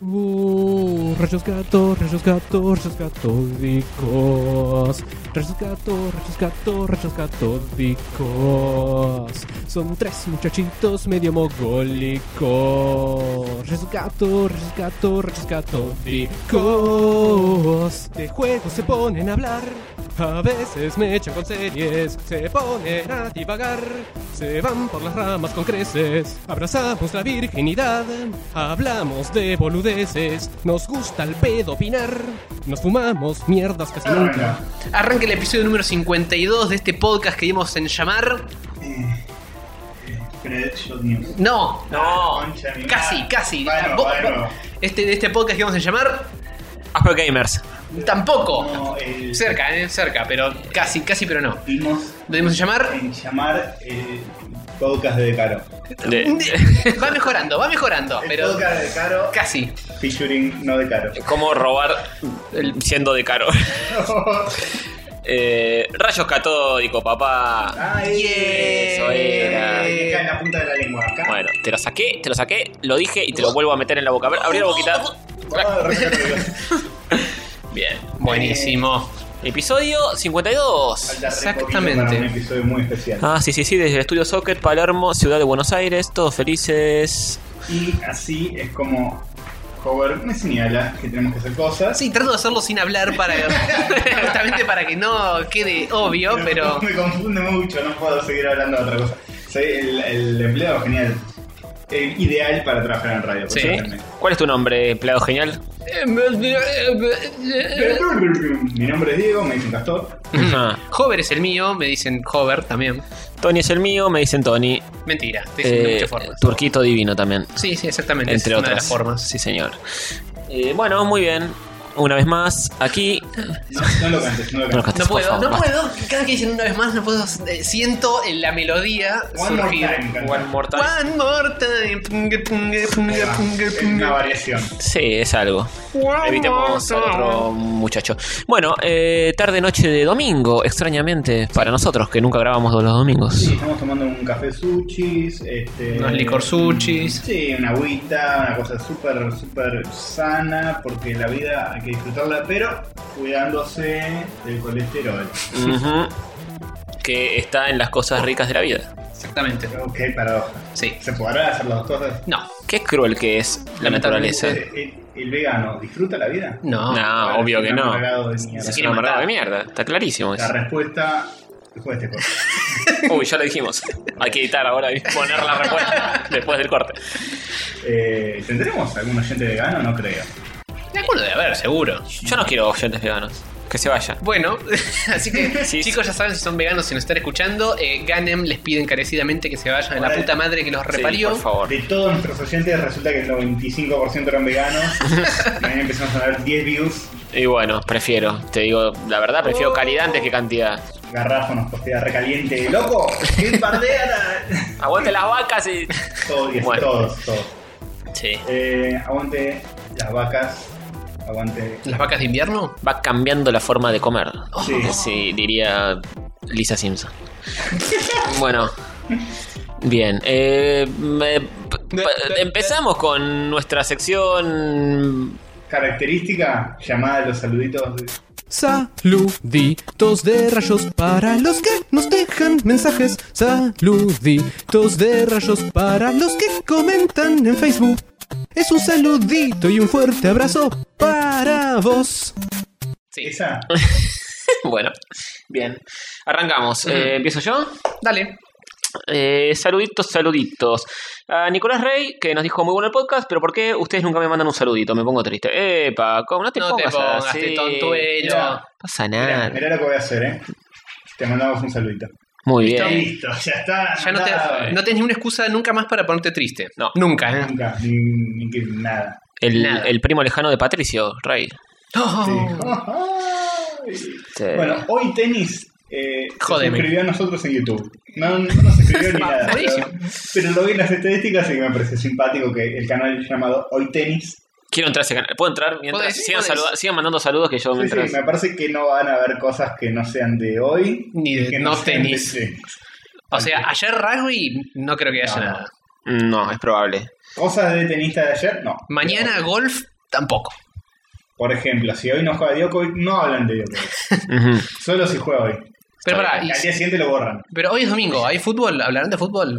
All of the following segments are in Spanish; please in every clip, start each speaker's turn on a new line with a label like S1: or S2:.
S1: Uh, rayos gato, rayos gato, rayos catódicos. Rayos gato, rayos gato, rayos catódicos. Son tres muchachitos medio mogólicos. Rayos gato, rayos gato, rayos catódicos. De juegos se ponen a hablar. A veces me echan con series, se ponen a divagar, se van por las ramas con creces, abrazamos la virginidad, hablamos de boludeces, nos gusta el pedo opinar, nos fumamos mierdas casi nunca.
S2: Arranca el episodio número 52 de este podcast que dimos en llamar.
S3: Eh, eh, Prediction News.
S2: No, no,
S3: Concha de mi
S2: casi,
S3: madre.
S2: casi.
S3: Bueno,
S2: Vos-
S3: bueno.
S2: Este, este podcast que vamos a llamar,
S4: Aspro Gamers.
S2: tampoco.
S3: No, el-
S2: Cerca, eh, cerca, pero casi, casi, pero no.
S3: Dimos
S2: Lo dimos en llamar.
S3: en llamar el podcast de Decaro.
S4: De-
S2: Va mejorando, va mejorando,
S4: Ah,
S3: El
S2: pero
S3: podcast de Decaro,
S2: casi.
S3: featuring no Decaro.
S4: ¿Cómo robar el- siendo de caro? Eh, rayos catódicos, papá.
S3: Ay,
S4: Eso era.
S3: Me cae en la punta de la lengua. Acá.
S4: Bueno, te lo saqué, te lo saqué, lo dije y te lo vuelvo a meter en la boca. A ver, abrí la boquita.
S3: Oh, recápitulo.
S4: Bien.
S2: Buenísimo.
S4: Episodio 52.
S3: Falta re
S2: Exactamente.
S3: poquito para Un episodio muy especial.
S4: Ah, sí, sí, sí, desde el estudio Soccer, Palermo, Ciudad de Buenos Aires, todos felices.
S3: Y así es como Hover me señala que tenemos que hacer cosas.
S2: Sí, trato de hacerlo sin hablar para. justamente para que no quede obvio, pero.
S3: Me confunde mucho, no puedo seguir hablando de otra cosa. Soy el, el empleado genial. El ideal para trabajar en radio. por
S2: Sí.
S3: suerte.
S4: ¿Cuál es tu nombre, empleado genial?
S3: Mi nombre es Diego, me dicen Castor.
S4: Ah.
S2: Hover es el mío, me dicen Hover también.
S4: Tony es el mío, me dicen Tony.
S2: Mentira, te dicen de
S4: Eh,
S2: muchas formas.
S4: Turquito divino también.
S2: Sí, sí, exactamente.
S4: entre
S2: es
S4: otras
S2: una de las formas.
S4: Sí, señor. Eh, bueno, muy bien. Una vez más, aquí.
S3: No, no lo cantes, no lo
S4: No
S3: cantes.
S2: No
S4: lo cantes, por
S2: puedo,
S4: favor,
S2: no
S4: basta.
S2: puedo. Cada que dicen una vez más, no puedo. eh, Siento en la melodía
S3: One more
S2: surgir.
S3: time, canta.
S4: One more time.
S2: One more time. Pungue, pungue,
S3: Ahí
S2: pungue,
S3: va,
S2: pungue,
S3: es
S2: pungue.
S3: una variación.
S4: Sí, es algo.
S2: One
S4: Evitemos
S2: more
S4: al
S2: time.
S4: otro muchacho. Bueno, eh, tarde noche de domingo, extrañamente, para nosotros que nunca grabamos los domingos.
S3: Sí, estamos tomando un café sushis, este,
S2: Unos licor sushis.
S3: Sí, una agüita, una cosa súper, súper sana, porque la vida hay que disfrutarla, pero cuidándose del colesterol.
S4: Ujú. Que está en las cosas ricas de la vida.
S2: Exactamente.
S3: Ok, paradoja.
S2: Sí.
S3: ¿Se podrá hacer las dos cosas?
S2: No,
S4: Qué cruel que es la naturaleza.
S3: ¿El, el- el vegano disfruta la vida?
S2: no.
S4: No, Ah, obvio que no. pues.
S3: Amargado de mierda.
S4: Es
S2: quiere
S4: una amargada
S2: matar.
S4: de mierda, está clarísimo
S3: La
S4: eso.
S3: respuesta después de este podcast.
S4: Uy, ya lo dijimos. Hay que editar ahora y poner la respuesta después del corte.
S3: Eh, ¿Tendremos algún oyente vegano? No creo.
S2: Alguno de haber, seguro.
S4: Yo no quiero oyentes veganos. Que se vayan.
S2: Bueno, así que
S4: Sí,
S2: chicos, ya saben si son veganos, si nos están escuchando, eh, Ganem les pide encarecidamente que se vayan a la
S3: Vale.
S2: puta madre que los
S4: Sí,
S2: reparió.
S4: por favor.
S3: De todos nuestros oyentes resulta que el 95% eran veganos. Mañana empezamos a ver 10 views.
S4: Y bueno, prefiero, te digo la verdad, prefiero calidad antes que cantidad.
S3: Garrafo nos postea recaliente. ¡Loco! ¡Qué pardea!
S4: Aguante las vacas y.
S3: Todo, y así,
S4: Bueno.
S3: Todos, todos.
S4: Sí.
S3: Eh, aguante las vacas. Aguante.
S2: ¿Las vacas de invierno?
S4: Va cambiando la forma de comer.
S3: Sí.
S4: Sí, diría Lisa Simpson. bueno. Bien, eh, me- p- p- empezamos con nuestra sección...
S3: Característica llamada de los saluditos. de-
S1: Saluditos de rayos para los que nos dejan mensajes. Saluditos de rayos para los que comentan en Facebook. Es un saludito y un fuerte abrazo para vos.
S2: Sí.
S3: Esa.
S4: Bueno, bien. Arrancamos. Eh, ¿Empiezo yo?
S2: Dale.
S4: Eh, saluditos, saluditos. A Nicolás Rey, que nos dijo muy bueno el podcast, pero ¿por qué ustedes nunca me mandan un saludito? Me pongo triste. Epa, ¿cómo no te
S2: No te
S4: pongas
S2: pongas, eh.
S4: así?
S2: te tontuelo.
S3: Mirá.
S4: Pasa
S3: Mirá,
S2: Ah.
S4: nada.
S3: mirá lo que voy a hacer, eh. Te mandamos un saludito.
S4: Muy bien.
S3: Listo, ya está.
S2: Ya no,
S3: nada.
S2: te, eh. no tenés ninguna excusa nunca más para ponerte triste.
S4: No.
S2: Nunca, ¿eh?
S3: Ah. Nunca, ni, ni que nada.
S4: El,
S2: Nada.
S4: el primo lejano de Patricio, Rey.
S2: Oh.
S3: Sí.
S4: Sí.
S3: Bueno, hoy tenis eh, se
S2: Jódeme.
S3: suscribió a nosotros en YouTube. No, no nos escribió ni nada.
S2: Buenísimo.
S3: Pero, pero lo vi en las estadísticas y me pareció simpático que el canal llamado Hoy Tenis.
S4: Quiero entrar a ese canal. ¿Puedo entrar mientras?
S2: Podés,
S4: sigan,
S2: podés.
S4: saluda- sigan mandando saludos que yo
S3: Sí, sí,
S4: mientras.
S3: me parece que no van a haber cosas que no sean de hoy.
S2: Ni de
S3: y que
S2: no
S3: sean de
S2: tenis.
S3: tenis.
S2: O sea, ayer rugby no creo que haya
S3: No.
S2: nada.
S4: No, es probable.
S3: Cosas de tenista de ayer, no.
S2: Mañana golf tampoco.
S3: Por ejemplo, si hoy no juega Djokovic, no hablan de Djokovic.
S4: Ujú.
S3: Solo si juega hoy.
S2: Pero pará,
S3: Al
S2: y-
S3: día siguiente lo borran.
S2: pero hoy es domingo, ¿hay fútbol? ¿Hablarán de fútbol?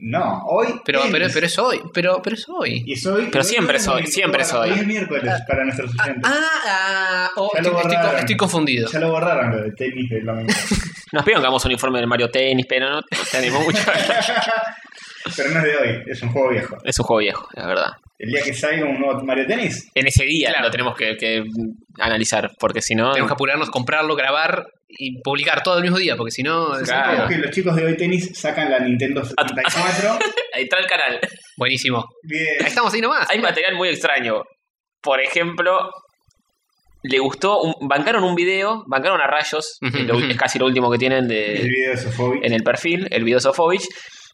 S3: No, hoy.
S2: Pero,
S3: es.
S2: pero, pero es hoy, pero, pero es hoy.
S3: Y es hoy-
S4: Pero
S3: hoy
S4: siempre
S3: es
S4: es hoy,
S3: domingo,
S4: siempre es hoy.
S3: Hoy es miércoles para nuestros
S2: Ah,
S3: oyentes.
S2: ah, oh,
S3: Ya lo
S2: estoy, estoy con-
S3: borraron.
S2: estoy confundido.
S3: Ya lo borraron lo de tenis del domingo.
S4: Nos pidieron que hagamos un informe del Mario Tennis, pero no te animo mucho.
S3: pero no es de hoy, es un juego viejo.
S4: es un juego viejo, la verdad.
S3: El día que salga un nuevo Mario Tenis,
S4: En ese día
S2: Claro.
S4: lo tenemos que, que analizar, porque si no.
S2: Tenemos que apurarnos, comprarlo, grabar y publicar todo el mismo día, porque si no. es-
S4: Claro.
S3: Como que los chicos de hoy tenis sacan la Nintendo
S2: Ah.
S3: 74.
S4: Entra al canal.
S2: Buenísimo.
S3: Bien.
S2: Ahí Estamos ahí nomás.
S4: Hay material muy extraño. Por ejemplo, le gustó. un- bancaron un video, bancaron a rayos,
S2: Ujú,
S4: es lo-
S2: ujú.
S4: es casi lo último que tienen
S2: Eh,
S4: de,
S3: El video de Sofobia.
S4: en el perfil, el video Sofovich.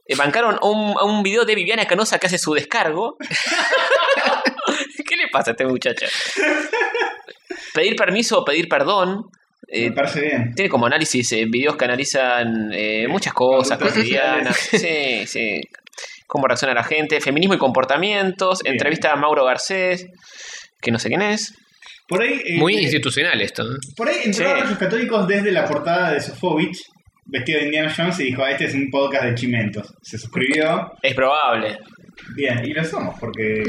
S4: eh, Bancaron un, a un video de Viviana Canosa que hace su descargo. ¿Qué le pasa a este muchacho? Pedir permiso, pedir perdón. eh,
S3: Me parece bien.
S4: tiene como análisis, eh, videos que analizan eh, muchas cosas
S3: Conductas
S4: cotidianas. Sí, sí. Cómo reacciona la gente, feminismo y comportamientos.
S3: Bien.
S4: Entrevista a Mauro Garcés, que no sé quién es.
S3: Por ahí, eh,
S2: Muy
S3: eh,
S2: institucional esto. ¿eh?
S3: por ahí
S4: Sí.
S3: entraron los católicos desde la portada de Sofovich, vestido de Indiana Jones, y dijo: "Ah, Este es un podcast de chimentos. Se suscribió.
S4: Es probable.
S3: Bien, y lo somos, porque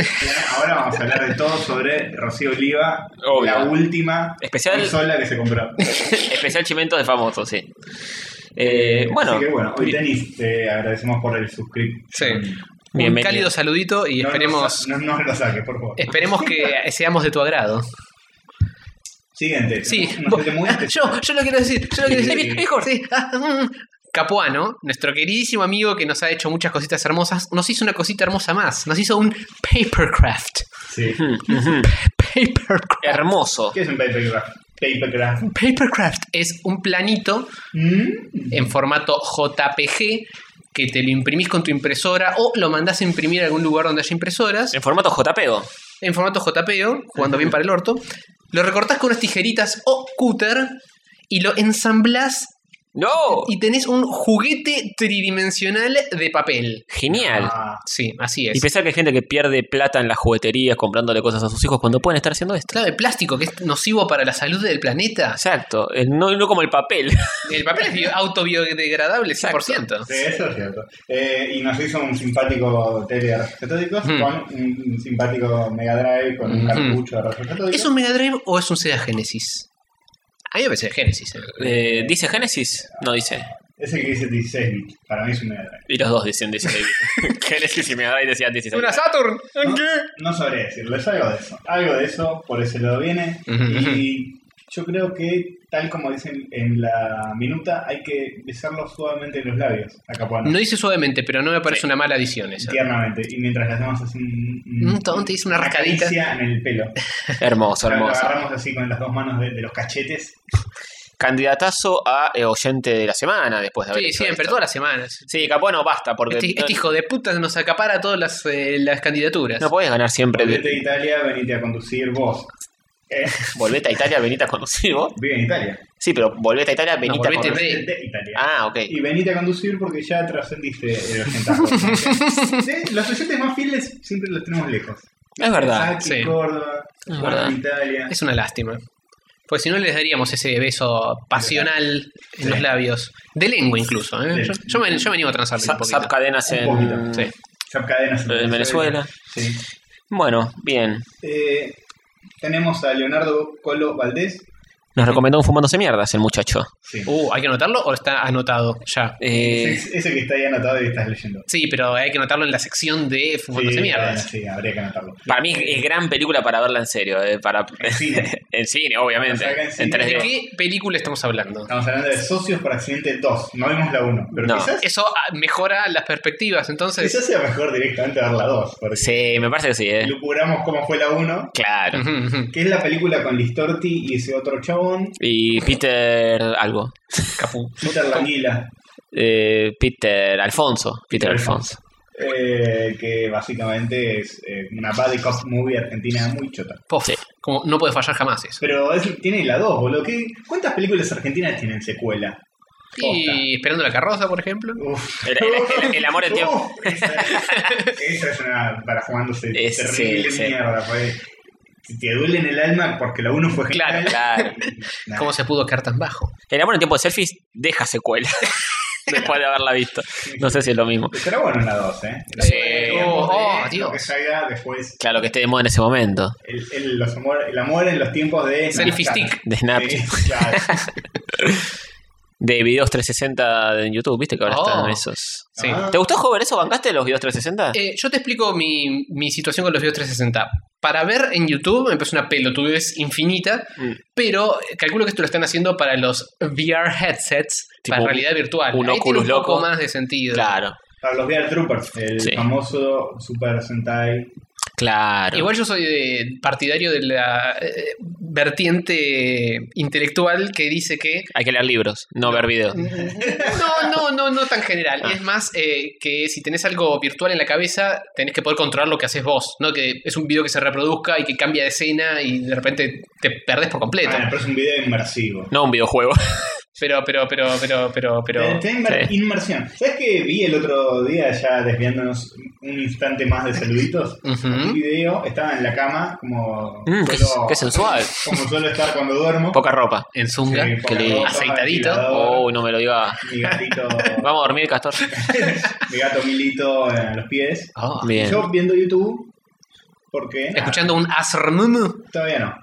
S3: ahora vamos a hablar de todo sobre Rocío Oliva,
S4: Obvio.
S3: la última
S4: Especial-
S3: consola que se compró.
S4: Especial Chimentos de famosos, sí. Eh, bueno,
S3: Así que bueno, hoy tenis, te agradecemos por el suscriptor.
S2: Sí. Un
S4: Bienvenido.
S2: cálido saludito y esperemos,
S3: No, no, lo saques, por favor.
S2: esperemos que seamos de tu agrado.
S3: Siguiente.
S2: Sí,
S3: No, no
S2: vos-
S3: se te muestres.
S2: yo, yo lo quiero decir, yo lo quiero
S3: Sí.
S2: decir. Mejor, sí. Ah, mm. Capuano, nuestro queridísimo amigo que nos ha hecho muchas cositas hermosas, nos hizo una cosita hermosa más. Nos hizo un papercraft.
S3: Sí.
S4: mm, ujú,
S2: Papercraft.
S4: hermoso.
S3: ¿Qué es un papercraft? Papercraft.
S2: Papercraft es un planito
S3: Mm.
S2: en formato JPG que te lo imprimís con tu impresora o lo mandás a imprimir a algún lugar donde haya impresoras
S4: En formato JPEG.
S2: en formato JPEO, jugando bien para el orto. Lo recortás con unas tijeritas o cúter y lo ensamblás
S4: ¡No!
S2: y tenés un juguete tridimensional de papel.
S4: Genial.
S3: Ah,
S2: Sí, así
S4: Y
S2: es.
S4: pensar que hay gente que pierde plata en las jugueterías comprándole cosas a sus hijos cuando pueden estar haciendo esto.
S2: Claro, el plástico que es nocivo para la salud del planeta.
S4: Exacto. El- No, no como el papel.
S2: El papel es bio- autobiodegradable 100%.
S3: sí, eso es cierto. Eh, y nos hizo un simpático tele de rayos catódicos
S2: Mm.
S3: con un, un simpático Mega Drive con un
S2: Mm.
S3: cartucho de rayos catódicos.
S2: ¿Es un Mega Drive o es un Sega Genesis? A mí me parece Genesis. eh.
S4: Eh, ¿Dice Génesis? No dice.
S3: Es el que dice 16 bits. Para mí es un Mega Drive.
S4: Y los dos decían 16 bits. Génesis y Mega Drive decían 16 bits.
S2: Saturn!
S3: No, no sabría decirles algo de eso. Algo de eso, por ese lado viene.
S2: Ujú,
S3: Y yo creo que, tal como dicen en la minuta, hay que besarlo suavemente en los labios. Acá
S2: No dice suavemente, pero no me parece
S4: Sí.
S2: una mala adición esa.
S3: Tiernamente. Y mientras las demás hacen un,
S2: Un ton, te hice una rascadita.
S3: caricia en el pelo.
S4: Hermoso,
S3: Lo
S4: hermoso.
S3: agarramos así con las dos manos de, de los cachetes.
S4: Candidatazo a eh, oyente de la semana después de haber
S2: Sí,
S4: hecho
S2: siempre,
S4: esto.
S2: todas las semanas.
S4: Sí, Capuano, basta, porque
S2: Este, este hijo de puta nos acapara todas las, eh, las candidaturas.
S4: no podés ganar siempre.
S3: Volvete
S4: Volvete,
S3: de Italia, venite a conducir vos. Eh,
S4: a Italia, venite a conducir vos.
S3: vive en Italia.
S4: Sí, pero volvete a Italia, venite a
S2: volvete
S4: conducir.
S2: de-
S3: De Italia.
S4: Ah, ok.
S3: Y venite a conducir porque ya trascendiste el ochentasco. Sí, los oyentes más fieles siempre los tenemos lejos.
S4: Es verdad.
S3: Saki,
S2: sí.
S3: Córdoba,
S4: Es
S3: Juan,
S4: verdad.
S3: Italia.
S2: Es una lástima. Pues si no les daríamos ese beso pasional en
S3: Sí.
S2: los labios. De lengua incluso. ¿eh?
S3: Sí.
S2: Yo, yo me, yo me animo a transarlo un
S4: Zap,
S2: poquito.
S4: zap cadenas
S3: Un
S4: en.
S3: poquito,
S2: Sí.
S3: Zap Cadenas
S4: En Venezuela.
S3: Sí.
S4: Bueno, bien.
S3: Eh, tenemos a Leonardo Colo Valdés.
S4: Nos recomendó un fumándose mierdas el muchacho.
S3: Sí.
S2: Uh, ¿Hay que anotarlo o está anotado ya?
S4: Eh,
S3: Ese- ese que está ahí anotado y estás leyendo.
S2: Sí, pero hay que anotarlo en la sección de fumándose
S3: sí,
S2: mierdas.
S3: eh, Sí, habría que anotarlo.
S4: para mí es gran película para verla en serio. eh, para...
S3: En cine.
S4: en cine, obviamente.
S3: Saca en
S4: En,
S3: cine.
S4: 3D.
S2: ¿De qué película estamos hablando?
S3: Estamos hablando de Socios por Accidente 2. No vimos la 1. Pero
S4: No.
S3: quizás,
S2: Eso ah, mejora las perspectivas, entonces.
S3: quizás sea mejor directamente ver la 2. Porque
S4: Sí, me parece que sí, ¿eh?
S3: lucubramos cómo fue la 1.
S4: Claro.
S2: Ujú, ujú.
S3: Que es la película con Listorti y ese otro chabón.
S4: Y Peter algo.
S2: Capu.
S3: Peter Languila.
S4: Eh, Peter Alfonso. Peter Alfonso.
S3: Eh, que básicamente es eh, una buddy cop movie argentina muy chota.
S2: Pof,
S4: Sí.
S2: como no puede fallar jamás eso.
S3: Pero es- tiene la 2, boludo. ¿Qué- ¿Cuántas películas argentinas tienen secuela? Posta.
S2: Y esperando la carroza, por ejemplo.
S3: Uf.
S4: El, el- el- el amor en tiempo.
S3: Uf, esa, esa es una para jugándose
S4: Es-
S3: terrible
S4: Eh, sí, sí.
S3: mierda. fue- si te duele en el alma porque la uno fue
S4: Claro,
S3: genial.
S4: claro.
S3: Nah.
S2: ¿Cómo se pudo quedar tan bajo?
S4: El amor en tiempo de selfies deja secuela. después de haberla visto. No sé si es lo mismo.
S3: Será bueno en la 2, ¿eh? La
S2: Sí.
S3: de-
S2: Oh,
S3: de-
S2: Dios.
S3: Lo que salga después.
S4: Claro, que esté de moda en ese momento.
S3: El, el- los amor, el amor en los tiempos de.
S2: Selfie
S3: Snapchat.
S2: stick.
S4: De Snap.
S3: Sí, claro.
S4: De videos 360 en YouTube, viste que ahora
S2: Oh.
S4: están esos.
S2: Sí.
S3: Ah.
S4: ¿Te gustó, joven, eso? ¿Bancaste los videos 360?
S2: Eh, yo te explico mi, mi situación con los videos 360. Para ver en YouTube me parece una pelotudez infinita,
S4: Mm.
S2: pero eh, calculo que esto lo están haciendo para los VR headsets,
S4: Tipo
S2: para
S4: un-
S2: realidad virtual.
S4: un
S2: Ahí tiene
S4: Oculus
S2: un poco
S4: loco.
S2: más de sentido.
S4: Claro,
S3: Para los VR Troopers, el
S4: Sí.
S3: famoso Super Sentai.
S4: claro.
S2: Igual yo soy de- partidario de la eh, vertiente intelectual que dice que
S4: Hay que leer libros, no, ver videos.
S2: No, no, no, no tan general.
S4: Ah.
S2: Es más eh, que si tenés algo virtual en la cabeza, tenés que poder controlar lo que haces vos, ¿no? Que es un video que se reproduzca y que cambia de escena y de repente te perdés por completo.
S3: Bueno, pero es un Ah, video inmersivo.
S4: No un videojuego.
S2: Pero, pero, pero, pero, pero, pero.
S3: Te- te inmer-
S4: sí.
S3: Inmersión. ¿Sabes que vi el otro día, ya desviándonos un instante más de saluditos? Un
S2: Ujú.
S3: video, estaba en la cama, como.
S4: Mm, qué-
S3: suelo-
S4: qué sensual.
S3: Como suelo estar cuando duermo.
S4: Poca ropa.
S2: En Zunga.
S3: Sí, poca
S4: qué lindo.
S3: ropa,
S2: Aceitadito.
S3: ventilador,
S4: Oh, no me lo diga.
S3: Mi gatito.
S4: Vamos a dormir, Castor.
S3: mi gato Milito eh, a los pies.
S2: Ah.
S4: Bien.
S3: Yo viendo YouTube, porque.
S2: Escuchando un asrnum.
S3: Ah, todavía no.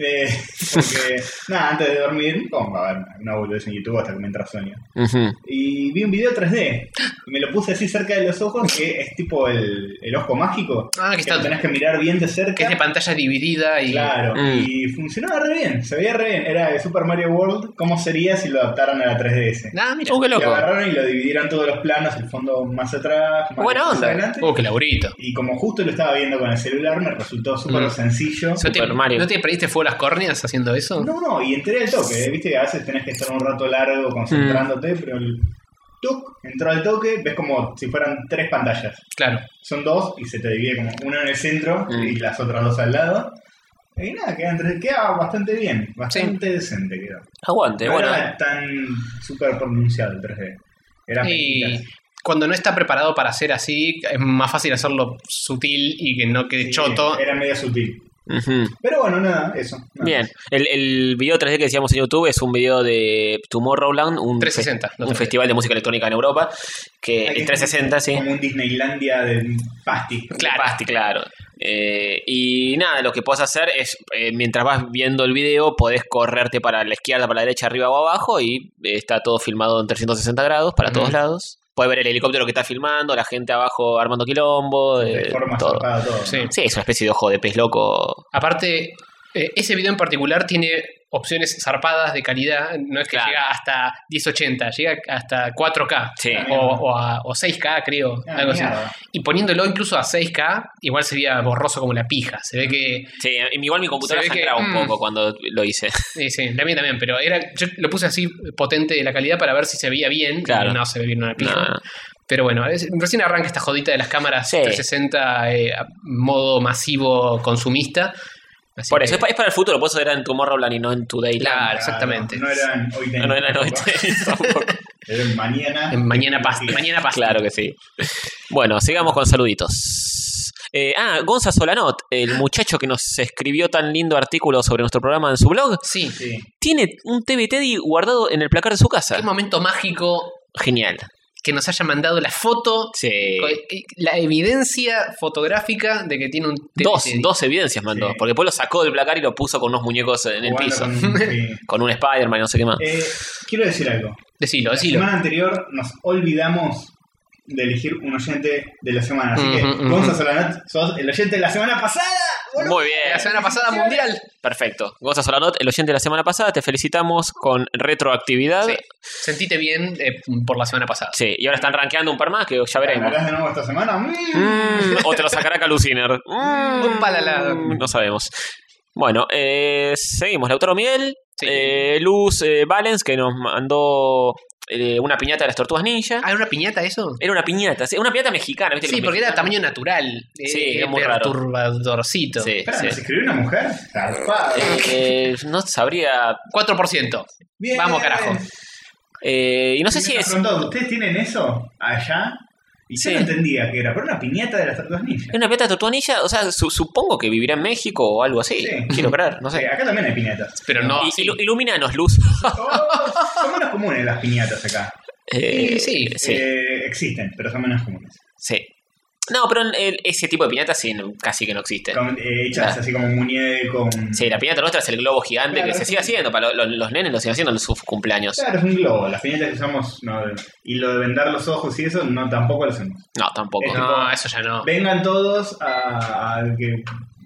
S3: Eh, porque, nada, antes de dormir, pongo a ver una boludez en YouTube hasta que me entra sueño.
S4: Ujú.
S3: Y vi un video 3D. Y me lo puse así cerca de los ojos, que es tipo el, el ojo mágico.
S2: Ah, que está-
S3: lo tenés que mirar bien de
S2: Que es de
S3: cerca.
S2: pantalla dividida y.
S3: Claro,
S4: Mm.
S3: y funcionaba re bien, se veía re bien. Era de Super Mario World, ¿cómo sería si lo adaptaran a la 3DS?
S2: Ah, mira.
S4: Uh, qué
S3: Lo
S4: loco.
S3: agarraron y lo dividieron todos los planos, el fondo más atrás, más
S4: Buena onda.
S3: adelante.
S2: Uh, qué laburito.
S3: Y como justo lo estaba viendo con el celular, me resultó súper
S2: Mm.
S3: sencillo.
S2: ¿No te,
S4: Super Mario.
S2: ¿No te prendiste fuego las córneas haciendo eso?
S3: No, no, y entré al toque, ¿eh? viste que a veces tenés que estar un rato largo concentrándote, pero el tuc, entró al toque, ves como si fueran tres pantallas.
S2: Claro.
S3: Son dos y se te divide como una en el centro
S4: Mm.
S3: y las otras dos al lado. Y nada, queda, entre- queda bastante bien, bastante decente quedó.
S4: Aguante,
S3: no
S4: bueno.
S3: era tan súper pronunciado el 3D. Era
S2: Y
S3: mezquitas.
S2: cuando no está preparado para hacer así, es más fácil hacerlo sutil y que no quede
S3: Sí,
S2: choto.
S3: Era medio sutil.
S4: Ujú.
S3: Pero bueno, nada, eso. nada
S4: Bien, el, el video 3D que decíamos en YouTube es un video de Tomorrowland, un,
S2: 360,
S4: fe-
S2: no
S4: un
S2: 3D.
S4: festival de música electrónica en Europa, que
S3: Hay
S4: el
S3: que-
S4: 360, sí.
S3: Como un Disneylandia de pastis.
S4: Claro. claro. Eh, y nada, lo que puedes hacer es, eh, mientras vas viendo el video, podés correrte para la izquierda, para la derecha, arriba o abajo, y eh, está todo filmado en 360 grados para
S2: Ujú.
S4: todos lados. Puedes ver el helicóptero que está filmando, la gente abajo armando quilombo, eh,
S3: De forma
S4: todo.
S3: zarpada todo.
S2: Sí.
S4: Sí, es una especie de ojo de pez loco.
S2: Aparte, eh, ese video en particular tiene opciones zarpadas de calidad. No es que
S4: Claro.
S2: llega hasta 1080, llega hasta 4K.
S4: Sí.
S2: O, o a- o 6K, creo.
S3: Ah,
S2: algo así.
S3: mierda.
S2: Y poniéndolo incluso a 6K, igual sería borroso como la pija. Se ve que.
S4: Sí, igual mi computadora
S2: Se ve que-
S4: sangraba un
S2: mm.
S4: poco cuando lo hice.
S2: Sí, eh, sí, la mía también, pero era, yo lo puse así potente la calidad para ver si se veía bien.
S4: Claro.
S2: No se ve bien una pija.
S4: No, no.
S2: Pero bueno, es- recién arranca esta jodita de las cámaras
S4: Sí.
S2: 360 eh, a modo masivo consumista. Así
S4: Por
S2: que-
S4: eso, es pa- es para el futuro, por eso era en Tomorrowland y no en Today.
S2: Claro, Ah, exactamente.
S3: No eran hoy
S4: No, no era en hoy tampoco.
S3: Eran mañana.
S2: En mañana pasta.
S3: Sí.
S2: Mañana pasta.
S4: Claro que sí. Bueno, sigamos con saluditos. Eh, ah, Gonza Solanot, el muchacho que nos escribió tan lindo artículo sobre nuestro programa en su blog,
S2: Sí.
S3: Sí.
S4: tiene un TV Teddy guardado en el placar de su casa.
S2: Qué momento mágico
S4: Genial.
S2: que nos haya mandado la foto,
S4: Sí.
S2: con- eh, la evidencia fotográfica de que tiene un
S4: Dos,
S2: TTD.
S4: dos evidencias mandó,
S3: Sí.
S4: porque después lo sacó del placar y lo puso con unos muñecos en el
S3: Jugando
S4: piso.
S3: con un- sí.
S4: Con un Spider-Man, y no sé qué más.
S3: Eh, quiero decir algo.
S2: Decilo,
S3: La
S2: decilo.
S3: semana anterior nos olvidamos de elegir un oyente de la semana. Así que,
S2: Ujú, ujú.
S3: Gonza Solanat, sos el oyente de la semana pasada. boludo.
S4: Muy bien.
S2: La semana pasada mundial.
S4: Perfecto. Gonza Solanot, el oyente de la semana pasada, te felicitamos con retroactividad.
S2: Sí.
S4: Sí.
S2: Sentite bien eh, por la semana pasada.
S4: y ahora están rankeando un par más que ya veremos.
S3: ¿Ganarás de nuevo esta semana? Mm.
S4: Mm, o te lo sacará Caluciner.
S2: Un palalado.
S4: no sabemos. Bueno, eh, seguimos. Lautaro Miguel,
S2: Sí.
S4: eh, Luz eh, Valens, que nos mandó eh, una piñata de las tortugas ninja.
S2: Ah, ¿era una piñata eso?
S4: Era una piñata, sí, una piñata mexicana, ¿viste? que
S2: Sí,
S4: los
S2: porque era
S4: mexicanos-
S2: tamaño natural.
S4: Sí,
S2: Eh,
S4: era muy raro.
S2: perturbadorcito.
S4: Sí,
S3: Espera,
S4: sí.
S3: ¿nos escribió una mujer? Zarpado.
S4: Eh, eh, no sabría.
S2: 4%.
S3: Bien.
S2: Vamos, carajo.
S4: eh, y no sé
S3: Y
S4: si
S3: me
S4: es.
S3: preguntó, ¿Ustedes tienen eso allá? Y
S4: Sí.
S3: yo no entendía que era, pero una piñata de las tortugas ninja.
S4: Es una plata tortuanilla, o sea, su- supongo que vivirá en México o algo así.
S3: Sí.
S4: Quiero creer, no
S3: Eh,
S4: sé.
S3: acá también hay piñatas.
S2: Pero no,
S4: Y-
S2: sí.
S4: ilu- ilumínanos, luz.
S3: Oh, son menos comunes las piñatas acá.
S4: Eh,
S2: sí,
S4: sí,
S3: Eh, existen, pero son menos comunes.
S4: sí. No, pero en el- ese tipo de piñatas sí, no- casi que no existe.
S3: Con- eh, hechas
S4: Claro.
S3: así como un muñeco. un-
S4: Sí, la piñata nuestra es el globo gigante
S3: Claro,
S4: que se
S3: sí.
S4: sigue haciendo, para lo- lo- los nenes lo siguen haciendo en sus cumpleaños.
S3: Claro, es un globo. Las piñatas que usamos, no. Y lo de vendar los ojos y eso, no, tampoco lo hacemos.
S4: No, tampoco.
S3: Es-
S2: No, eso ya no.
S3: Vengan todos a, a que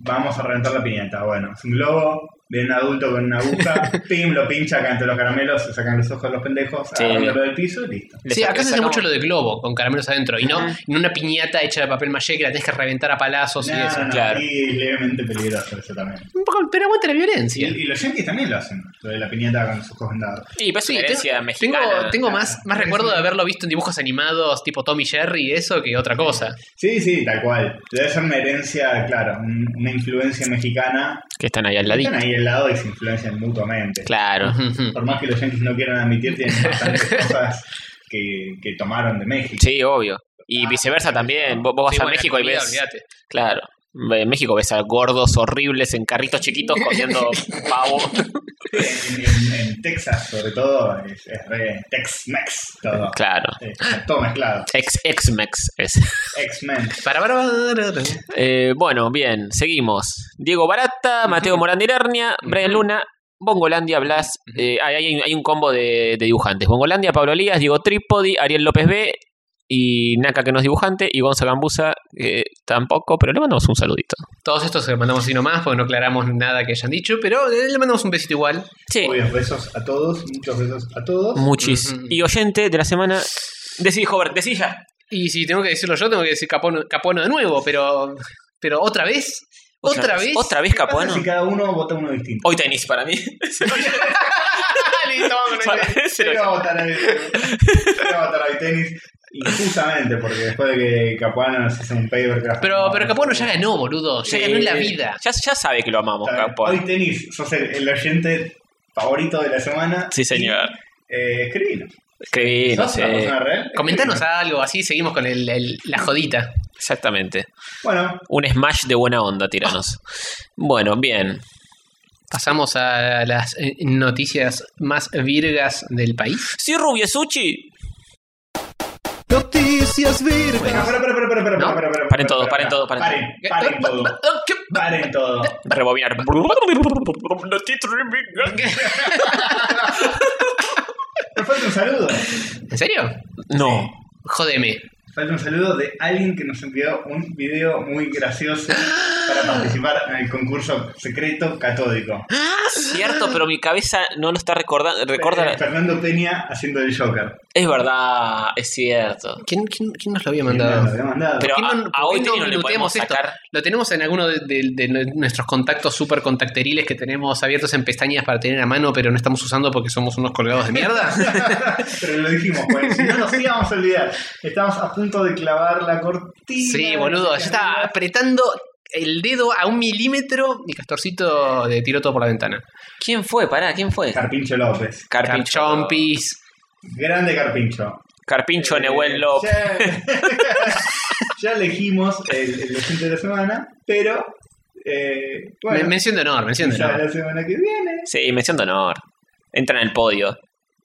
S3: vamos a reventar la piñata. Bueno, es un globo, viene un adulto con una aguja, pim, lo pincha acá entre los caramelos, se sacan los ojos de los pendejos,
S4: Sí.
S3: agarran lo del piso, listo.
S4: Le
S2: Sí,
S4: saca-
S2: acá
S4: le
S2: se hace
S4: sacamos-
S2: mucho lo de globo, con caramelos adentro, y no
S4: Ajá.
S2: y no una piñata hecha de papel maché que la tenés que reventar a palazos y
S3: No,
S2: eso.
S3: no, no,
S4: claro.
S3: Y levemente peligroso eso también.
S2: Un poco, pero aguante la
S3: Y,
S2: violencia.
S3: y los yankees también lo hacen, lo de la piñata con los ojos vendados.
S4: Y pues
S2: Sí,
S4: una
S2: tengo,
S4: herencia
S2: tengo,
S4: mexicana.
S2: tengo más, más recuerdo de haberlo visto en dibujos animados tipo Tommy Jerry y eso que otra cosa.
S3: Sí, sí, tal cual. Debe ser una herencia, claro, un- una influencia mexicana.
S4: Que están ahí al ladito.
S3: Están ahí al lado y se influencian mutuamente.
S4: Claro.
S3: Por más que los yankees no quieran admitir, tienen bastantes cosas que, que tomaron de México.
S4: Sí, obvio. Y viceversa también. Vos, vos vas
S2: Ah, Sí,
S4: a
S2: bueno,
S4: México y
S2: comida,
S4: ves.
S2: olvídate.
S4: Claro. En México ves a gordos horribles en carritos chiquitos comiendo pavo.
S3: En, en- en Texas, sobre todo, es, es re Tex-Mex todo.
S4: Claro.
S3: Eh, todo mezclado.
S4: Ex, ex-mex es.
S3: X-Men.
S2: Para, para, para, para.
S4: Eh, bueno, bien, seguimos. Diego Barata, Mateo Morán de Lernia, Brian Luna, Bongolandia, Blas. eh, hay, hay- hay un combo de, de dibujantes. Bongolandia, Pablo Lías, Diego Trípodi, Ariel López B. Y Naka, que no es dibujante, y Gonza Gambusa, que tampoco, pero le mandamos un saludito.
S2: Todos estos que mandamos así nomás porque no aclaramos nada que hayan dicho, pero eh, le mandamos un besito igual.
S4: Sí,
S3: Obvios besos a todos, muchos besos a todos.
S4: muchis.
S2: Ujú.
S4: Y oyente de la semana, decí, Hobart, decí ya.
S2: Y si tengo que decirlo yo, tengo que decir Capono, Capono de nuevo, pero, pero otra vez. ¿Otra, vez?
S4: Otra vez,
S3: ¿Qué pasa
S4: Capuano.
S3: Si cada uno vota uno distinto.
S4: Hoy tenis para mí.
S2: Listo, vamos con este.
S4: Se lo-
S3: Quiero votar a Quiero votar a tenis. Injustamente, porque después de que Capuano nos hizo un paper craft.
S2: Pero, pero Capono ya ganó, boludo. Ya ganó en la
S3: Sí.
S2: vida.
S4: Ya, ya sabe que lo amamos, Capuano.
S3: Hoy tenis, sos el, el oyente favorito de la semana.
S4: Sí, señor.
S3: Eh, escribinos.
S4: Escribí, no
S3: ¿Sos una
S4: sé.
S3: persona real?
S2: Comentanos algo, así seguimos con el- el- la jodita.
S4: Exactamente.
S3: Bueno,
S4: Un smash de buena onda, tiranos. Bueno, bien.
S2: Pasamos a las eh, noticias más virgas del país.
S4: Sí, Rubio Suchi.
S1: Noticias
S3: Bueno,
S1: virgas.
S3: para, para, para, para, para,
S2: ¿No?
S3: para, para, para,
S4: Paren todo,
S3: para,
S4: paren todo, paren
S3: paren Paren todo. Paren todo.
S4: Rebobinar.
S3: Nos falta un saludo.
S2: ¿En serio?
S4: No.
S2: Jodeme.
S3: Nos falta un saludo de alguien que nos envió un video muy gracioso para participar en el concurso secreto catódico.
S4: Cierto, pero mi cabeza no lo está recordando.
S3: Eh,
S4: Recuerda.
S3: Fernando Peña haciendo el Joker.
S4: Es verdad, es cierto.
S2: ¿Quién, quién, quién nos lo había
S3: Nos lo
S2: mandado?
S3: había mandado.
S4: Pero
S2: ¿Por
S4: a,
S2: qué no-
S4: a
S2: por
S4: hoy
S2: qué no
S4: Tini no le podemos
S2: minuteamos esto?
S4: sacar.
S2: Lo tenemos en alguno de, de- de nuestros contactos super contacteriles que tenemos abiertos en pestañas para tener a mano, pero no estamos usando porque somos unos colgados de mierda.
S3: Pero lo dijimos, pues, si no nos íbamos a olvidar. Estamos a punto de clavar la cortina.
S2: sí, boludo. Yo estaba apretando el dedo a un milímetro. Mi castorcito de tiró todo por la ventana.
S4: ¿Quién fue? Pará, ¿quién fue?
S3: Carpincho López.
S2: Carchompis.
S3: Grande Carpincho.
S4: Carpincho
S3: Eh,
S4: Nehuel López.
S3: Ya, ya elegimos el, el docente de la semana, pero. Eh, bueno,
S2: Me- Mención de honor, mención de
S3: quizá
S2: honor.
S3: la semana que viene.
S4: Sí, mención de honor. Entra en el podio.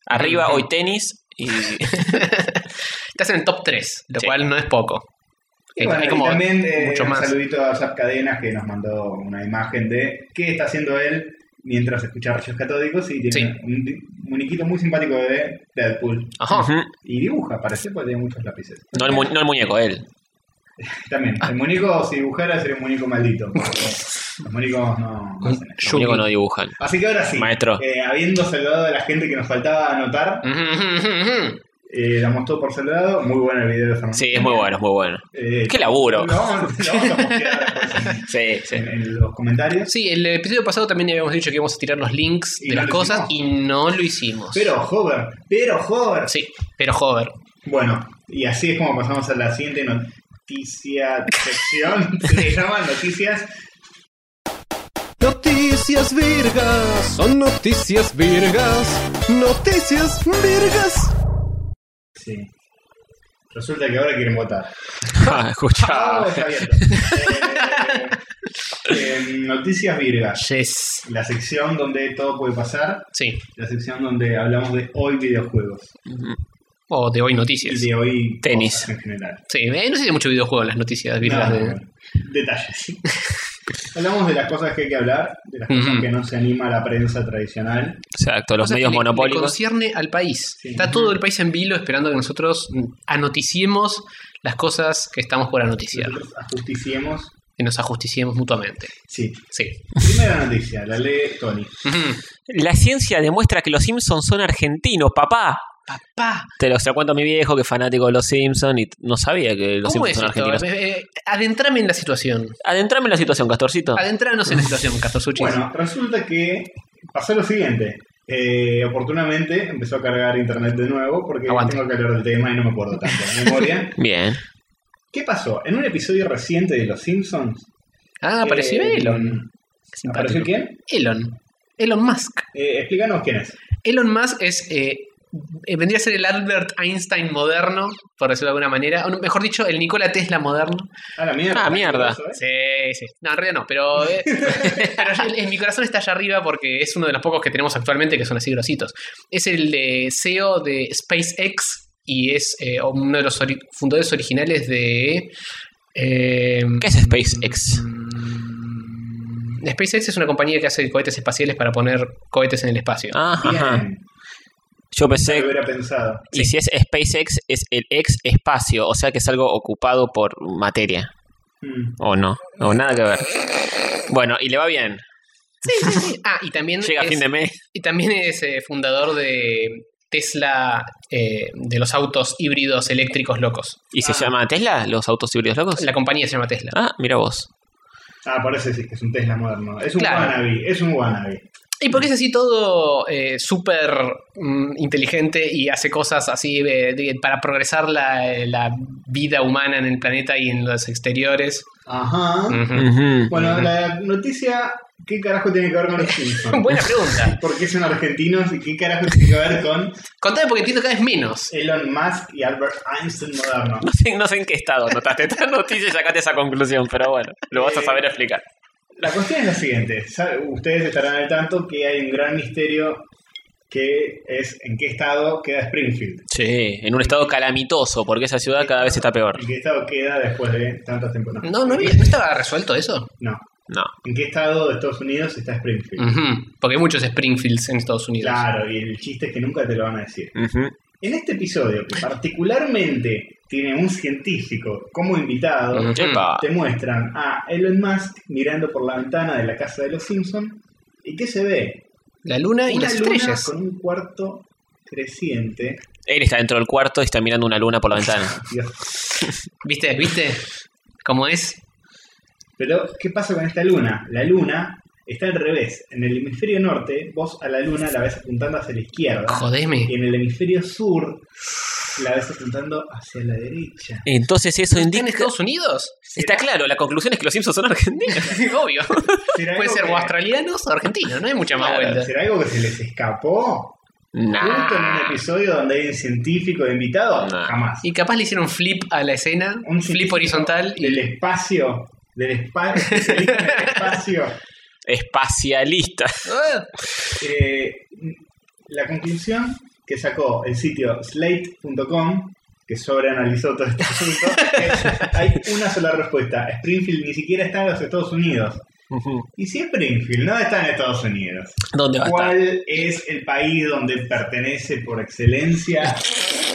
S4: Arriba, hoy tenis. Y
S2: Estás en el top 3, lo
S4: Sí.
S2: cual no es poco.
S3: Y
S2: Hay-
S3: bueno,
S2: hay como
S3: y también eh,
S2: mucho
S3: un
S2: más.
S3: saludito a Zap Cadenas que nos mandó una imagen de qué está haciendo él mientras escucha Rayos Catódicos y tiene
S2: Sí.
S3: un di- muñequito muy simpático de Deadpool.
S2: Ajá.
S4: Ujú.
S3: Y dibuja, parece, porque tiene muchos lápices.
S4: no, el mu- no el muñeco, él.
S3: También, el
S4: Ah.
S3: muñeco, si dibujara, sería un muñeco maldito. porque Los muñecos no, no hacen eso.
S4: Los
S2: Yugi.
S4: muñecos no dibujan.
S3: Así que ahora sí,
S4: Maestro.
S3: eh, habiendo saludado a la gente que nos faltaba anotar,
S2: Ujú, ujú, ujú, ujú.
S3: eh, damos todo por saludado. Muy bueno el video de Fernando.
S4: Sí, es muy bueno, es muy bueno.
S3: Eh,
S4: Qué laburo.
S3: Lo vamos, lo vamos a postear después
S4: Sí, sí.
S3: en, en los comentarios.
S2: Sí, el episodio pasado también habíamos dicho que íbamos a tirar los links
S3: Y
S2: de
S3: no
S2: las
S3: lo
S2: cosas
S3: hicimos.
S2: y no lo hicimos.
S3: Pero Hover, pero Hover.
S2: Sí, pero joder.
S3: Bueno, y así es como pasamos a la siguiente noticia sección. Se llama Noticias
S1: Noticias virgas. Son noticias virgas. Noticias virgas.
S3: Sí. Resulta que ahora quieren votar.
S4: Ah, escucha.
S3: Ah, está abierto. Eh, eh, noticias Virgas.
S2: Yes.
S3: La sección donde todo puede pasar.
S2: Sí.
S3: La sección donde hablamos de hoy videojuegos.
S2: O de hoy noticias.
S3: Y
S2: Sí,
S3: de hoy
S4: Tenis.
S3: cosas en general.
S2: eh, no se tiene mucho videojuego en las noticias virgas.
S3: No,
S2: de-
S3: no, no. Detalles. hablamos de las cosas que hay que hablar, de las cosas
S2: Ujú.
S3: que no se anima la prensa tradicional.
S4: Exacto, los
S2: Cosas que
S4: medios
S2: le- le
S4: monopólicos.
S2: concierne al país.
S3: Sí.
S2: Está todo el país en vilo esperando que nosotros mm, anoticiemos las cosas que estamos por anoticiar.
S3: Nosotros ajusticiemos.
S2: Que nos ajusticiemos mutuamente.
S3: Sí.
S2: Sí.
S3: Primera noticia, la lee Tony.
S2: Ujú.
S4: La ciencia demuestra que los Simpsons son argentinos, papá.
S2: Papá,
S4: Te lo, se lo cuento a mi viejo que es fanático de los Simpsons y no sabía que los
S2: ¿cómo es
S4: Simpsons son
S2: esto?
S4: argentinos.
S2: Eh, eh, adentrame en la situación.
S4: Adentrame en la situación, Castorcito.
S2: Adentranos en la situación, Castorzuchis.
S3: Bueno, resulta que pasó lo siguiente. Eh, oportunamente empezó a cargar internet de nuevo porque
S2: Aguante.
S3: tengo que hablar del tema y no me acuerdo tanto de memoria.
S4: Bien.
S3: ¿Qué pasó? En un episodio reciente de Los Simpsons.
S2: ah, apareció
S3: eh,
S2: Elon. Qué
S3: ¿Apareció
S2: simpático.
S3: quién?
S2: Elon. Elon Musk.
S3: Eh, explícanos quién es.
S2: Elon Musk es. eh, eh, vendría a ser el Albert Einstein moderno, por decirlo de alguna manera. O no, mejor dicho, el Nikola Tesla moderno.
S3: Ah, la mierda.
S4: Ah, mierda.
S3: ¿Qué pasó, eh?
S2: Sí, sí. No, en realidad no, pero, eh, pero en- en mi corazón está allá arriba porque es uno de los pocos que tenemos actualmente que son así grositos. Es el eh, CEO de SpaceX y es eh, uno de los ori- fundadores originales de... eh,
S4: ¿Qué es SpaceX?
S2: mm, SpaceX es una compañía que hace cohetes espaciales para poner cohetes en el espacio.
S4: Ajá, ajá.
S3: Bien,
S4: Yo
S3: no
S4: pensé.
S3: lo hubiera pensado.
S4: Y si es SpaceX, es el ex espacio, o sea que es algo ocupado por materia.
S3: Mm.
S4: O no, o nada que ver. Bueno, y le va bien.
S2: Sí, sí, sí. Ah, y también...
S4: Llega
S2: es-
S4: fin de mes.
S2: Y también es eh, fundador de Tesla, eh, de los autos híbridos eléctricos locos.
S4: ¿Y
S3: Ah.
S4: se llama Tesla, los autos híbridos locos?
S2: La compañía se llama Tesla.
S4: Ah, mira vos.
S3: Ah, parece sí, que es un Tesla moderno. Es un
S2: Claro.
S3: wannabe, es un wannabe.
S2: Y porque es así todo eh, súper mm, inteligente y hace cosas así de- de- para progresar la, la vida humana en el planeta y en los exteriores.
S3: Ajá.
S2: Ujú.
S4: Ujú.
S3: Bueno,
S2: Ujú.
S3: la noticia, ¿qué carajo tiene que ver con Los Simpsons?
S2: Buena pregunta.
S3: ¿Por qué son argentinos y qué carajo tiene que ver con
S2: Contame porque entiendo cada vez menos.
S3: Elon Musk y Albert Einstein moderno?
S4: No sé, no sé en qué estado notaste esta noticia y sacaste esa conclusión, pero bueno, lo vas a saber explicar.
S3: La cuestión es la siguiente. Sa- Ustedes estarán al tanto que hay un gran misterio que es en qué estado queda Springfield.
S4: Sí, en un estado calamitoso, porque esa ciudad cada vez está peor.
S3: ¿En qué estado queda después de tantas temporadas?
S2: No, no, había- ¿no estaba resuelto eso.
S3: No.
S4: No.
S3: ¿En qué estado de Estados Unidos está Springfield?
S2: Ujú. Porque hay muchos Springfields en Estados Unidos.
S3: Claro, y el chiste es que nunca te lo van a decir.
S4: Ujú.
S3: En este episodio, que particularmente tiene un científico como invitado,
S2: Ujú.
S4: Epa.
S3: te muestran a Elon Musk mirando por la ventana de la casa de los Simpson y ¿qué se ve?
S2: La luna Ah, y
S3: Una
S2: las
S3: luna
S2: estrellas.
S3: con un cuarto creciente.
S4: Él está dentro del cuarto y está mirando una luna por la ventana.
S3: Dios.
S2: ¿Viste? ¿Viste? ¿Cómo es?
S3: Pero, ¿qué pasa con esta luna? La luna está al revés. En el hemisferio norte, vos a la luna la ves apuntando hacia la izquierda.
S2: Jodeme.
S3: Y en el hemisferio sur, la ves apuntando hacia la derecha.
S4: Entonces
S3: Este
S4: eso
S2: ¿Está en
S4: indica...
S2: Estados Unidos?
S4: Está claro, la conclusión es que los Simpsons son argentinos.
S2: Obvio.
S3: ¿Será
S2: Puede
S3: algo
S2: ser
S3: que-
S2: o australianos o argentinos, no hay mucha más
S4: Claro,
S2: vuelta.
S3: ¿Será algo que se les escapó?
S4: Nah.
S3: Justo en un episodio donde hay un científico de invitado,
S4: Nah.
S3: jamás.
S2: Y capaz le hicieron flip a la escena,
S3: un
S2: flip
S3: científico
S2: horizontal y
S3: del espacio del espacio del espacio
S4: Espacialista.
S2: ¡Ah!
S3: Eh, la conclusión que sacó el sitio slate.com que sobreanalizó todo este asunto es, hay una sola respuesta Springfield ni siquiera está en los Estados Unidos y si Springfield no está en Estados Unidos
S4: ¿Dónde va a estar?
S3: ¿cuál es el país donde pertenece por excelencia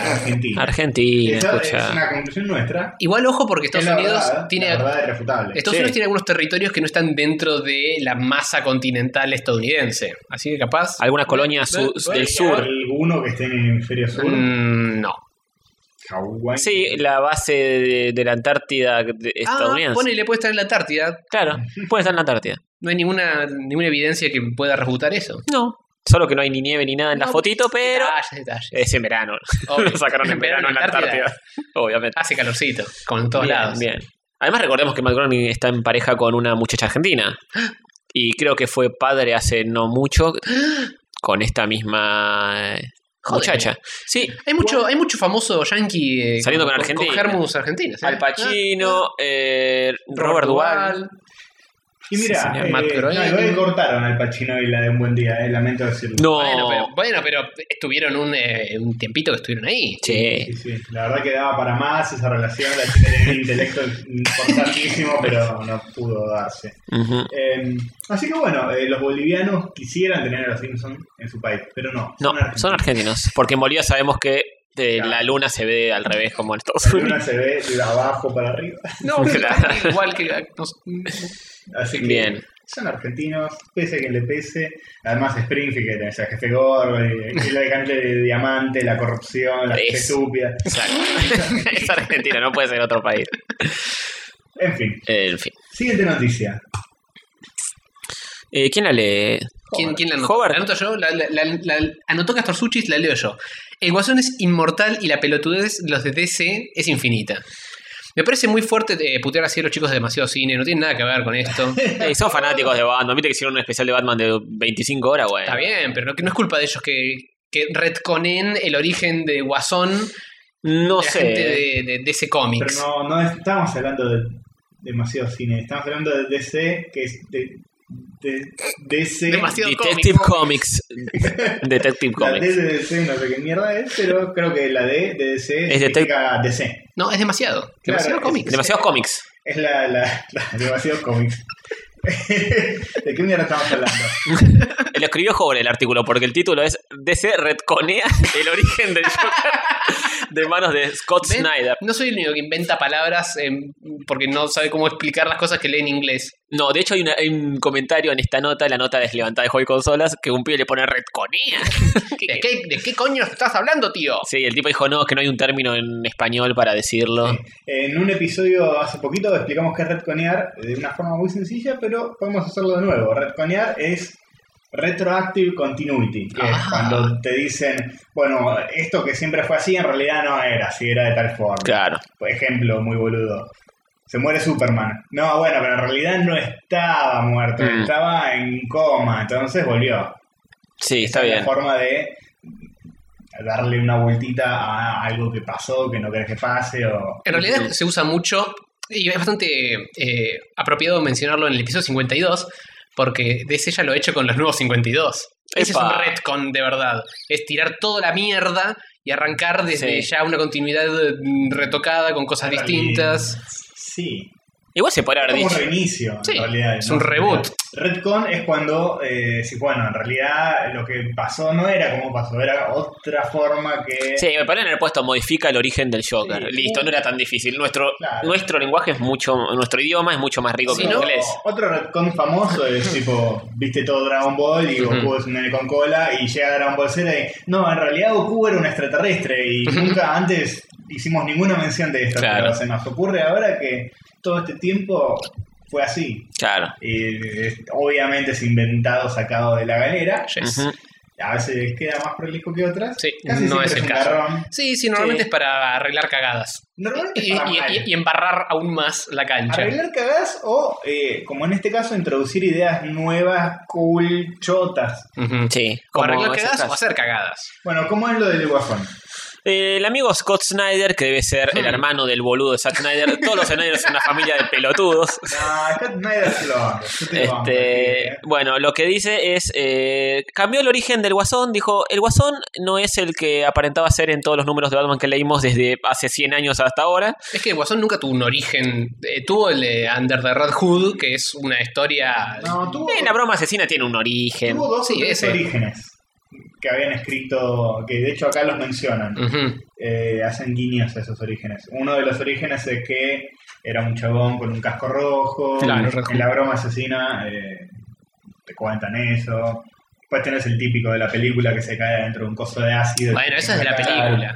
S3: Argentina?
S4: Argentina,
S3: Esa es
S4: escucha.
S3: una conclusión nuestra
S2: Igual ojo porque Estados
S3: Es la
S2: Unidos
S3: verdad,
S2: tiene
S3: la verdad es refutable
S2: Estados
S4: Sí.
S2: Unidos tiene algunos territorios que no están dentro de la masa continental estadounidense, así que capaz
S4: Alguna colonia su-
S3: ¿Puede
S4: del
S3: ser
S4: sur.
S3: ¿Alguno que esté en el hemisferio sur?
S2: Mm, no.
S4: Ah,
S3: Hawái.
S4: Sí, la base de, de la Antártida de-
S2: Ah,
S4: estadounidense.
S2: ponele, puede estar en la Antártida.
S4: Claro, puede estar en la Antártida.
S2: No hay ninguna, ninguna evidencia que pueda refutar eso.
S4: No, solo que no hay ni nieve ni nada en la
S2: No,
S4: fotito, pero
S2: Detalles, detalles.
S4: es en verano.
S2: Obvio.
S4: Lo sacaron en verano en la Antártida. Obviamente.
S2: Hace calorcito, como en todos
S4: Bien,
S2: lados.
S4: bien. Además recordemos que Matt Groening está en pareja con una muchacha argentina. Y creo que fue padre hace no mucho con esta misma eh,
S2: Joder.
S4: muchacha. Sí,
S2: Hay mucho, hay mucho famoso yankee eh,
S4: Saliendo con Argentina.
S2: Hermus Argentina. ¿sí? Ah,
S4: Al Pacino, eh, Robert Duvall.
S3: Y
S2: Sí,
S3: mira,
S2: señor, Matt Groening.
S3: no, igual cortaron al Pacino y la de un buen día, eh, lamento decirlo.
S4: No.
S2: Bueno, pero,
S4: Oh.
S2: bueno, pero estuvieron un, eh, un tiempito que estuvieron ahí.
S4: Sí.
S3: Sí, sí, la verdad que daba para más esa relación, la chica tenía un intelecto importantísimo, pero no pudo darse.
S4: Ujú.
S3: Eh, así que bueno, eh, los bolivianos quisieran tener a los Simpsons en su país, pero no.
S4: No,
S3: argentinos.
S4: son argentinos. Porque en Bolivia sabemos que eh,
S3: Claro.
S4: la luna se ve al revés como en Estados
S3: La luna
S4: Unidos.
S3: se ve de abajo para arriba.
S2: No,
S4: Claro.
S2: igual que. ah, no sé.
S3: Así que
S4: Bien.
S3: son argentinos, pese a quien le pese. Además, Springfield, que tenés a jefe gordo, y, y la cante de diamante, la corrupción, la gente
S4: Es.
S3: estúpida.
S4: Exacto. es Argentina, no puede ser otro país.
S3: En fin,
S4: En fin.
S3: siguiente noticia.
S4: Eh, ¿Quién la lee?
S2: ¿Quién, quién la anotó?
S4: Hobart.
S2: ¿La anoto yo? La, la- la- la- anotó Castor Suchis, la leo yo. El guasón es inmortal y la pelotudez de los de DC es infinita. Me parece muy fuerte eh, putear así a los chicos de demasiado cine, no tiene nada que ver con esto.
S4: Eh, son fanáticos de Batman. Viste que hicieron un especial de Batman de 25 horas, güey.
S2: Está bien, pero no, que no es culpa de ellos que, que retconen el origen de Guasón
S4: No
S2: de la
S4: sé.
S2: gente de, de- de ese cómic.
S3: Pero no, no estamos hablando de demasiado cine, estamos hablando de DC, que es de, de- DC.
S2: Demasiado
S4: Detective
S2: cómic.
S4: Comics. Detective
S3: La D
S4: Comics.
S3: de DC, no sé qué mierda es, pero creo que la D de DC
S4: Es detec-
S3: significa DC.
S2: No, es demasiado. Demasiado
S3: es-
S2: cómic.
S4: Demasiados cómics.
S3: Es la, la, la- demasiado cómics. ¿De qué mierda estamos hablando?
S4: Lo escribió Jobre el artículo porque el título es DC retconea el origen del Joker de manos de Scott
S2: ¿Ven?
S4: Snyder.
S2: No soy el único que inventa palabras eh, porque no sabe cómo explicar las cosas que lee en inglés.
S4: No, de hecho hay, una- hay un comentario en esta nota, la nota deslevantada de Hobby Consolas, que un pibe le pone retconea.
S2: ¿De qué, de qué coño estás hablando, tío?
S4: Sí, el tipo dijo, no, es que no hay un término en español para decirlo.
S3: En un episodio hace poquito explicamos qué es retconear eh, de una forma muy sencilla, pero podemos hacerlo de nuevo. Retconear es retroactive continuity, que es
S2: Ah.
S3: cuando te dicen, bueno, esto que siempre fue así en realidad no era así, era de tal forma.
S4: Claro.
S3: Por ejemplo, muy boludo. Se muere Superman. No, bueno, pero en realidad no estaba muerto,
S4: Mm.
S3: estaba en coma, entonces volvió. Esa
S4: Sí, está
S3: es
S4: bien.
S3: La forma de darle una vueltita a algo que pasó, que no querés que pase, o...
S2: En realidad se usa mucho y es bastante eh, apropiado mencionarlo en el episodio 52 porque DC ya lo ha hecho con los nuevos 52. Ese es un
S4: Epa.
S2: retcon de verdad. Es tirar toda la mierda y arrancar desde
S4: Sí.
S2: ya una continuidad mm, retocada con cosas distintas.
S3: Sí.
S4: Igual se podría
S3: Es
S4: haber
S3: como un
S4: dicho.
S3: reinicio, en
S2: Sí,
S3: realidad.
S2: es un reboot.
S3: Redcon es cuando, eh, sí, bueno, en realidad lo que pasó no era como pasó, era otra forma que...
S4: Sí, me podrían haber puesto modifica el origen del Joker.
S3: Sí.
S4: Listo, no era tan difícil. Nuestro,
S3: Claro.
S4: nuestro lenguaje es mucho, nuestro idioma es mucho más rico
S2: Si
S4: que el
S2: no-
S4: inglés.
S3: Otro retcon famoso es tipo, viste todo Dragon Ball y Goku
S2: Ujú.
S3: es un nene con cola y llega Dragon Ball Z y no, en realidad Goku era un extraterrestre y nunca antes hicimos ninguna mención de esto,
S4: Claro.
S3: pero se nos ocurre ahora que todo este tiempo fue así.
S4: Claro.
S3: Y, eh, obviamente es inventado, sacado de la galera.
S2: Yes.
S4: Ujú.
S3: A veces queda más prolijo que otras.
S2: Sí,
S3: Casi
S2: no
S3: siempre
S2: es el
S3: un
S2: caso.
S3: garrón.
S2: Sí, sí, normalmente
S4: Sí.
S2: es para arreglar cagadas.
S3: Normalmente
S2: Y,
S3: es para
S2: y-
S3: mal.
S2: y- y embarrar aún más la cancha.
S3: Arreglar cagadas o, eh, como en este caso, introducir ideas nuevas, cool, chotas.
S2: Ujú.
S4: Sí.
S2: O
S4: como
S2: arreglar
S4: ese
S2: cagadas
S4: caso.
S2: o hacer cagadas.
S3: Bueno, ¿cómo es lo del guasón?
S4: Eh, el amigo Scott Snyder, que debe ser el
S2: Hmm.
S4: hermano del boludo de Zack Snyder. Todos los Snyder son una familia de pelotudos.
S3: No, Scott Snyder se lo banco, yo te lo banco, tío,
S4: Este,
S3: eh.
S4: bueno, lo que dice es, eh, cambió el origen del Guasón, dijo, el Guasón no es el que aparentaba ser en todos los números de Batman que leímos desde hace 100 años hasta ahora.
S2: Es que el Guasón nunca tuvo un origen. eh, tuvo el de Under the Red Hood, que es una historia.
S3: No, tuvo,
S4: Eh, la broma asesina tiene un origen.
S3: tuvo dos o
S2: sí,
S3: tres
S2: ese.
S3: orígenes que habían escrito, que de hecho acá los mencionan.
S2: Ujú.
S3: eh, hacen guiños a esos orígenes. Uno de los orígenes es que era un chabón con un casco rojo.
S2: Claro, rojo.
S3: en la broma asesina eh, te cuentan eso. Después tenés el típico de la película que se cae dentro de un coso de ácido.
S2: Bueno, esa es de la
S3: Claro.
S2: película.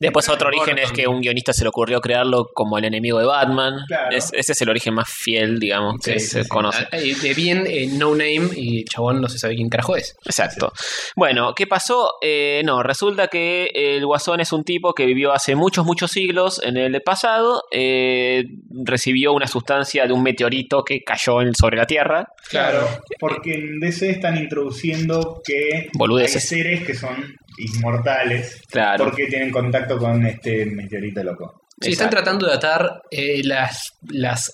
S4: Después otro origen es que un guionista se le ocurrió crearlo como el enemigo de Batman.
S3: Claro.
S4: Es- ese es el origen más fiel, digamos, que
S2: Sí,
S4: se conoce.
S2: Ah, eh, De bien, eh, no name y el chabón no se sabe quién carajo es.
S4: Exacto. Bueno, ¿qué pasó? Eh, no, resulta que el Guasón es un tipo que vivió hace muchos, muchos siglos en el pasado. eh, recibió una sustancia de un meteorito que cayó en- sobre la Tierra.
S3: Claro, porque en DC están introduciendo que
S4: Boludeces.
S3: hay seres que son inmortales
S4: Claro.
S3: porque tienen contacto con este meteorito loco.
S2: Sí, están
S4: Exacto.
S2: tratando de atar eh, las, las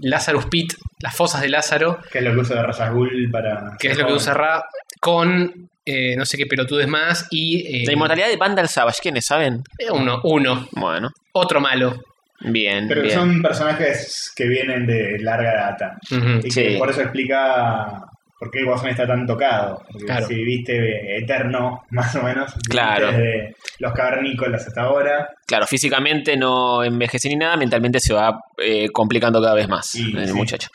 S2: Lazarus Pit, las fosas de Lázaro,
S3: Que es lo que usa Razagul para.
S2: que es lo que usa Ra, con eh, no sé qué pelotudes más y. eh,
S4: La inmortalidad de Vandal Savage, ¿quiénes saben?
S2: eh, Uno, uno,
S4: Bueno,
S2: otro malo.
S4: bien,
S3: Pero que
S4: bien.
S3: son personajes que vienen de larga data.
S2: Ujú.
S3: Y
S4: Sí.
S3: que por eso explica por qué el Guasón está tan tocado. Porque
S2: Claro.
S3: si viviste eterno, más o menos, viviste
S4: Claro.
S3: desde los cavernícolas hasta ahora.
S4: Claro, físicamente no envejece ni nada, mentalmente se va eh, complicando cada vez más
S3: Y,
S4: el
S3: sí.
S4: muchacho.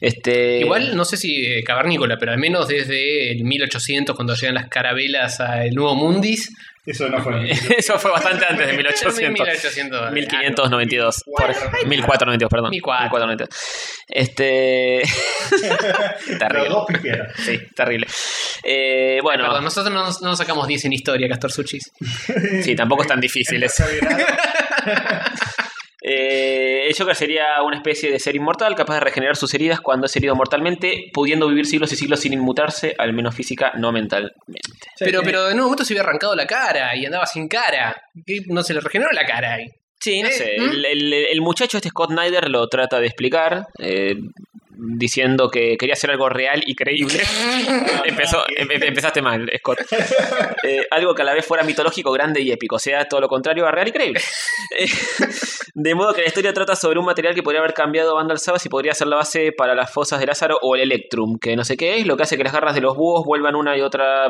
S4: Este,
S2: Igual, no sé si eh, cavernícola, pero al menos desde el 1800, cuando llegan las carabelas al Nuevo Mundis.
S3: Eso no fue.
S4: Eso fue bastante antes de 1800.
S2: 1800,
S4: 1592. Por, 1492, perdón.
S2: 1492.
S4: Este.
S3: Los
S4: terrible.
S3: dos pifieron.
S4: Sí, terrible. Eh,
S2: Ah, perdón,
S4: bueno,
S2: nosotros no, nos- no nos sacamos 10 en historia, Castor Suchis.
S4: sí, tampoco es tan difícil.
S3: Entonces,
S4: eso. Eh, el Joker sería una especie de ser inmortal, capaz de regenerar sus heridas cuando es herido mortalmente, pudiendo vivir siglos y siglos sin inmutarse, al menos física, no mentalmente.
S2: Pero, pero en un momento se había arrancado la cara y andaba sin cara. ¿Qué? No se le regeneró la cara ahí.
S4: Sí, no
S2: Eh,
S4: sé.
S2: ¿mm?
S4: El, el- el muchacho este Scott Snyder lo trata de explicar. eh, Diciendo que quería hacer algo real y creíble.
S2: Ah,
S4: Empezó, em- em- empezaste mal, Scott. Eh, algo que a la vez fuera mitológico, grande y épico. O sea, todo lo contrario a real y creíble. Eh, de modo que la historia trata sobre un material que podría haber cambiado Vandal Savas y podría ser la base para las fosas de Lázaro o el Electrum, que no sé qué es, lo que hace que las garras de los búhos vuelvan una y otra.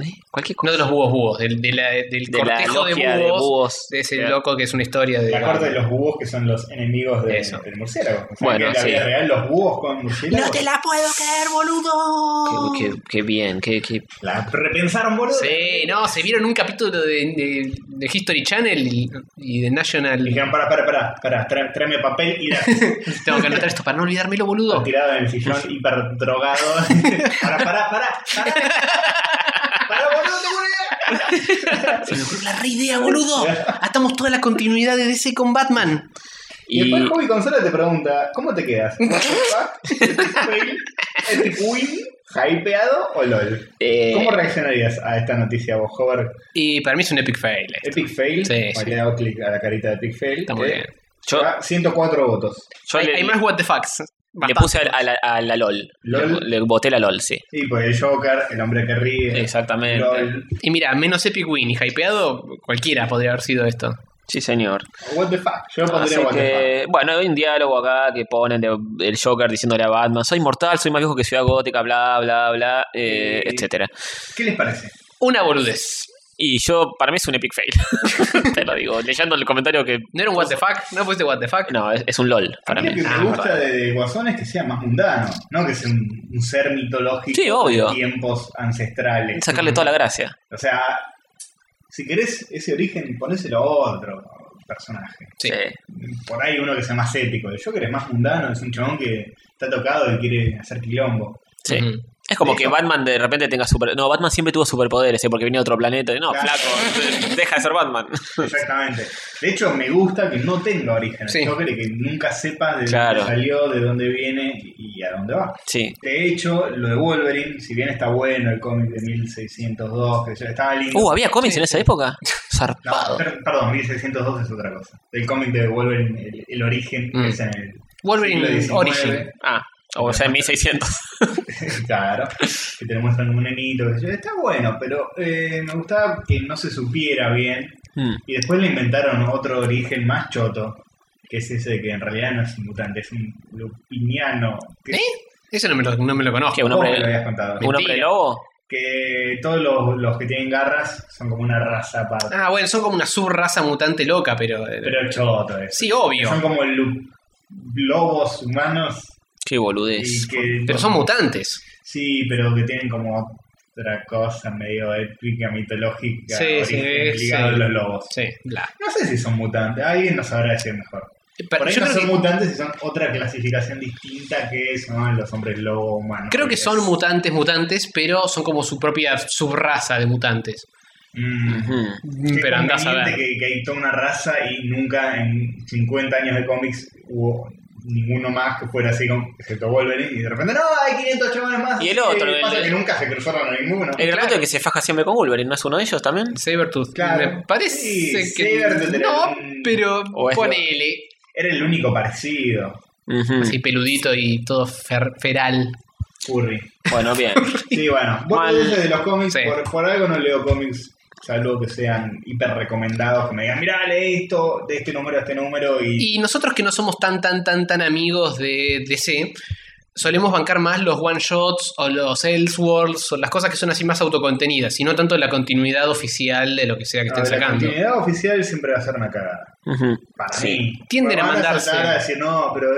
S4: ¿Eh? Cualquier cosa.
S2: No de los búhos búhos, del, de la- del
S4: De la
S2: cortejo de
S4: logia
S2: búhos,
S4: de búhos.
S2: de ese
S4: Claro.
S2: loco que es una historia de.
S3: La corte de los búhos que son los enemigos de-
S2: Eso.
S3: del murciélago. O sea,
S4: Bueno,
S3: que en la
S4: sí.
S3: vida real los búhos con murciélagos.
S4: la puedo creer, boludo! Qué, qué- qué bien, qué, qué-
S3: La repensaron, boludo.
S2: Sí, no, se vieron un capítulo de, de- de History Channel y, y de National.
S3: Dijeron, para, para, para, para, tra- tráeme papel y la
S2: Tengo que anotar esto para no olvidármelo, boludo.
S3: tirado en el sillón hiperdrogado. para, para, para, para. Para, boludo, te
S2: Se me ocurrió la re idea, boludo. Atamos toda la continuidad de DC con Batman.
S3: Y,
S4: Y,
S3: después Hobby Consola te pregunta, ¿cómo te quedas? ¿Este Queen hypeado o LOL?
S4: eh,
S3: ¿Cómo reaccionarías a esta noticia vos, Hover?
S2: Y para mí es un epic fail. esto.
S3: Epic Fail.
S2: Sí,
S3: Ahí
S2: sí.
S3: Le hago clic a la carita de Epic Fail.
S2: Está muy
S3: Eh,
S2: bien.
S4: yo,
S3: lleva 104 votos.
S4: yo
S2: hay,
S4: le,
S2: hay más what the fucks.
S4: le
S2: Bastante.
S4: puse a, la, a la LOL.
S3: LOL.
S4: Le, le boté la LOL, sí.
S3: Y pues el Joker, el hombre que ríe.
S4: Exactamente.
S3: LOL.
S2: Y mira, menos Epic Win y hypeado, cualquiera podría haber sido esto.
S4: Sí, señor.
S3: What the fuck. Yo pondría
S4: Así
S3: what the fuck.
S4: que, bueno, hay un diálogo acá que ponen de- del Joker diciéndole a Batman, soy inmortal, soy más viejo que Ciudad Gótica, bla, bla, bla, eh,
S3: Sí.
S4: etcétera.
S3: ¿Qué les parece?
S2: Una boludez.
S4: Y yo, para mí es un epic fail. Te lo digo, leyendo el comentario que...
S2: ¿No era un what the fuck? ¿No pusiste what the fuck?
S4: No, es, es un LOL para
S3: A mí
S4: mí.
S3: lo que
S2: Ah,
S3: me gusta
S2: vale.
S3: de, de Guasón es que sea más mundano, no que sea un, un ser mitológico
S4: Sí, obvio.
S3: de tiempos ancestrales.
S4: Sacarle toda la gracia.
S3: O sea, si querés ese origen, ponéselo a otro personaje.
S2: Sí.
S4: Sí.
S3: Por ahí uno que sea más ético. El Joker es más mundano, es un chabón que está tocado y quiere hacer quilombo.
S4: Sí.
S2: Ujú.
S4: Es como
S3: De
S4: que
S3: hecho-
S4: Batman de repente tenga super... No, Batman siempre tuvo superpoderes, ¿eh? porque venía de otro planeta. No,
S3: Claro.
S4: flaco, deja de ser Batman.
S3: Exactamente. De hecho, me gusta que no tenga origen el
S2: Sí.
S3: Joker y que nunca sepas de
S4: Claro.
S3: dónde salió, de dónde viene y a dónde va.
S4: Sí.
S3: De hecho, lo de Wolverine, si bien está bueno el cómic de 1602, que yo estaba lindo.
S4: Uh, ¿había cómics en esa época?
S3: No,
S4: Zarpado.
S3: per- perdón, 1602 es otra cosa. El cómic de Wolverine, el, el origen, que
S2: Mm.
S3: es en el
S2: Wolverine
S3: siglo
S2: Origin.
S4: Ah, o sea, en 1600.
S3: 19, claro, que te lo muestran como un nenito. que yo- Está bueno, pero eh, me gustaba que no se supiera bien.
S4: Mm.
S3: Y después le inventaron otro origen más choto, que es ese que en realidad no es un mutante, es un lupiniano. Que,
S2: ¿Eh? Eso no me lo, no me lo conozco.
S4: Que un
S3: vos
S4: hombre-
S3: me lo
S2: eh,
S3: habías contado.
S4: ¿Un hombre lobo?
S3: Que todos los, los que tienen garras son como una raza aparte.
S2: Ah, bueno, son como una subraza mutante loca, pero.
S3: Pero choto es.
S2: sí, obvio.
S3: Son como lu- lobos humanos
S4: Qué boludez.
S3: y que-
S2: Pero son mutantes.
S3: Sí, pero que tienen como otra cosa medio épica, mitológica,
S2: Sí,
S3: origen
S2: sí,
S3: ligado
S2: sí.
S3: a los lobos.
S2: Sí, bla.
S3: No sé si son mutantes, alguien nos sabrá decir mejor.
S2: Pero
S3: Por ahí
S2: yo
S3: no
S2: creo
S3: son
S2: que-
S3: mutantes y son otra clasificación distinta que son los hombres lobo humanos.
S2: Creo que
S3: Porque
S2: son
S3: es-
S2: mutantes, mutantes, pero son como su propia subraza de mutantes.
S3: Mm.
S4: Ujú.
S3: Qué
S2: pero andás a
S3: conveniente
S2: ver.
S3: Que, que hay toda una raza y nunca en 50 años de cómics hubo ninguno más que fuera así, con, excepto Wolverine, y de repente, no, hay 500 chavales más.
S4: Y el
S3: así que
S4: otro, el-
S3: pasa que nunca se cruzaron a ninguno.
S4: El relato que se faja siempre con Wolverine, ¿no es uno de ellos también?
S2: Sabertooth.
S3: Claro.
S2: Me parece
S3: Sí,
S2: que.
S3: Sabertooth era
S2: no,
S3: un-
S2: pero
S4: o es lo-
S2: ponele.
S3: Era el único parecido,
S4: Ujú.
S2: Así peludito y todo fer- feral.
S3: Curry.
S4: Bueno, bien.
S3: Sí, bueno,
S4: Mal.
S3: vos de los cómics,
S2: Sí.
S3: por, por algo no leo cómics, salvo que sean hiper recomendados, que me digan, mirá, lee esto, de este número a este número, y,
S2: Y nosotros que no somos tan, tan, tan, tan amigos de DC, solemos bancar más los one shots o los Elseworlds o las cosas que son así más autocontenidas y no tanto la continuidad oficial de lo que sea que
S3: No,
S2: estén
S3: Ah, la
S2: sacando.
S3: continuidad oficial siempre va a ser una cagada.
S4: Ujú.
S3: para
S4: Sí.
S3: mí.
S2: Tienden
S3: Bueno,
S2: a
S3: van
S2: mandarse.
S3: saltar a decir, no, pero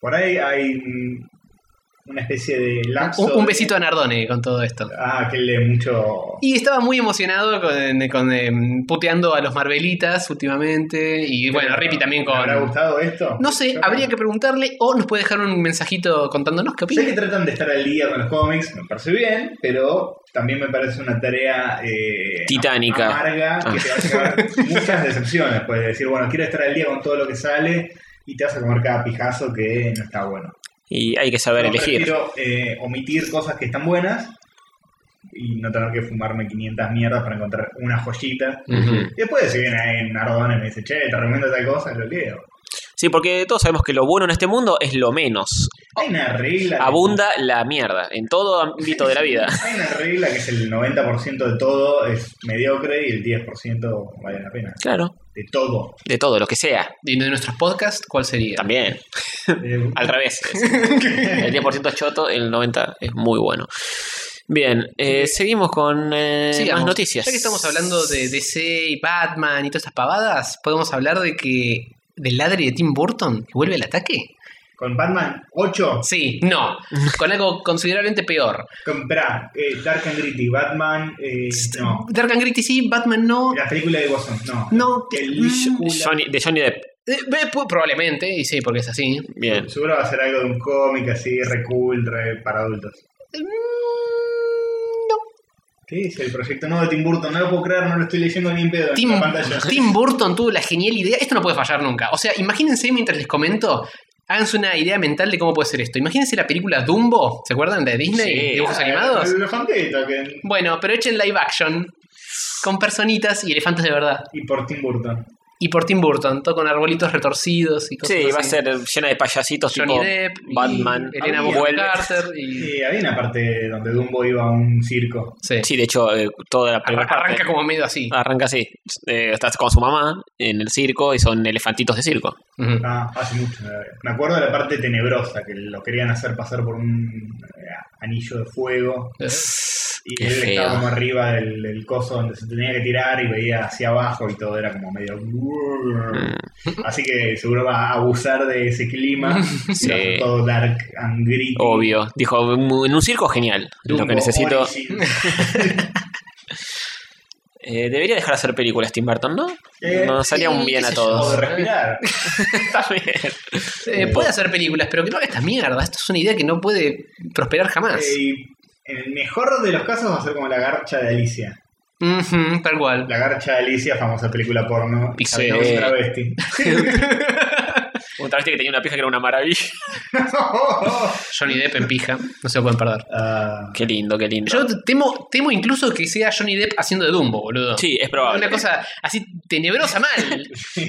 S3: por ahí hay mm, una especie de lapso.
S2: Un, un
S3: de-
S2: besito a Nardone con todo esto.
S3: Ah, que lee mucho.
S2: Y estaba muy emocionado con, con, eh, puteando a los Marvelitas últimamente. Y bueno,
S3: Pero,
S2: Rippy también
S3: ¿le
S2: con.
S3: ¿Habrá gustado esto?
S2: No sé,
S3: Yo
S2: habría
S3: no.
S2: que preguntarle o nos puede dejar un mensajito contándonos qué
S3: Sé que
S2: opina.
S3: tratan de estar al día con los cómics, me parece bien, pero también me parece una tarea eh,
S4: Titánica. Ah.
S3: amarga que te va a llevar muchas decepciones. Puedes decir, bueno, quiero estar al día con todo lo que sale y te vas a comer cada pijazo que no está bueno.
S4: Y hay que saber
S3: Yo
S4: elegir.
S3: Prefiero eh, omitir cosas que están buenas y no tener que fumarme 500 mierdas para encontrar una joyita.
S4: Ujú.
S3: Y después si viene ahí Nardone y me dice, che, te recomiendo tal cosa, lo leo.
S4: Sí, porque todos sabemos que lo bueno en este mundo es lo menos.
S3: Hay una regla.
S4: Abunda la mierda en todo ámbito de la vida.
S3: Hay una regla que es el 90% de todo es mediocre y el 10% vale la pena.
S4: Claro,
S3: De todo.
S4: de todo, lo que sea,
S2: Y de nuestros podcasts, ¿cuál sería?
S4: también.
S3: De-
S4: Al revés. es- El 10% es choto, el 90% es muy bueno. Bien, eh, seguimos con eh,
S2: Sigamos.
S4: más noticias.
S2: Ya que estamos hablando de DC y Batman y todas estas pavadas, podemos hablar de que del ladri de Tim Burton que vuelve el ataque.
S3: Con Batman 8,
S2: Sí, no, con algo considerablemente peor.
S3: comprá eh, Dark and Gritty, Batman, eh, no.
S2: Dark and Gritty sí, Batman no.
S3: La película de Guasón, no.
S2: No,
S3: Película.
S4: Johnny- de Johnny Depp.
S2: Eh, eh, pu- probablemente, y sí, porque es así.
S4: Bien.
S3: Seguro va a ser algo de un cómic así, re cool, re para adultos.
S2: Mm, no.
S3: ¿Qué es el proyecto nuevo de Tim Burton? No lo puedo creer, no lo estoy leyendo ni en pedo en
S2: Tim,
S3: la pantalla.
S2: Tim Burton tuvo la genial idea. Esto no puede fallar nunca. O sea, imagínense mientras les comento. Háganse una idea mental de cómo puede ser esto. Imagínense la película Dumbo, ¿se acuerdan? La de Disney,
S4: Sí.
S2: dibujos animados.
S3: Los fantasmas que-
S2: Bueno, pero echen live action con personitas y elefantes de verdad.
S3: Y por Tim Burton.
S2: Y por Tim Burton, todo con arbolitos retorcidos y cosas
S4: Sí,
S2: así.
S4: va a ser llena de payasitos
S2: Johnny
S4: tipo
S2: Depp, y
S4: Batman.
S2: Elena
S4: Había-
S2: Bonham
S4: vuelve.
S2: Carter y...
S3: Y Eh, había una parte donde Dumbo iba a un circo.
S2: Sí.
S4: Sí, Ah. de hecho, eh, toda la
S2: Arra-
S4: primera parte-
S2: arranca como medio así.
S4: Arranca así. Eh, estás con su mamá en el circo y son elefantitos de circo.
S2: Ujú.
S3: Ah, hace mucho. no la veo. Me acuerdo de la parte tenebrosa, que lo querían hacer pasar por un eh, anillo de fuego. Y
S4: Qué
S3: él estaba
S4: feo.
S3: como arriba del, del coso donde se tenía que tirar y veía hacia abajo y todo era como medio.
S4: Mm,
S3: Así que seguro va a abusar de ese clima. y
S4: Sí.
S3: va a ser todo dark and gritty.
S4: Obvio. Dijo, "Mm, en un circo genial.
S3: Dumbo,
S4: lo que necesito.
S3: Origin.
S4: Eh, debería dejar de hacer películas, Tim Burton, ¿no?
S3: Eh,
S4: Nos salía un
S2: sí,
S4: bien
S2: qué
S4: a
S2: sé yo.
S3: O de
S4: todos.
S3: respirar.
S4: Está bien.
S2: Eh, puede hacer películas, pero que no haga esta mierda. Esto es una idea que no puede prosperar jamás.
S3: Eh, y en el mejor de los casos va a ser como la garcha de Alicia.
S2: Ujú, tal cual.
S3: La garcha de Alicia, famosa película porno.
S4: Sí.
S3: Había un travesti.
S4: Un travesti que tenía una pija que era una maravilla.
S3: Oh,
S2: Johnny Depp en pija. No se lo pueden perder.
S3: Ah,
S4: Qué lindo, qué lindo.
S2: Yo temo, temo incluso que sea Johnny Depp haciendo de Dumbo, boludo.
S4: Sí, es
S2: Una
S4: probable.
S2: cosa así tenebrosa mal.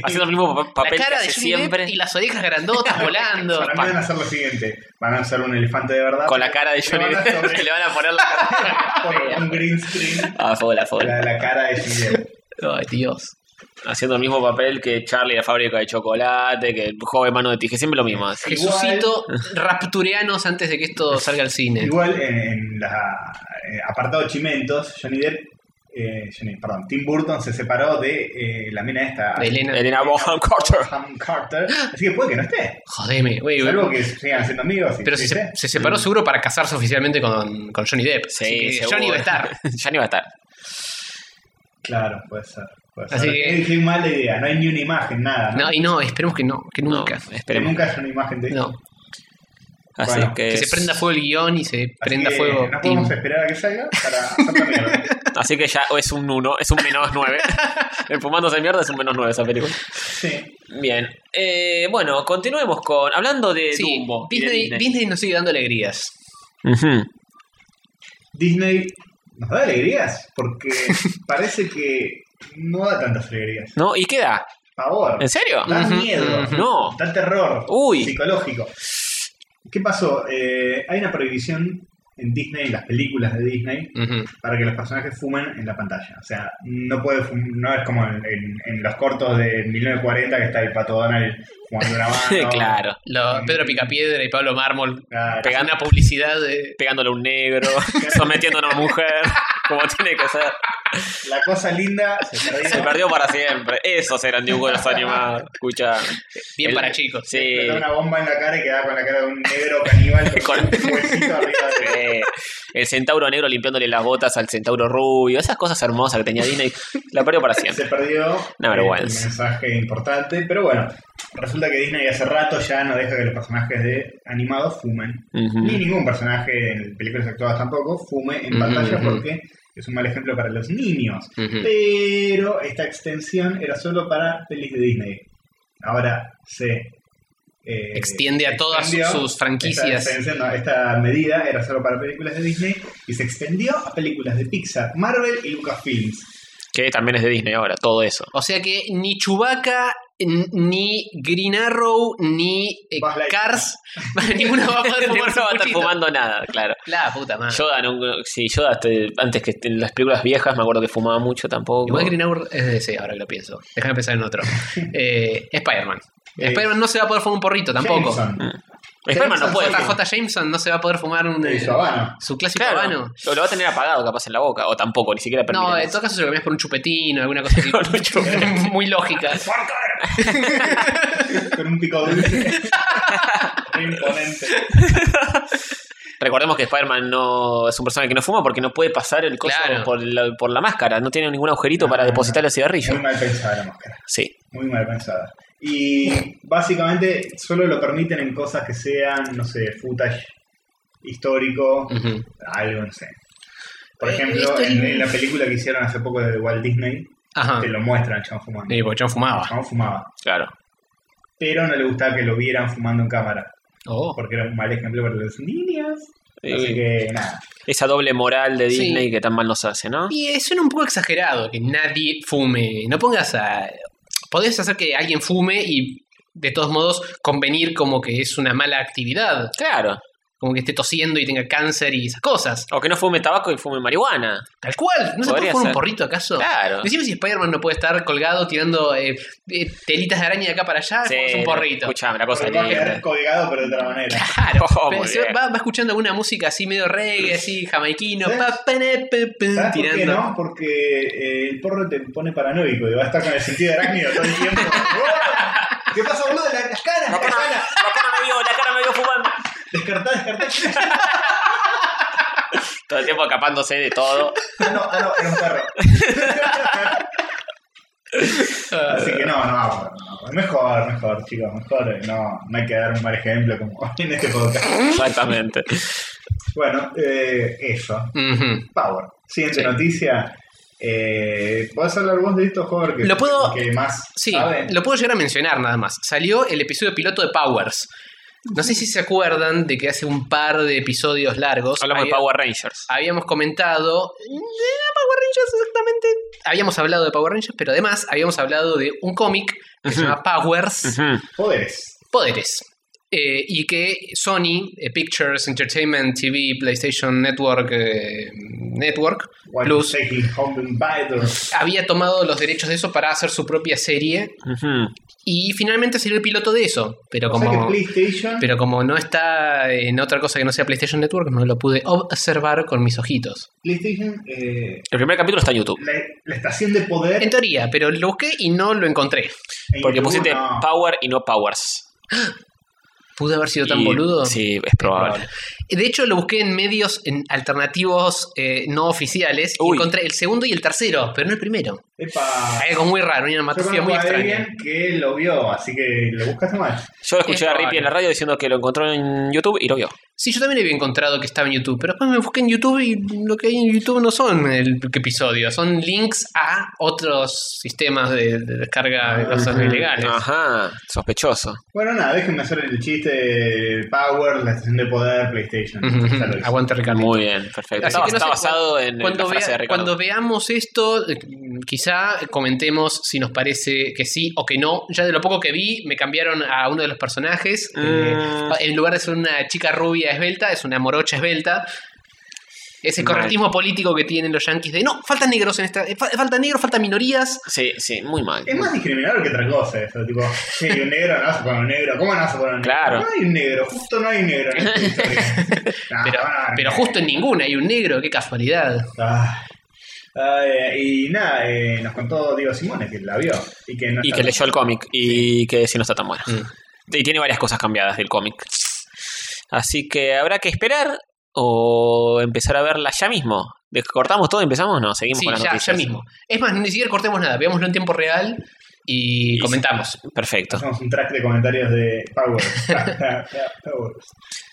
S4: Haciendo el mismo pa- papel
S2: la cara
S4: que
S2: de
S4: hace
S2: Johnny
S4: siempre.
S2: Depp y las orejas grandotas volando.
S3: para mí van a hacer lo siguiente: van a usar un elefante de verdad.
S4: Con la cara de
S3: Le
S4: Johnny
S3: van a
S4: Depp.
S3: sobre-
S4: que Le van a poner la cara.
S3: con un green screen.
S4: Ah, fola,
S3: La,
S4: fola.
S3: la cara de Johnny Depp.
S2: Ay, Dios.
S4: Haciendo el mismo papel que Charlie la fábrica de chocolate, que el joven mano de tije, siempre lo mismo. así.
S3: Igual-
S2: Jesucito, raptureanos antes de que esto salga al cine.
S3: Igual en, en la eh, apartado Chimentos, Johnny Depp eh, yo no- perdón, Tim Burton se separó de eh, la mina esta.
S2: De Elena.
S4: Elena Bonham Carter.
S3: Ham Carter. Así que puede que no esté.
S2: Jodeme, güey.
S3: Salvo que sigan siendo amigos. y-
S2: Pero
S3: y
S2: se,
S3: esté.
S2: se separó seguro para casarse oficialmente con, con Johnny Depp. Así que
S4: seguro.
S2: Johnny va a estar.
S4: Johnny va a estar.
S3: Claro, puede ser. Puede
S2: Así
S3: ser.
S2: que-
S3: Qué- Qué mala idea. No hay ni una imagen, nada.
S2: No, y no, esperemos que no, que
S4: No,
S2: nunca.
S3: Que
S4: esperemos.
S3: nunca haya una imagen de
S2: No,
S4: Así
S3: Bueno,
S4: que,
S2: que se
S4: es-
S2: prenda fuego el guión y se
S3: Así
S2: prenda
S3: que
S2: fuego.
S3: No
S2: Tim.
S3: podemos esperar a que salga para hacer la mierda.
S4: Así que ya es un 1, es un menos 9. El fumándose mierda es un menos 9 esa película.
S3: Sí.
S4: Bien. Eh, bueno, continuemos con. Hablando de
S2: Sí,
S4: Dumbo. y de
S2: Disney,
S4: Disney.
S2: Disney nos sigue dando alegrías.
S4: Ujú.
S3: Disney nos da alegrías porque parece que no da tantas alegrías.
S4: ¿No? ¿Y qué da?
S3: Pavor.
S4: ¿En serio?
S3: Da
S2: Ujú,
S3: miedo.
S2: ujú.
S4: No.
S3: Da terror
S4: Uy.
S3: psicológico. ¿Qué pasó? Eh, hay una prohibición en Disney, en las películas de Disney,
S2: Ujú.
S3: para que los personajes fumen en la pantalla. O sea, no puede fum- no es como en, en- en los cortos de 1940 que está el pato Donald fumando una mano.
S4: claro.
S2: Lo- Pedro Picapiedra y Pablo Mármol
S3: Claro.
S2: pegan una publicidad de.
S4: Pegándole a un negro, sometiendo a una mujer, como tiene que ser.
S3: La cosa linda se perdió.
S4: Se perdió para siempre. Esos eran dibujos animados. Escucha.
S2: Bien
S4: El-
S2: para chicos.
S4: Sí.
S3: Explotaba una bomba en la cara y quedaba con la cara de un negro caníbal con
S4: Con-
S3: un huesito arriba de
S4: Eh, el centauro negro limpiándole las botas al centauro rubio, esas cosas hermosas que tenía Disney, la perdió para siempre.
S3: se perdió
S4: Una
S3: eh,
S4: vergüenza.
S3: un mensaje importante, pero bueno, resulta que Disney hace rato ya no deja que los personajes de animados fumen. Ni
S4: Ujú.
S3: ningún personaje en películas actuadas tampoco fume en
S2: Ujú,
S3: pantalla
S2: ujú.
S3: porque es un mal ejemplo para los niños.
S2: Ujú.
S3: Pero esta extensión era solo para pelis de Disney. Ahora se eh,
S2: Extiende a todas
S3: extendió.
S2: sus franquicias.
S3: Esta, extensión, no, esta medida era solo para películas de Disney y se extendió a películas de Pixar, Marvel y Lucasfilms.
S4: Que también es de Disney ahora, todo eso.
S2: O sea que ni Chewbacca, n- ni Green Arrow, ni eh,
S3: Buzz Lightyear.
S2: Cars, ninguno va a poder
S4: Ninguno
S2: fumar su
S4: va a estar
S2: puchito.
S4: fumando nada, claro.
S2: La puta madre.
S4: Yoda, no- sí, Yoda, este, antes que en las películas viejas, me acuerdo que fumaba mucho tampoco.
S2: Igual Green Arrow es de DC, ahora que lo pienso. Déjame pensar en otro. Eh, Spider-Man.
S3: Eh,
S2: Spider-Man no se va a poder fumar un porrito tampoco.
S3: Jameson,
S4: Spider-Man no
S3: Jameson
S4: puede.
S3: fue
S4: fumar.
S2: JJ Jameson no se va a poder fumar un,
S3: de
S2: eh,
S3: su habano.
S2: su clásico
S4: Claro,
S2: habano.
S4: lo, lo va a tener apagado capaz en la boca, o tampoco, ni siquiera
S2: No,
S4: permite.
S2: en todo caso se lo cambias por un chupetín o alguna cosa así. muy lógica.
S3: Con un pico dulce. Re imponente.
S4: Recordemos que Spider-Man no es un personaje que no fuma porque no puede pasar el coso
S2: Claro.
S4: por, la, por la máscara, no tiene ningún agujerito para
S3: No, no,
S4: depositar
S3: no.
S4: el cigarrillo.
S3: Muy mal pensada la máscara.
S4: Sí.
S3: Muy mal pensada. Y básicamente solo lo permiten en cosas que sean, no sé, footage histórico,
S2: Ujú.
S3: algo, no sé. Por
S2: Eh,
S3: ejemplo,
S2: esto es-
S3: en, en la película que hicieron hace poco de Walt Disney,
S2: Ajá.
S3: te lo muestran, chabón fumando.
S2: Sí, porque yo fumaba.
S3: Chabón fumaba.
S4: Claro.
S3: Pero no le gustaba que lo vieran fumando en cámara,
S2: Oh.
S3: porque era un mal ejemplo para los niños.
S4: Eh,
S3: Así que nada.
S4: Esa doble moral de
S2: Sí.
S4: Disney que tan mal nos hace, ¿no?
S2: Y eh, suena un poco exagerado que nadie fume. No pongas a. Podés hacer que alguien fume y de todos modos convenir como que es una mala actividad.
S4: Claro.
S2: Como que esté tosiendo y tenga cáncer y esas cosas.
S4: O que no fume tabaco y fume marihuana.
S2: Tal cual. ¿No se puede
S4: Podría
S2: fumar un
S4: ser.
S2: porrito acaso?
S4: Claro.
S2: Decime si Spider-Man no puede estar colgado tirando eh, eh, telitas de araña de acá para allá.
S4: Sí,
S2: fumándose un porrito.
S4: Escuchame, la cosa
S3: Porque va a quedar
S4: linda.
S3: colgado, pero de otra manera.
S2: Claro,
S4: Oh,
S2: pero
S4: muy
S2: se va-
S4: bien.
S2: va, va escuchando alguna música así medio reggae, así jamaiquino,
S3: ¿Sí?
S2: pa, pa, ne, pe, pe,
S3: ¿Sabes por qué
S2: tirando.
S3: no? Porque eh, el porro te pone paranoico y va a estar con el sentido de arácnido todo el tiempo. ¡Oh! ¿Qué pasa, boludo? La- Las caras, las
S4: La cara,
S3: caras.
S4: la cara me vio, la cara me vio fumando.
S3: Descartá, descartá.
S4: Todo el tiempo escapándose de todo.
S3: Ah, no, ah, no, era un perro. Así que no, no, no. Mejor, mejor, chicos, mejor. eh, No, no hay que dar un mal ejemplo como en este podcast.
S4: Exactamente.
S3: Bueno, eh, eso.
S2: Ujú.
S3: Power. Siguiente
S2: Sí.
S3: noticia. Eh, ¿Podés hablar vos de esto, Jorge? Que,
S2: Lo puedo-
S3: que más
S2: Sí,
S3: sabe?
S2: lo puedo llegar a mencionar nada más. Salió el episodio piloto de Powers. No sé si se acuerdan de que hace un par de episodios largos.
S4: Hablamos de
S2: había-
S4: Power Rangers.
S2: Habíamos comentado. eh, Power Rangers, exactamente. Habíamos hablado de Power Rangers, pero además habíamos hablado de un cómic que se llama Powers
S4: Ujú.
S3: Poderes.
S2: Poderes. eh, y que Sony, eh, Pictures, Entertainment, TV, PlayStation Network, eh, Network,
S3: While
S2: Plus,
S3: taking home Invader.
S2: había tomado los derechos de eso para hacer su propia serie
S4: Ujú.
S2: y finalmente salió el piloto de eso, pero
S3: O sea que
S2: como...
S3: PlayStation.
S2: Pero como no está en otra cosa que no sea PlayStation Network, no lo pude observar con mis ojitos.
S3: PlayStation. eh,
S4: El primer capítulo está en YouTube.
S3: la, la estación de poder.
S2: En teoría, pero lo busqué y no lo encontré.
S3: en
S4: Porque
S3: YouTube,
S4: pusiste
S3: no.
S4: Power y no Powers.
S2: ¿Pude haber sido tan
S4: Y-
S2: boludo?
S4: Sí, es probable.
S2: De hecho, lo busqué en medios en alternativos eh, no oficiales y
S4: Uy.
S2: encontré el segundo y el tercero, pero no el primero.
S3: Epa.
S2: Algo muy raro, una
S3: Yo
S2: animación
S3: conozco
S2: muy
S3: a
S2: extraña.
S3: alguien que lo vio, así que lo buscaste mal.
S4: Yo lo escuché
S2: Es
S4: a Rippy en la radio diciendo que lo encontró en YouTube y lo vio.
S2: Sí, yo también había encontrado que estaba en YouTube, pero después me busqué en YouTube y lo que hay en YouTube no son el episodio, son links a otros sistemas de, de descarga de cosas
S4: Ujú.
S2: ilegales.
S4: Ajá, sospechoso.
S3: Bueno, nada, déjenme hacer el chiste de Power, la estación de poder, PlayStation.
S2: Ujú,
S3: Ya lo
S2: ujú.
S3: hice.
S2: Aguante, Ricardo.
S4: Muy bien,
S2: Así
S4: perfecto. Está,
S2: que no
S4: está
S2: sé,
S4: basado
S2: cuan-
S4: en
S2: cuando,
S4: la frase
S2: vea-
S4: de Ricardo.
S2: cuando veamos esto, eh, quizá comentemos si nos parece que sí o que no. Ya de lo poco que vi, me cambiaron a uno de los personajes. Eh,
S4: Mm.
S2: en lugar de ser una chica rubia esbelta, es una morocha esbelta. Ese
S4: Mal.
S2: correctismo político que tienen los yanquis de no, faltan negros en esta. eh, fal- Falta negros, faltan minorías.
S4: Sí, sí, muy mal.
S3: Es más discriminador que otra cosa eso, tipo, sí, un negro, no vas a poner un negro, ¿cómo no vas a poner un negro?
S4: Claro.
S3: No hay un negro, justo no hay un negro en esta historia. Nah,
S2: Pero,
S3: van a
S4: Ah.
S3: ver.
S2: pero justo en ninguna hay un negro, qué casualidad.
S3: Ah. Ah, eh, y nada, eh, nos contó Diego Simone que la vio y que no
S4: Y
S3: está-
S4: que leyó el cómic y que sí no está tan bueno.
S2: Mm.
S4: Y tiene varias cosas cambiadas del cómic. Así que habrá que esperar o empezar a verla ya mismo. ¿De- ¿Cortamos todo y empezamos? No, seguimos
S2: Sí,
S4: con las
S2: ya, ya
S4: noticias.
S2: mismo. Es más, ni siquiera cortemos nada, veámoslo en tiempo real y
S4: Y-
S2: comentamos.
S4: Perfecto.
S3: Hacemos un track de comentarios de Power. Ah, Power.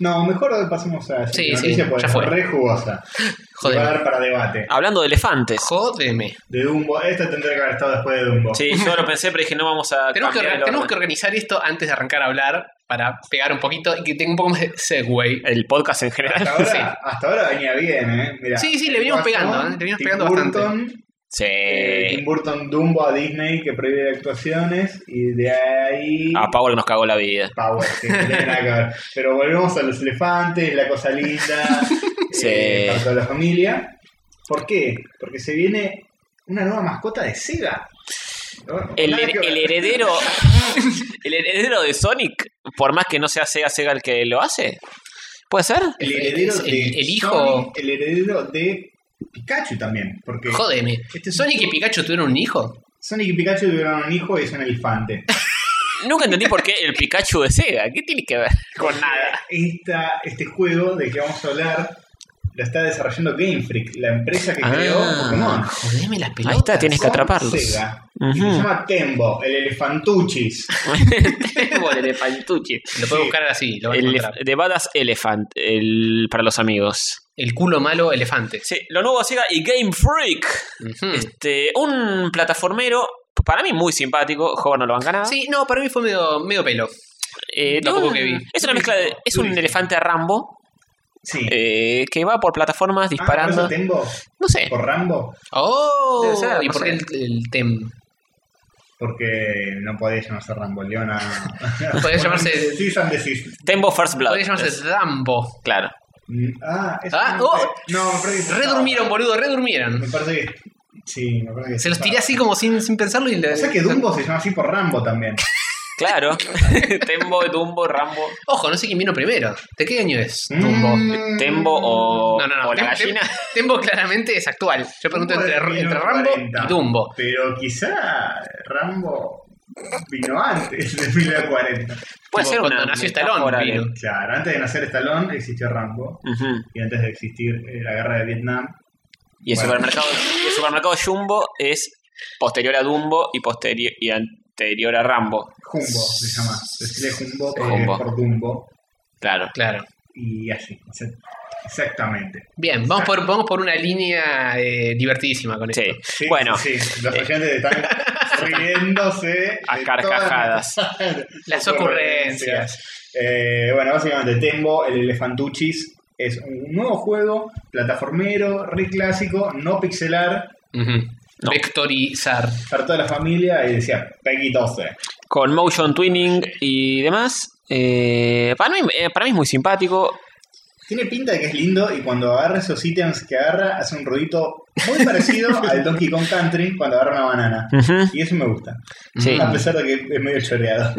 S3: no, mejor pasemos a la
S2: Sí,
S3: siguiente
S2: sí,
S3: noticia
S2: ya
S3: porque
S2: fue.
S3: es re jugosa. Y Va a
S2: Joder.
S3: dar para debate.
S4: Hablando de elefantes.
S2: Jódeme.
S3: De Dumbo, esta tendría que haber estado después de Dumbo.
S4: Sí, yo lo pensé, pero dije no vamos a.
S2: Tenemos que,
S4: cambiar
S2: orga-
S4: el
S2: tenemos que
S4: orden.
S2: organizar esto antes de arrancar a hablar para pegar un poquito y que tenga un poco más de segue.
S4: El podcast en
S3: Hasta
S4: general.
S3: ahora,
S2: Sí.
S3: hasta ahora venía bien, ¿eh? Mirá,
S2: Sí, sí, le venimos pegando, ¿eh? Le venimos
S3: Tim
S2: pegando
S3: Burton,
S4: Sí.
S3: eh, Tim Burton Dumbo a Disney que prohíbe actuaciones y de ahí.
S2: Ah,
S4: A Power nos cagó la vida.
S3: Power, que Ah, no tiene nada que ver. Pero volvemos a los elefantes, la cosa linda,
S4: Sí.
S3: eh, para toda la familia. ¿Por qué? Porque se viene una nueva mascota de Sega. Bueno,
S4: El,
S3: nada que ver.
S4: el heredero. El heredero de Sonic, por más que no sea Sega Sega el que lo hace. ¿Puede ser?
S3: El heredero
S2: el-
S3: de
S2: el hijo-
S3: Sonic, el heredero de Pikachu también. Porque
S2: Jódeme.
S3: Este es-
S2: Sonic y Pikachu tuvieron un hijo.
S3: Sonic y Pikachu tuvieron un hijo y es un elefante.
S4: Nunca entendí por qué el Pikachu de Sega. ¿Qué tiene que ver con nada?
S3: Esta, este juego del que vamos a hablar lo está desarrollando Game Freak, la empresa que creó
S4: Ah.
S3: Pokémon.
S2: Jodeme las
S4: Ahí
S2: pelotas.
S4: está, tienes que
S3: Con
S4: atraparlos.
S3: Sega. Y
S4: Ujú.
S3: Se llama Tembo, el elefantuchis.
S4: Tengo el elefantuchi.
S2: Lo puedes
S3: Sí.
S2: buscar así, lo vas a
S4: El
S2: encontrar.
S4: elef- The Badass Elephant, el, para los amigos.
S2: El culo malo elefante.
S4: Sí, lo nuevo de Sega y Game Freak.
S2: Ujú.
S4: Este, un plataformero, para mí muy simpático, joven no lo van a ganar.
S2: Sí, no, para mí fue medio, medio pelo.
S4: Eh,
S2: tampoco
S4: tiene un-
S2: que vi.
S4: Es una mezcla de. Es un
S3: Durísimo.
S4: elefante Rambo
S3: Sí.
S4: eh, que va por plataformas
S3: Ah, ¿por
S4: disparando.
S3: eso Tembo?
S4: no
S2: Eh.
S4: sé.
S3: ¿Por Rambo?
S2: ¡Oh!
S4: Debe ser,
S2: ¿Y
S4: no
S2: por qué el, el tem?
S3: Porque no podía llamarse Rambo, Leona.
S2: Podía llamarse-
S3: Sí, and desist.
S4: Tembo First Blood.
S2: Podría llamarse Dambo.
S4: Claro.
S3: Mm, Ah, eso
S2: Ah,
S3: no
S2: oh.
S3: sé. No, me parece que-
S2: Redurmieron, boludo, redurmieron.
S3: Me parece que. Sí, me parece que.
S2: Se los tiré así como sin, sin pensarlo y le.
S3: O sea que Dumbo se llama así por Rambo también.
S4: Claro. Tembo, Dumbo, Rambo.
S2: Ojo, no sé quién vino primero. ¿De qué año es Dumbo?
S3: Mm.
S4: Tembo o,
S2: No, no, no.
S4: o la
S2: Tem- Tem-
S4: gallina.
S2: Tembo claramente es actual. Yo pregunto
S3: Dumbo
S2: entre,
S3: es
S2: entre
S3: 1940.
S2: Rambo y Dumbo.
S3: Pero quizá Rambo vino antes de 1940.
S4: Puede
S2: Tipo,
S4: ser
S2: cuando
S4: una
S2: nació
S4: metáfora
S2: Stallone,
S4: de-
S2: vino.
S3: Claro, antes de nacer Stallone existió Rambo.
S4: Ujú.
S3: Y antes de existir eh, la guerra de Vietnam.
S4: Y el
S3: Bueno.
S4: supermercado, el supermercado Jumbo es posterior a Dumbo y posterior y anterior a Rambo.
S3: Jumbo se llama. Decirle Jumbo porque
S4: Jumbo.
S3: es por Dumbo.
S4: Claro.
S2: Claro.
S3: Y así. o sea, Exactamente.
S2: Bien, vamos por, vamos por una línea eh, divertidísima con esto.
S4: Sí.
S3: Sí,
S4: Bueno, Eh.
S3: sí, sí, los oyentes están riéndose.
S4: A
S3: de
S4: carcajadas.
S3: todas las-
S2: Las ocurrencias.
S3: Eh, bueno, básicamente Tembo, el Elefantuchis, es un nuevo juego, plataformero, re clásico, no pixelar,
S2: Ujú.
S4: No.
S2: Vectorizar.
S3: para toda la familia y decía Peggy 12.
S4: con motion twinning y demás. Eh, para, mí, eh, para mí es muy simpático.
S3: Tiene pinta de que es lindo y cuando agarra esos ítems que agarra hace un ruidito muy parecido al Donkey Kong Country cuando agarra una banana.
S4: Ujú.
S3: Y eso me gusta.
S4: Sí.
S3: A pesar de que es medio choreado.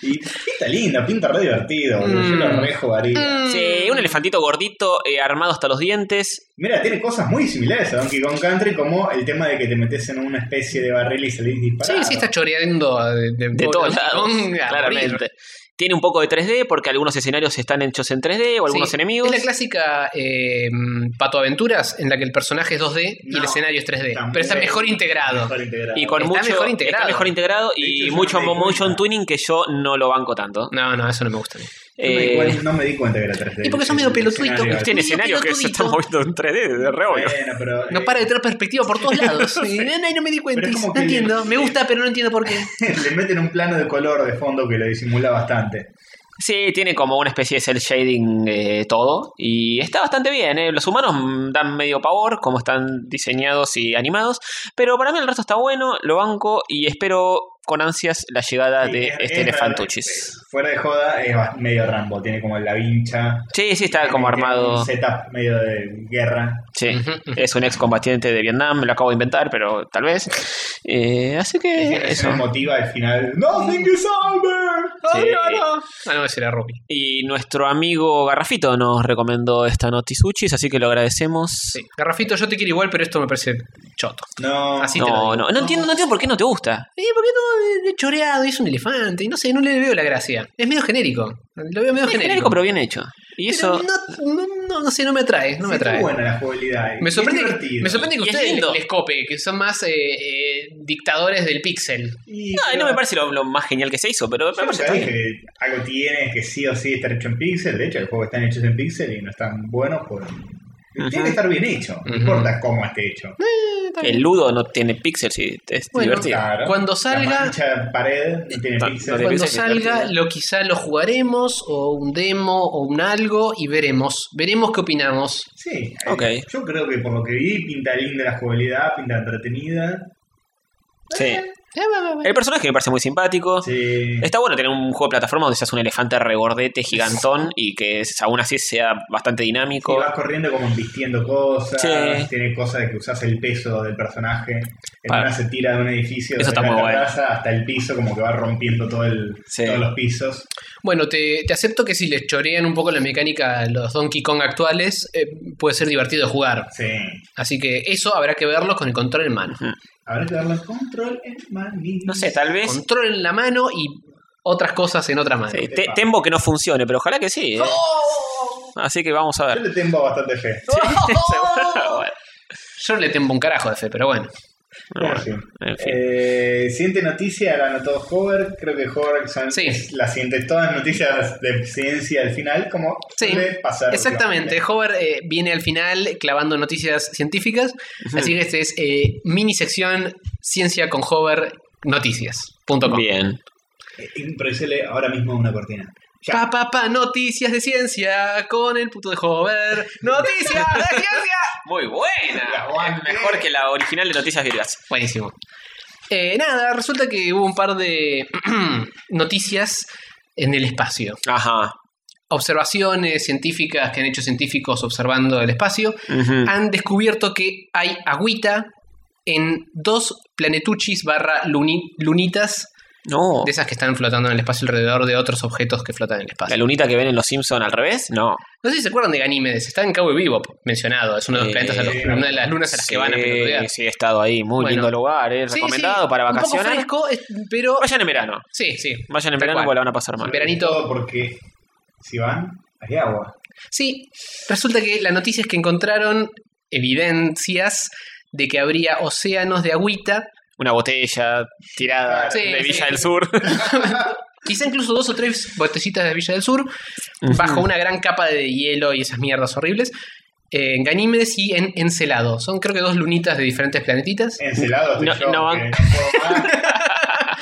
S3: y pinta linda, pinta re divertido, boludo. Yo lo
S2: Mm.
S3: re jugaría.
S4: Sí, un elefantito gordito, eh, armado hasta los dientes.
S3: Mira, tiene cosas muy similares a Donkey Kong Country, como el tema de que te metes en una especie de barril y salís disparado.
S2: Sí, sí, está choreando de,
S4: De todos lados, claramente. Tiene un poco de 3D porque algunos escenarios están hechos en 3D o algunos enemigos.
S2: Es la clásica eh, Pato Aventuras en la que el personaje es 2D y el
S3: No,
S2: escenario es 3D.
S3: está
S2: pero está
S3: muy-
S2: mejor integrado.
S3: mejor integrado.
S4: Y con
S2: Está
S4: mucho,
S2: mejor integrado.
S4: está mejor integrado
S3: De hecho,
S4: y
S3: yo
S4: mucho
S3: no me di
S4: motion
S3: cuenta.
S4: twinning que yo no lo banco tanto.
S2: No, no, eso no me gusta. a mí.
S3: Yo me di
S4: Eh,
S3: cuenta- no me di cuenta que era 3D.
S2: y porque son medio
S3: El
S2: pelotuditos,
S3: escenario-
S2: ¿viste?
S4: tiene
S2: Medio
S4: escenario que se está
S2: pelotudito.
S4: moviendo en 3D, de re obvio.
S3: Bueno, pero,
S2: No
S3: eh,
S2: para de tener perspectiva por todos lados. Y, ay, no me di cuenta.
S3: Pero es como
S2: No
S3: que-
S2: entiendo. Me gusta, pero no entiendo por qué.
S3: le meten un plano de color de fondo que lo disimula bastante.
S4: Sí, tiene como una especie de cel shading eh, todo. Y está bastante bien. eh. Los humanos mm, dan medio pavor, como están diseñados y animados. Pero para mí el resto está bueno, lo banco y espero con ansias la llegada
S3: Sí,
S4: de
S3: es- este.
S4: este
S3: es
S4: elefantuchis.
S3: raro. eh, Fuera de joda, es ba- medio Rambo, tiene como la vincha.
S4: Sí, sí, está Ah, como
S3: tiene
S4: armado.
S3: Un setup medio de guerra.
S4: Sí,
S2: Ujú, ujú.
S4: es un excombatiente de Vietnam, me lo acabo de inventar, pero tal vez. Eh, así que eso.
S3: Eso motiva al final. ¡Nothing is over!
S4: Sí.
S2: Ah, no, ese era Rocky.
S4: Y nuestro amigo Garrafito nos recomendó esta Notisuchis, así que lo agradecemos.
S2: Sí. Garrafito, yo te quiero igual, pero esto me parece choto.
S3: No.
S2: Así- Sí, te lo
S4: No,
S2: digo.
S4: no, no entiendo, no entiendo por qué no te gusta.
S2: Eh, ¿Por qué no? Es choreado, y es un elefante. Y no sé, no le veo la gracia. Es medio genérico. Lo veo medio
S4: Es
S2: genérico.
S4: genérico, pero bien hecho. Y
S2: Pero
S4: eso.
S2: No, no, no, no sé, no me atrae. No me
S3: está
S2: atrae.
S3: buena la jugabilidad. y
S2: Me
S3: es
S2: sorprende, que-
S3: divertido.
S2: me sorprende que
S4: Y es
S2: ustedes
S4: lindo.
S2: les cope, que son más eh, eh, dictadores del pixel.
S3: Y
S4: No,
S3: yo-
S4: no me parece lo, lo más genial que se hizo, pero me
S3: yo
S4: parece
S3: nunca
S4: bien.
S3: dije que algo tiene que sí o sí estar hecho en pixel. De hecho, los juegos están hechos en pixel y no están buenos. Pues, Tiene
S4: Ujú.
S3: que estar bien hecho. No
S2: Ujú.
S3: importa cómo esté hecho.
S4: El ludo no tiene pixels y es
S2: Bueno,
S4: divertido.
S3: Claro.
S2: Cuando
S3: La
S2: salga-
S3: mancha pared no tiene
S4: No,
S3: pixel.
S4: no tiene
S2: Cuando
S4: pixel.
S2: salga, lo quizá lo jugaremos, o un demo, o un algo, y veremos. Veremos qué opinamos.
S3: Sí,
S4: Ok.
S3: eh, yo creo que por lo que vi, pinta linda la jugabilidad, pinta entretenida.
S4: Sí.
S2: Eh,
S4: El personaje me parece muy simpático.
S3: Sí.
S4: Está bueno tener un juego de plataforma donde seas un elefante regordete gigantón y que es- aún así sea bastante
S3: Y
S4: dinámico.
S3: vas corriendo como embistiendo cosas,
S4: Sí.
S3: tiene cosas de que usas el peso del personaje. En
S4: Pa-
S3: una se tira de un edificio,
S4: Eso
S3: desde
S4: está
S3: la
S4: muy bueno.
S3: terraza hasta el piso, como que va rompiendo todo el,
S4: Sí.
S3: todos los pisos.
S2: Bueno, te, te acepto que si les chorean un poco la mecánica a los Donkey Kong actuales, eh, puede ser divertido de jugar.
S3: Sí.
S2: Así que eso habrá que verlo con el control en mano.
S3: Habrá que darle control en maní.
S4: No sé, tal vez.
S2: Control en la mano y otras cosas en otra mano.
S4: sí, te- tembo que no funcione, pero ojalá que sí. ¿eh?
S2: ¡Oh!
S4: Así que vamos a
S3: Yo
S4: ver.
S3: le tengo bastante fe.
S2: ¡Oh!
S4: Bueno,
S2: Yo le tengo un carajo de fe, pero bueno.
S4: bueno,
S3: Sí.
S4: en fin.
S3: Eh, siguiente noticia la anotó Hover. Creo que Hover son
S2: Sí.
S3: es la siguiente. Todas noticias de ciencia al final, como
S2: Sí,
S3: suele pasar.
S2: Exactamente, Hover eh, viene al final clavando noticias científicas, así que este es eh, mini sección Ciencia con Hover Noticias.com.
S4: Bien.
S3: últimamente. Eh, improvisele ahora mismo una cortina. Ya.
S2: Pa, pa, pa, noticias de ciencia con el puto de Hover. Noticias de ciencia.
S4: Muy
S3: La
S2: eh,
S4: buena.
S3: aguanté.
S4: Es mejor que la original de Noticias Virgas.
S2: Buenísimo. Eh, nada, resulta que hubo un par de noticias en el espacio.
S4: Ajá.
S2: Observaciones científicas que han hecho científicos observando el espacio.
S4: Ujú.
S2: han descubierto que hay agüita en dos planetuchis barra luni- lunitas
S4: No.
S2: de esas que están flotando en el espacio alrededor de otros objetos que flotan en el
S4: ¿La
S2: espacio.
S4: lunita que ven en Los Simpson al revés? No.
S2: No sé si se acuerdan de Ganímedes, está en Cowboy Bebop mencionado, es uno de los
S4: Eh,
S2: planetas, a los- una de las lunas a las que van a pelotudear.
S4: Sí, sí, he estado ahí. Muy
S2: Bueno.
S4: lindo lugar, ¿eh?
S2: Sí, sí,
S4: Recomendado para
S2: Un poco
S4: vacaciones.
S2: fresco, es- pero...
S4: Vayan en verano.
S2: Sí, sí.
S4: Vayan en
S2: Tal
S4: verano
S2: cual.
S4: porque la van a pasar mal.
S2: Verano. veranito.
S3: Todo porque si van, hay agua.
S2: Sí, resulta que la noticia es que encontraron evidencias de que habría océanos de agüita
S4: Una botella tirada
S2: Sí,
S4: de
S2: sí.
S4: Villa del Sur.
S2: Quizá incluso dos o tres botellitas de Villa del Sur, bajo una gran capa de hielo y esas mierdas horribles. eh, en Ganímedes y en Encelado. Son creo que dos lunitas de diferentes planetitas.
S4: Eh,
S3: Encelado estoy
S4: No-
S3: yo,
S4: no van-
S3: que puedo más.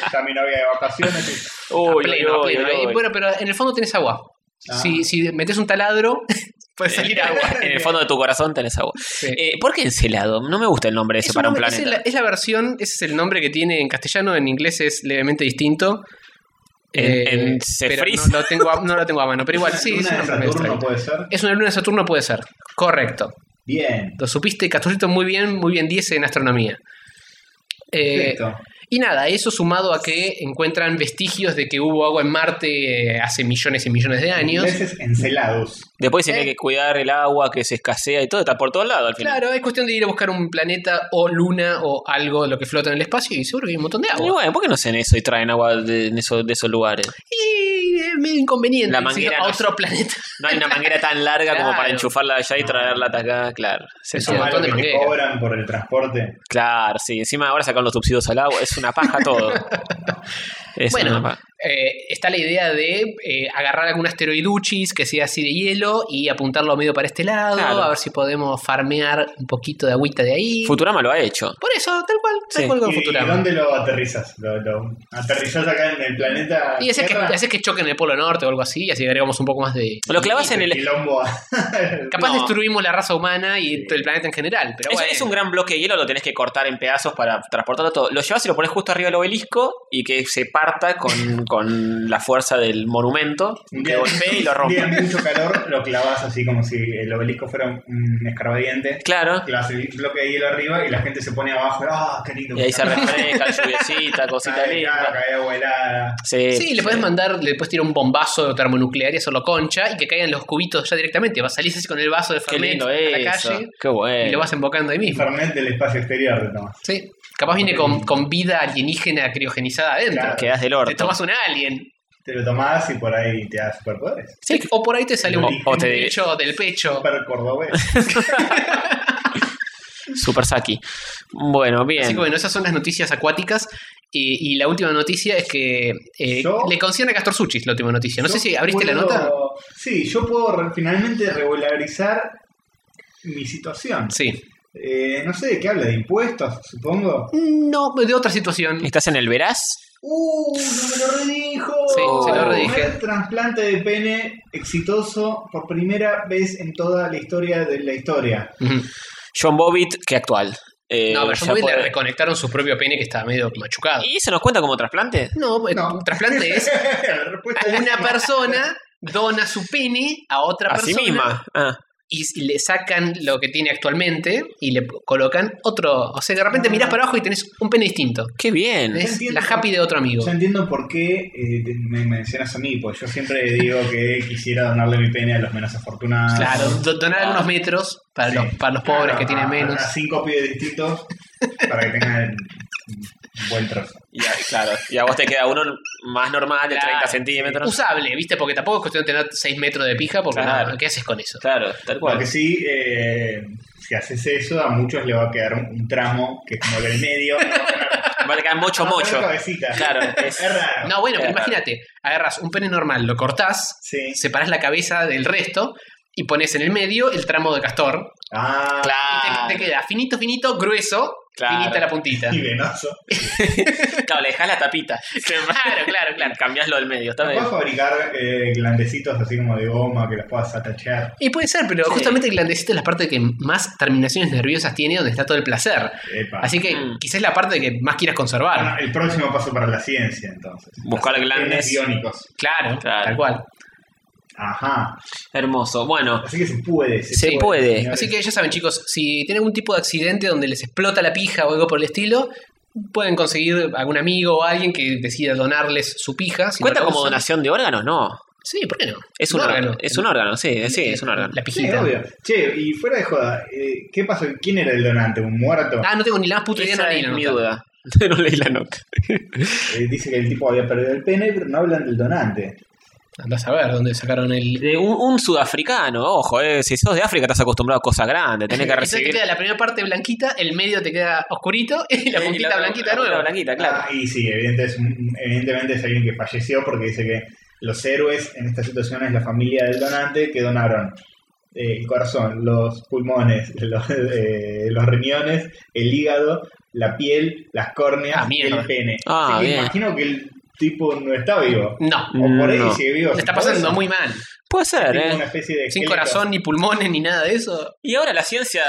S3: Está mi novia de vacaciones.
S2: A
S4: Uy,
S2: pleno, a
S4: uy,
S2: pleno. Eh,
S4: uy,
S2: Y
S4: uy.
S2: Bueno, pero en el fondo tenés agua.
S3: Ah.
S2: Si, si metes un taladro, Puede salir agua.
S4: En el fondo de tu corazón tenés agua.
S2: Sí.
S4: Eh, ¿Por qué encelado? No me gusta el nombre ese
S2: Es,
S4: para
S2: un
S4: un
S2: nombre- es
S4: planeta.
S2: la, es la versión, ese es el nombre que tiene en castellano, en inglés es levemente distinto. Eh,
S4: En- en- se
S2: pero
S4: frisa.
S2: no lo, tengo a, no lo tengo a mano, pero igual sí, es
S3: Una
S2: un
S3: de
S2: nombre medio
S3: Saturno
S2: extraño.
S3: puede ser.
S2: Es una luna de Saturno, puede ser. Correcto.
S3: Bien.
S2: Lo supiste, Castorcito, muy bien, muy bien 10 en astronomía. Eh,
S3: Perfecto.
S2: y nada, eso sumado a que encuentran vestigios de que hubo agua en Marte eh, hace millones y millones de años.
S3: Ingleses encelados.
S4: Después se
S2: Eh.
S4: tiene que cuidar el agua, que se escasea y todo, está por todos lados al final.
S2: Claro, es cuestión de ir a buscar un planeta o luna o algo de lo que flota en el espacio y seguro que hay un montón de
S4: Y
S2: agua.
S4: bueno, ¿por qué no hacen eso y traen agua de, en eso- de esos lugares?
S2: Y es medio inconveniente
S4: La
S2: ir
S4: manguera
S2: a
S4: no
S2: otro planeta.
S4: No hay una manguera tan larga como para
S2: Claro.
S4: enchufarla allá y traerla hasta acá, claro. Se
S2: Eso
S3: Lo
S2: un
S4: entiende.
S3: malo
S2: montón de
S3: que te
S2: manguera.
S3: cobran por el transporte.
S4: Claro, sí, encima ahora sacan los subsidios al agua, es una paja todo. Es
S2: bueno,
S4: una paja.
S2: eh, está la idea de eh, agarrar algún asteroiduchis que sea así de hielo y apuntarlo medio para este lado,
S4: Claro.
S2: a ver si podemos farmear un poquito de agüita de ahí.
S4: Futurama lo ha hecho.
S2: Por eso, tal cual, tal
S4: Sí.
S2: cual con
S3: ¿Y, y
S2: Futurama.
S3: dónde lo aterrizas? ¿Lo, lo aterrizas acá en el planeta?
S2: Y haces que,
S3: Tierra?
S2: haces que choque en el Polo Norte o algo así, y así agregamos un poco más de...
S4: Lo clavas en el. e- Es,
S3: Quilombo a-
S2: Capaz
S4: No.
S2: destruimos la raza humana y el planeta en general, pero bueno.
S4: es un gran bloque de hielo, lo tenés que cortar en pedazos para transportarlo todo. Lo llevas y lo pones justo arriba del obelisco y que se parta con, con la fuerza del monumento,
S3: Un
S4: que
S3: día-
S4: golpee y lo
S3: un
S4: rompe.
S3: día de mucho calor, lo clavas así como si el obelisco fuera un escarbadiente.
S4: Claro.
S3: Clavas el bloque de hielo arriba y la gente se pone abajo. ¡Ah, qué lindo!
S4: Y ahí se refresca, lluviecita, cosita
S3: Cae, claro,
S4: linda.
S3: cae agua helada.
S4: Sí,
S2: Sí, le puedes mandar, le puedes tirar un bombazo termonuclear y hacerlo concha y que caigan los cubitos ya directamente. Vas, salís así con el vaso de
S4: Qué
S2: Fernet
S4: lindo
S2: a la
S4: eso. Eh.
S2: calle
S4: Qué bueno.
S2: y lo vas embocando ahí mismo.
S3: Fernet del espacio exterior de Tomás.
S2: Sí, capaz viene con, con vida alienígena criogenizada adentro.
S3: Claro.
S4: Quedás del
S2: Te
S4: orto.
S2: tomas un alien.
S3: Te lo tomás y por ahí te das superpoderes.
S2: Sí, o por ahí te sale un,
S4: O- o
S2: un
S4: te-
S2: bicho del pecho.
S3: Super cordobés.
S4: Super Saki. Bueno,
S2: Así
S4: bien.
S2: que bueno, esas son las noticias acuáticas. Y, y la última noticia es que eh,
S3: Yo-
S2: le concierne a Castor Suchis la última noticia. No sé
S3: Yo
S2: si abriste la
S3: puedo-
S2: nota.
S3: Sí, yo puedo re- finalmente regularizar mi situación.
S2: Sí.
S3: Eh, no sé, ¿qué habla? ¿De impuestos, supongo?
S2: No, de otra situación.
S4: ¿Estás en el veraz?
S3: ¡Uh! ¡No me lo redijo!
S2: Sí,
S4: se
S3: Primer
S4: lo
S2: redije.
S3: trasplante de pene exitoso por primera vez en toda la historia de la historia.
S2: Ujú.
S4: John Bobbitt, que actual. Eh,
S2: No, pero
S4: ya
S2: John Boyd
S4: puede-
S2: le reconectaron su propio pene que estaba medio machucado.
S4: ¿Y se nos cuenta como trasplante?
S2: No, eh,
S3: No.
S2: un trasplante es
S3: La respuesta es
S2: una persona dona su pene a otra
S4: A sí
S2: persona
S4: misma. Ah,
S2: y s- le sacan lo que tiene actualmente y le p- colocan otro. O sea, de repente mirás para abajo y tenés un pene distinto.
S4: qué bien.
S2: Es
S3: entiendo.
S2: la happy de otro amigo.
S3: Yo entiendo por qué eh, te- me mencionas a mí, porque yo siempre digo que quisiera donarle mi pene a los menos afortunados.
S2: Claro, do- donar
S4: Ah.
S2: algunos metros para,
S3: Sí.
S2: los, para los pobres
S3: Claro,
S2: que tienen
S3: a-
S2: menos.
S3: A cinco pibes distintos para que tengan un buen trozo.
S4: Y a- claro. Y a vos te queda uno más normal, de
S2: Claro.
S4: 30 centímetros.
S2: Usable, ¿viste? Porque tampoco es cuestión de tener 6 metros de pija, porque
S4: Claro.
S2: no, ¿qué haces con eso?
S4: Claro, tal
S3: Lo que
S4: cual.
S3: sí, eh, si haces eso, a muchos le va a quedar un, un tramo que es como del medio.
S4: Va a quedar mocho, mocho.
S3: Una cabecita.
S4: Claro. es-
S3: Es raro.
S2: No, bueno, pero
S4: Claro.
S2: imagínate, agarras un pene normal, lo cortás,
S3: Sí.
S2: separás la cabeza del resto y pones en el medio el tramo de castor.
S3: Ah,
S2: Y te, te
S4: Claro.
S2: queda finito, finito, grueso,
S4: Claro.
S2: finita la puntita.
S3: y venoso.
S4: Claro, le dejás la tapita.
S2: Claro, claro, claro.
S4: Cambiás lo del medio. Está bien.
S3: Puedes fabricar eh, glandecitos así como de goma que los puedas atachar.
S2: Y puede ser, pero
S4: Sí.
S2: justamente el glandecito es la parte que más terminaciones nerviosas tiene, donde está todo el placer.
S3: Epa.
S2: Así que
S4: Mm.
S2: quizás es la parte que más quieras conservar.
S3: Bueno, el próximo paso para la ciencia, entonces.
S4: Buscar
S3: Los
S4: glandes.
S3: genes biónicos.
S2: Claro,
S4: Claro.
S2: tal cual.
S3: Ajá.
S4: Hermoso. Bueno,
S3: Así que se puede.
S4: Se puede.
S3: señores.
S2: Así que ya saben, chicos, si tienen algún tipo de accidente donde les explota la pija o algo por el estilo, pueden conseguir algún amigo o alguien que decida donarles su pija. si no
S4: ¿cuenta
S2: la
S4: como
S2: usan.
S4: donación de órganos? No.
S2: Sí, ¿por qué no?
S4: Es un, órgano. Es un órgano, sí, sí, es un órgano.
S2: La
S3: Sí,
S2: pijita.
S3: obvio. Che, y fuera de joda, eh, ¿qué pasó? ¿Quién era el donante? ¿Un muerto?
S2: ah, no tengo ni la más puta idea.
S4: Esa
S2: no leí
S4: es
S2: la
S4: mi
S2: nota.
S4: duda. no leí la nota.
S3: Eh, dice que el tipo había perdido el pene, pero no hablan del donante.
S2: Andás a ver dónde sacaron el...
S4: De un, un sudafricano, ojo, eh, si sos de África estás acostumbrado a cosas grandes, tenés que
S2: Entonces te
S4: recibir...
S2: queda la primera parte blanquita, el medio te queda oscurito y la
S4: Eh,
S2: puntita blanquita
S4: la
S2: de nuevo.
S4: punta blanquita, claro.
S3: Ah, y sí, evidente es un- evidentemente es alguien que falleció porque dice que los héroes en esta situación es la familia del donante que donaron eh, el corazón, los pulmones, los, eh, los riñones, el hígado, la piel, las córneas
S2: Ah,
S3: y
S2: mierda.
S3: el pene.
S4: Ah,
S3: Así que
S4: bien.
S3: imagino que el tipo no está vivo.
S2: No,
S3: O por ahí
S4: Mm, No.
S3: sigue vivo.
S2: le está
S3: sin
S2: pasando
S3: cabeza.
S2: muy mal.
S4: Puede ser,
S3: Tiene
S4: ¿eh?
S3: una especie de
S2: Sin
S3: esqueleto.
S2: corazón, ni pulmones, ni nada de eso.
S4: Y ahora la ciencia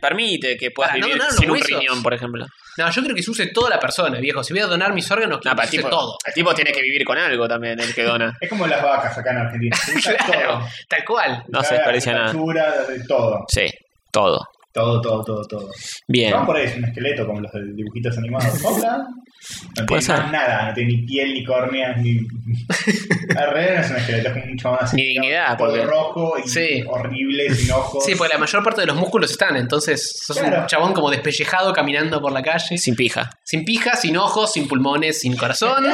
S4: permite que puedas
S2: Para, no
S4: vivir
S2: donar los
S4: sin un
S2: huesos.
S4: riñón, por ejemplo.
S2: No, yo creo que se use toda la persona, viejo. Si voy a donar mis órganos, que
S4: No,
S2: me
S4: para el
S2: use
S4: tipo,
S2: todo.
S4: el tipo tiene que vivir con algo también, el que dona.
S3: Es como las vacas acá en Argentina. Se usa
S2: Claro,
S3: todo.
S2: tal cual.
S4: No se
S3: Usar
S4: desperdicia nada.
S3: temperatura, de todo.
S4: Sí, todo.
S3: Todo, todo, todo, todo.
S4: Bien.
S3: Van por ahí, es un esqueleto como los de dibujitos animados. Hola. No
S4: Puede
S3: tiene
S4: ser.
S3: más nada, no tiene ni piel, ni córneas, ni. Alrededor no es un esqueleto, es como un chabón así.
S4: Ni
S3: todo
S4: dignidad, porque- pues,
S3: rojo y
S2: Sí.
S3: horrible, sin ojos.
S2: Sí, porque la mayor parte de los músculos están, entonces sos un
S3: Claro.
S2: chabón como despellejado caminando por la calle.
S4: Sin pija.
S2: Sin pija, sin ojos, sin pulmones, sin corazón.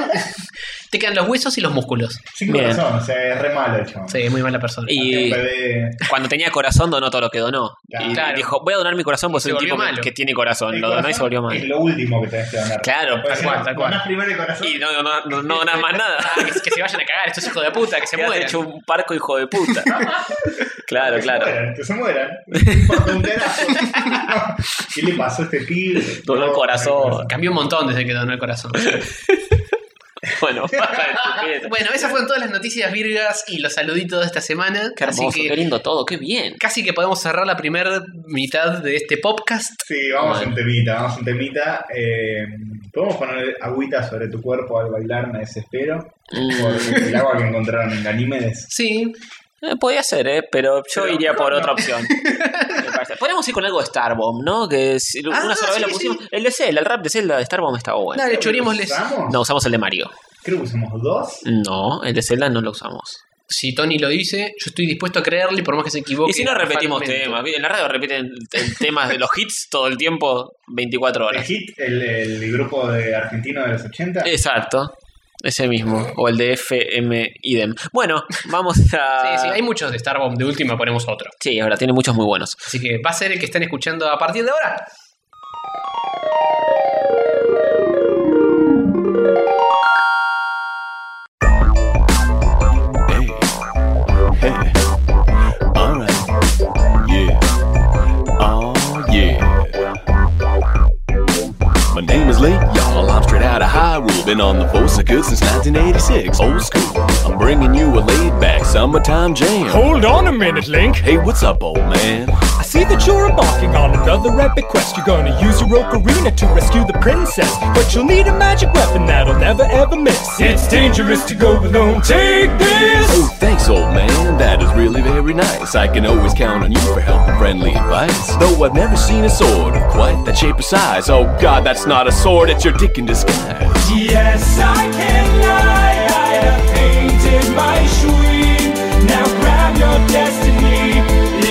S2: Te quedan los huesos y los músculos.
S3: Sin
S4: Bien.
S3: corazón, o sea, es re malo el chabón.
S2: Sí, muy mala persona.
S4: Y
S3: Siempre de-
S4: cuando tenía corazón donó todo lo que donó.
S3: Claro.
S4: Y
S2: Claro.
S4: dijo, voy a donar mi corazón porque
S2: Se
S4: soy un
S2: volvió
S4: tipo que-
S2: malo.
S4: que tiene corazón.
S3: el
S4: Lo donó y se
S3: corazón
S4: volvió
S3: Es
S4: mal.
S3: lo último que tenés que donar.
S4: Claro,
S3: Puede
S2: tal
S3: ser,
S2: cual, tal cual.
S3: donás primero el corazón.
S4: Y no, no, no, no donás más nada.
S2: Ah, que, que se vayan a cagar, estos hijos de puta, que se
S4: Te has
S2: mueran.
S4: hecho un parco hijo de puta. claro,
S3: que Se
S4: claro.
S3: mueran, que se mueran. No importa un pedazo. ¿Qué le pasó a este pibe?
S4: Dolor al corazón.
S2: Cambió un montón desde que donó el corazón.
S4: Bueno, basta de estupidez.
S2: bueno, esas fueron todas las noticias virgas y los saluditos de esta semana.
S4: Qué hermoso,
S2: así
S4: qué
S2: que
S4: lindo todo, qué bien.
S2: casi que podemos cerrar la primera mitad de este podcast.
S3: Sí, vamos a
S4: Bueno.
S3: un temita, vamos a un temita. Eh, Podemos poner agüita sobre tu cuerpo al bailar, me desespero.
S4: Uh.
S3: Por el agua que encontraron en Ganímedes.
S2: Sí,
S4: Eh, podía ser, ¿eh? pero yo
S3: Pero
S4: iría por
S3: no.
S4: otra opción. Me parece. Podríamos ir con algo de Starbomb, ¿no? Que es-
S2: Ah,
S4: una sola vez
S2: sí,
S4: lo pusimos. El de Zelda, el rap de Zelda de Starbomb está bueno.
S2: dale, chorémosles.
S3: ¿Usamos?
S4: No, usamos el de Mario.
S3: Creo que usamos dos.
S4: No, el de Zelda no lo usamos.
S2: Si Tony lo dice, yo estoy dispuesto a creerle por más que se equivoque.
S4: Y si no repetimos
S2: Fatalmente.
S4: temas, en la radio repiten el- temas de los hits todo el tiempo, 24
S3: El
S4: horas.
S3: hit, el, el grupo de argentino de los 80.
S4: Exacto, ese mismo, o el de FM idem. Bueno, vamos a...
S2: Sí, sí, hay muchos de Starbomb, de última ponemos otro.
S4: Sí, ahora tiene muchos muy buenos.
S2: Así que va a ser el que están escuchando a partir de ahora.
S5: Hey, alright, yeah, oh yeah. My name is Lee, y'all. I'm straight out of Hyrule. Been on the force of good since 1986. Old school. I'm bringing you a laid back summertime jam.
S6: Hold on a minute, Link.
S5: Hey, what's up, old man?
S6: I see that you're embarking on another epic quest. You're gonna use your ocarina to rescue the princess, but you'll need a magic weapon that'll never ever miss. It's dangerous to go alone. Take
S5: Oh,
S6: this.
S5: thanks, old man. That is really very nice. I can always count on you for help and friendly advice. Though I've never seen a sword of quite that shape or size. Oh, God, that's not a sword. It's your dick in disguise.
S6: Yes, I can lie. I have painted my shrine. Now grab your destiny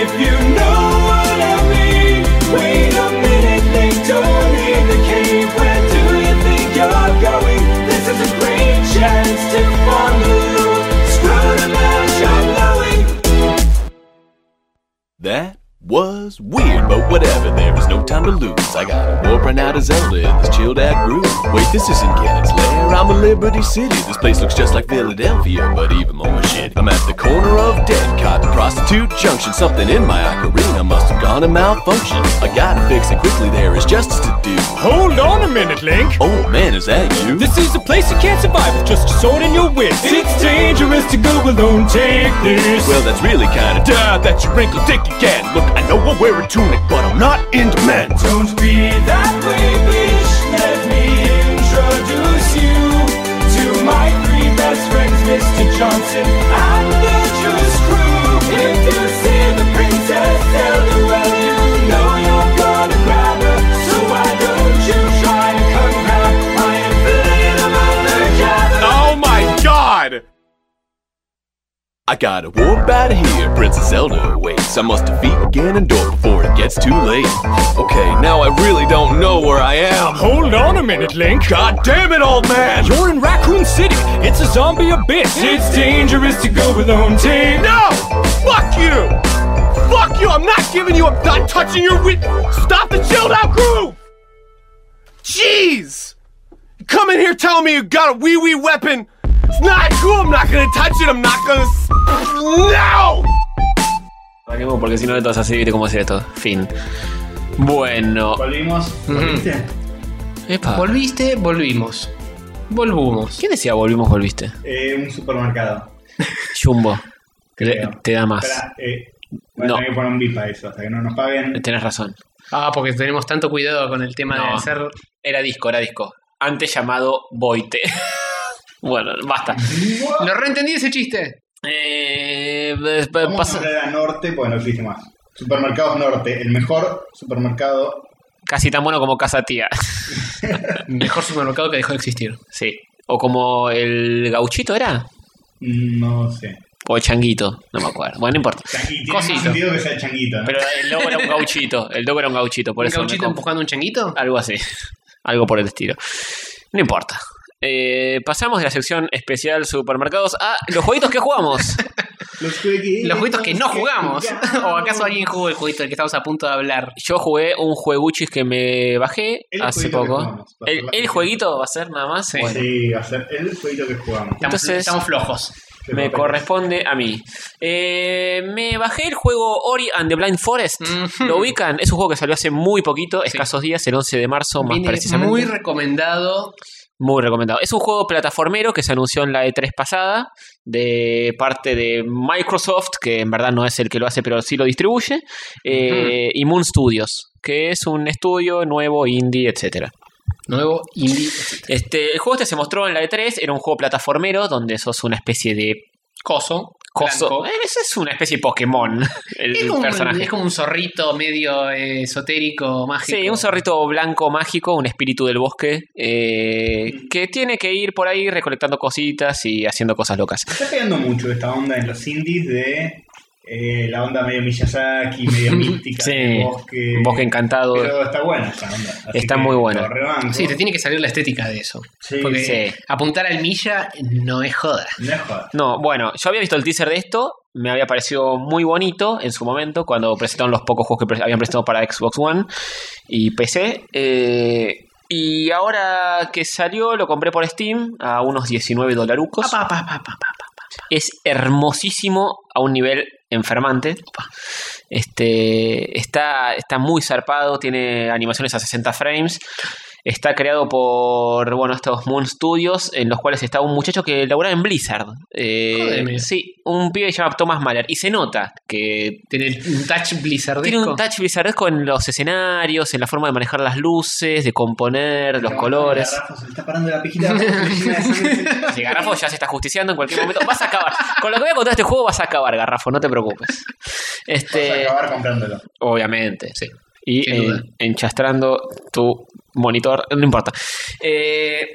S6: if you know what I mean. Wait a minute, Link. Don't leave the cave. Where do you think you're going? This is a great chance to follow. Screw the match, I'm going.
S5: That was weird, but whatever, there is no time to lose. I got a warp run out of Zelda in this chilled out groove. Wait, this isn't Ganon's Lair, I'm a Liberty City. This place looks just like Philadelphia, but even more shit. I'm at the corner of Deadcott and Prostitute Junction. Something in my ocarina must have gone to malfunction. I gotta fix it quickly, there is justice to do.
S6: Hold on a minute, Link.
S5: Oh man, is that you?
S6: This is a place you can't survive with just your sword and your wits. It's dangerous to go alone. Take this.
S5: well, that's really kinda duh, that's your wrinkled dick again. Look, I know I wear a tunic, but I'm not into men.
S6: Don't be that way, bitch. Let me introduce you to my three best friends, Mr. Johnson and the Juice Crew. If you see the princess Zelda, well, you know you're gonna grab her. So why don't you try to come grab my infinite amount of gather?
S5: Oh my god! I gotta warp out of here, Princess Zelda awaits. I must defeat Ganondorf before it gets too late. Okay, now I really don't know where I am.
S6: Hold on a minute, Link.
S5: God damn it, old man!
S6: You're in Raccoon City. It's a zombie abyss. It's dangerous to go alone, team.
S5: No! Fuck you! Fuck you! I'm not giving you. I'm not touching your wit. Stop the chilled out groove! Jeez! You Come in here telling me you got a wee wee weapon. It's not cool. I'm not gonna touch it. I'm not gonna. s- No!
S4: Arranquemos, Porque si no, entonces así, viste cómo hacer esto. Fin. Bueno.
S3: Volvimos. ¿Volviste?
S4: Epa.
S2: Volviste, volvimos. Volvimos.
S4: ¿Quién decía volvimos, volviste?
S3: Eh, un supermercado.
S4: Jumbo. Te- te da más.
S3: Espera, eh, voy a
S4: No.
S3: tener que poner un bip a eso hasta que no nos paguen.
S4: Tenés razón.
S2: Ah, porque tenemos tanto cuidado con el tema de
S4: No.
S2: hacer.
S4: Era disco, era disco. Antes llamado Boite. bueno, basta.
S2: Lo reentendí ese chiste.
S4: Eh, eh,
S3: Vamos
S4: pasa-
S3: a nombrar a Norte porque no existe más. Supermercados Norte, el mejor supermercado.
S4: casi tan bueno como Casa Tía.
S2: Mejor supermercado que dejó de existir.
S4: sí. O como el gauchito era.
S3: No sé.
S4: O el changuito. No me acuerdo. Bueno, no importa.
S3: Changuito. Tiene
S4: Cosito.
S3: más sentido que sea changuito. ¿no?
S4: Pero el logo era un gauchito. El logo era un gauchito. Por
S2: ¿Un
S4: eso me Ah.
S2: gauchito
S4: conf-
S2: empujando un changuito?
S4: Algo así. Algo por el estilo. No importa. Eh, pasamos de la sección especial supermercados a los jueguitos que jugamos.
S3: los, jueguitos
S2: Los juguitos que no jugamos.
S3: jugamos.
S2: ¿O acaso alguien jugó el juguito del que estamos a punto de hablar?
S4: Yo jugué un jueguchis que me bajé
S3: El
S4: hace
S3: jueguito que
S4: poco.
S3: jugamos, para
S4: El,
S3: hablar
S4: el
S3: de-
S4: jueguito va a ser nada más.
S2: Sí.
S4: Bueno,
S3: Sí, va a ser el jueguito que jugamos.
S2: Estamos,
S4: Entonces-
S2: estamos flojos.
S4: me corresponde a mí. Eh, me bajé el juego Ori and the Blind Forest.
S2: Ujú.
S4: Lo ubican. Es un juego que salió hace muy poquito, escasos días, el 11 de marzo, más
S2: Viene
S4: precisamente.
S2: muy recomendado.
S4: Muy recomendado. Es un juego plataformero que se anunció en la E3 pasada de parte de Microsoft, que en verdad no es el que lo hace, pero sí lo distribuye, eh, y Moon Studios, que es un estudio nuevo, indie, etcétera.
S2: Nuevo indie.
S4: Este, el juego este se mostró en la E3, era un juego plataformero donde sos una especie de
S2: Coso.
S4: coso.
S2: blanco.
S4: Eh, ese es una especie de Pokémon, el
S2: Es como, un,
S4: personaje.
S2: es como un zorrito medio eh, esotérico, mágico.
S4: Sí, un zorrito blanco mágico, un espíritu del bosque, eh, que tiene que ir por ahí recolectando cositas y haciendo cosas locas.
S3: Está pegando mucho esta onda en los indies de eh, la onda medio Miyazaki, medio mística,
S4: Sí.
S3: de bosque.
S4: Bosque encantado.
S3: Pero está buena esa onda. así
S4: Está
S3: que
S4: muy buena.
S3: lo rebanco.
S2: Sí, te tiene que salir la estética de eso.
S3: Sí,
S2: Porque
S4: sí.
S2: apuntar al milla no es joda.
S3: No es joda.
S4: No, bueno, yo había visto el teaser de esto, me había parecido muy bonito en su momento, cuando presentaron los pocos juegos que pre- habían presentado para Xbox One y PC. eh, y ahora que salió, lo compré por Steam a unos 19 dolarucos.
S2: Pa, pa, pa, pa, pa, pa.
S4: Es hermosísimo a un nivel enfermante. Este, está, está muy zarpado, tiene animaciones a 60 frames. Está creado por bueno, estos Moon Studios, en los cuales está un muchacho que labura en Blizzard. Eh,
S2: Jodeme.
S4: sí, un pibe que se llama Thomas Mahler. Y se nota que
S2: Tiene el- un touch blizzardesco.
S4: tiene un touch bizarresco en los escenarios, en la forma de manejar las luces, de componer, los
S3: Pero
S4: colores.
S3: Garrafo se le está parando la pijita. Está
S4: Si Garrafo ya se está justiciando en cualquier momento, vas a acabar. Con lo que voy a contar de este juego vas a acabar, Garrafo, no te preocupes.
S3: Vas a
S4: Este,
S3: acabar comprándolo.
S4: obviamente, sí. Y
S2: Sin
S4: en-
S2: duda.
S4: enchastrando tu monitor, no importa. Eh,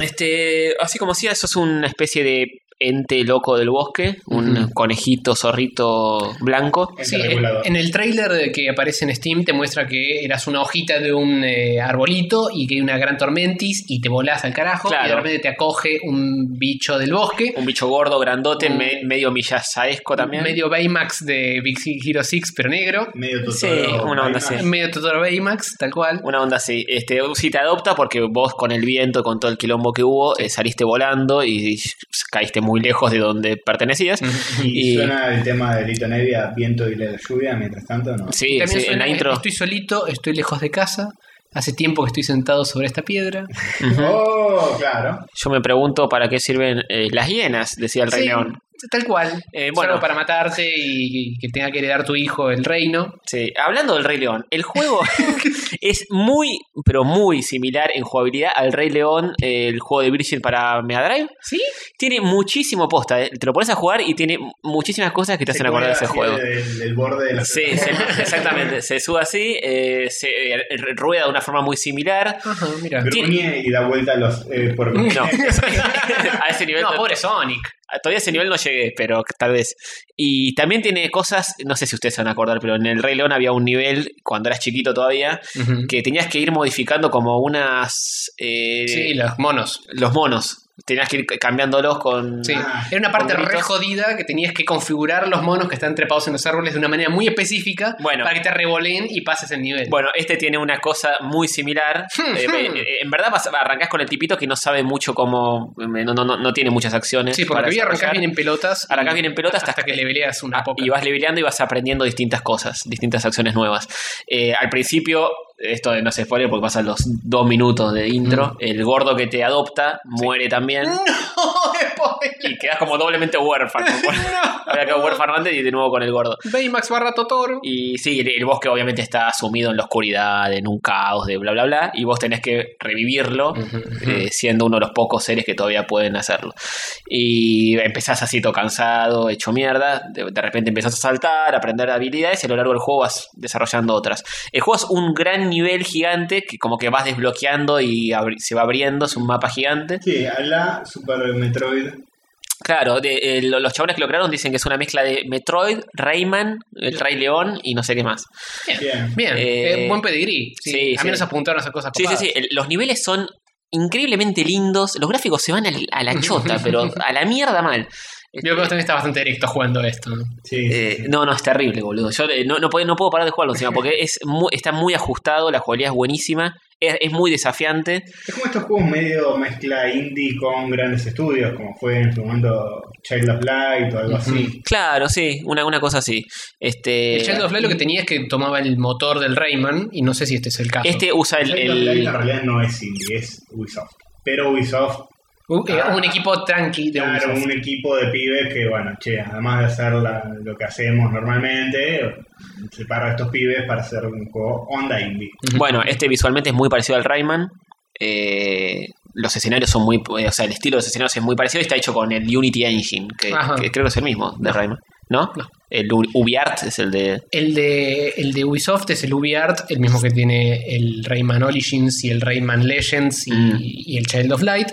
S4: este, así como decía, eso es una especie de ente loco del bosque, un
S2: Ujú. Eh.
S4: conejito, zorrito blanco.
S3: Ente
S2: Sí, en,
S3: regulador.
S2: en el trailer que aparece en Steam te muestra que eras una hojita de un eh, arbolito y que hay una gran tormentis y te volás al carajo
S4: Claro.
S2: y de repente te acoge un bicho del bosque.
S4: Un bicho gordo, grandote,
S2: Un-
S4: me- medio millazaesco también.
S2: Medio Baymax de Big Hero 6, pero negro.
S3: Medio
S4: Sí,
S3: Totoro.
S4: una onda
S3: Baymax.
S4: así.
S2: Medio Totoro Baymax, tal cual.
S4: Una onda así. Este, si te adopta, porque vos con el viento, con todo el quilombo que hubo, eh, saliste volando y, caíste muy lejos de donde pertenecías.
S3: Y,
S4: Y-
S3: suena el tema de Lito Nevia, viento y la lluvia, mientras tanto, ¿no?
S4: Sí,
S2: También
S4: sí, en
S2: suena,
S4: la intro.
S2: Estoy solito, estoy lejos de casa. Hace tiempo que estoy sentado sobre esta piedra.
S3: Oh, claro.
S4: Yo me pregunto para qué sirven eh, las hienas, decía el rey
S2: Sí,
S4: león.
S2: Tal cual.
S4: Eh, bueno.
S2: bueno, para matarte y, y que tenga que heredar tu hijo el reino.
S4: Sí, hablando del Rey León, el juego es muy, pero muy similar en jugabilidad al Rey León, eh, el juego de Virgin para Mega Drive.
S2: ¿Sí?
S4: Tiene muchísimo posta, eh. te lo pones a jugar y tiene muchísimas cosas que te hacen acordar de ese
S3: Así
S4: juego.
S3: Del, del borde de la
S4: Sí, se- exactamente, se sube así, eh, se eh, rueda de una forma muy similar.
S2: Ajá, mira.
S3: Gruñe y da vuelta a los eh, por
S4: No, a ese nivel Ah,
S2: No, pobre Sonic.
S4: Todavía a ese nivel no llegué, pero tal vez. Y también tiene cosas, no sé si ustedes se van a acordar, pero en el Rey León había un nivel, cuando eras chiquito todavía, que tenías que ir modificando como unas... eh,
S2: Sí, los monos.
S4: Los monos. Tenías que ir cambiándolos con...
S2: Sí.
S3: Ah,
S2: Era una parte
S4: con
S2: re
S4: gritos.
S2: jodida que tenías que configurar los monos que están trepados en los árboles de una manera muy específica
S4: Bueno.
S2: para que te revoleen y pases el nivel.
S4: Bueno, este tiene una cosa muy similar.
S2: Hmm.
S4: Eh, eh, en verdad vas- arrancás con el tipito que no sabe mucho cómo... eh, No, no, no, no tiene muchas acciones.
S2: sí, porque voy a arrancar
S4: desarrollar.
S2: bien en pelotas.
S4: Arrancás bien en pelotas
S2: hasta, que le peleas una
S4: Ah,
S2: poca.
S4: y vas leveleando y vas aprendiendo distintas cosas, distintas acciones nuevas. Eh, al principio, esto de no se spoiler porque pasan los dos minutos de intro, el gordo que te adopta muere también. Y quedas como doblemente huérfano. Había quedado huérfano antes y de nuevo con el gordo.
S2: Baymax barra Totoro.
S4: Y sí, el, el bosque obviamente está sumido en la oscuridad, en un caos de bla bla bla, y vos tenés que revivirlo, eh, siendo uno de los pocos seres que todavía pueden hacerlo. Y empezás así todo cansado, hecho mierda, de, de repente empezás a saltar, a aprender habilidades, y a lo largo del juego vas desarrollando otras. El juego es un gran nivel gigante que como que vas desbloqueando y abri- se va abriendo, es un mapa gigante.
S3: Sí, habla Super Metroid.
S4: Claro, de- eh, lo- los chabones que lo crearon dicen que es una mezcla de Metroid, Rayman, el Rey León y no sé qué más.
S3: Bien.
S2: Bien,
S4: Eh,
S2: eh, buen pedigrí. Sí,
S4: sí,
S2: a mí
S4: sí.
S2: nos apuntaron esas cosas.
S4: Sí, sí,
S2: copadas.
S4: sí. el- los niveles son increíblemente lindos. Los gráficos se van al- a la chota, pero a la mierda mal.
S2: Yo creo que vos también está bastante directo jugando esto. ¿no?
S3: Sí, sí,
S4: Eh,
S3: sí.
S4: no, no, es terrible, boludo. Yo eh, no, no, puedo, no puedo parar de jugarlo encima porque es mu- está muy ajustado, la jugabilidad es buenísima, es, es muy desafiante.
S3: Es como estos juegos medio mezcla indie con grandes estudios, como fue en su momento Child of Light o algo así.
S4: Claro, sí, una, una cosa así. Este,
S2: el Child of Light lo que tenía es que tomaba el motor del Rayman, y no sé si este es el caso.
S4: este usa el,
S3: Child of
S4: el-
S3: Light en realidad no es indie, es Ubisoft. Pero Ubisoft,
S2: Uh, eh,
S3: Ah.
S2: un equipo tranqui de
S3: claro,
S2: Ubisoft.
S3: un equipo de pibes que, bueno, che, además de hacer la- lo que hacemos normalmente, separa a estos pibes para hacer un juego onda indie.
S4: Bueno, este visualmente es muy parecido al Rayman. Eh, los escenarios son muy. eh, o sea, el estilo de los escenarios es muy parecido y está hecho con el Unity Engine, que,
S2: Ajá.
S4: que creo que es el mismo de Rayman. ¿No?
S2: No.
S4: El U- UbiArt es el de.
S2: El de, el de Ubisoft es el UbiArt, el mismo que tiene el Rayman Origins y el Rayman Legends y,
S4: Mm.
S2: y el Child of Light.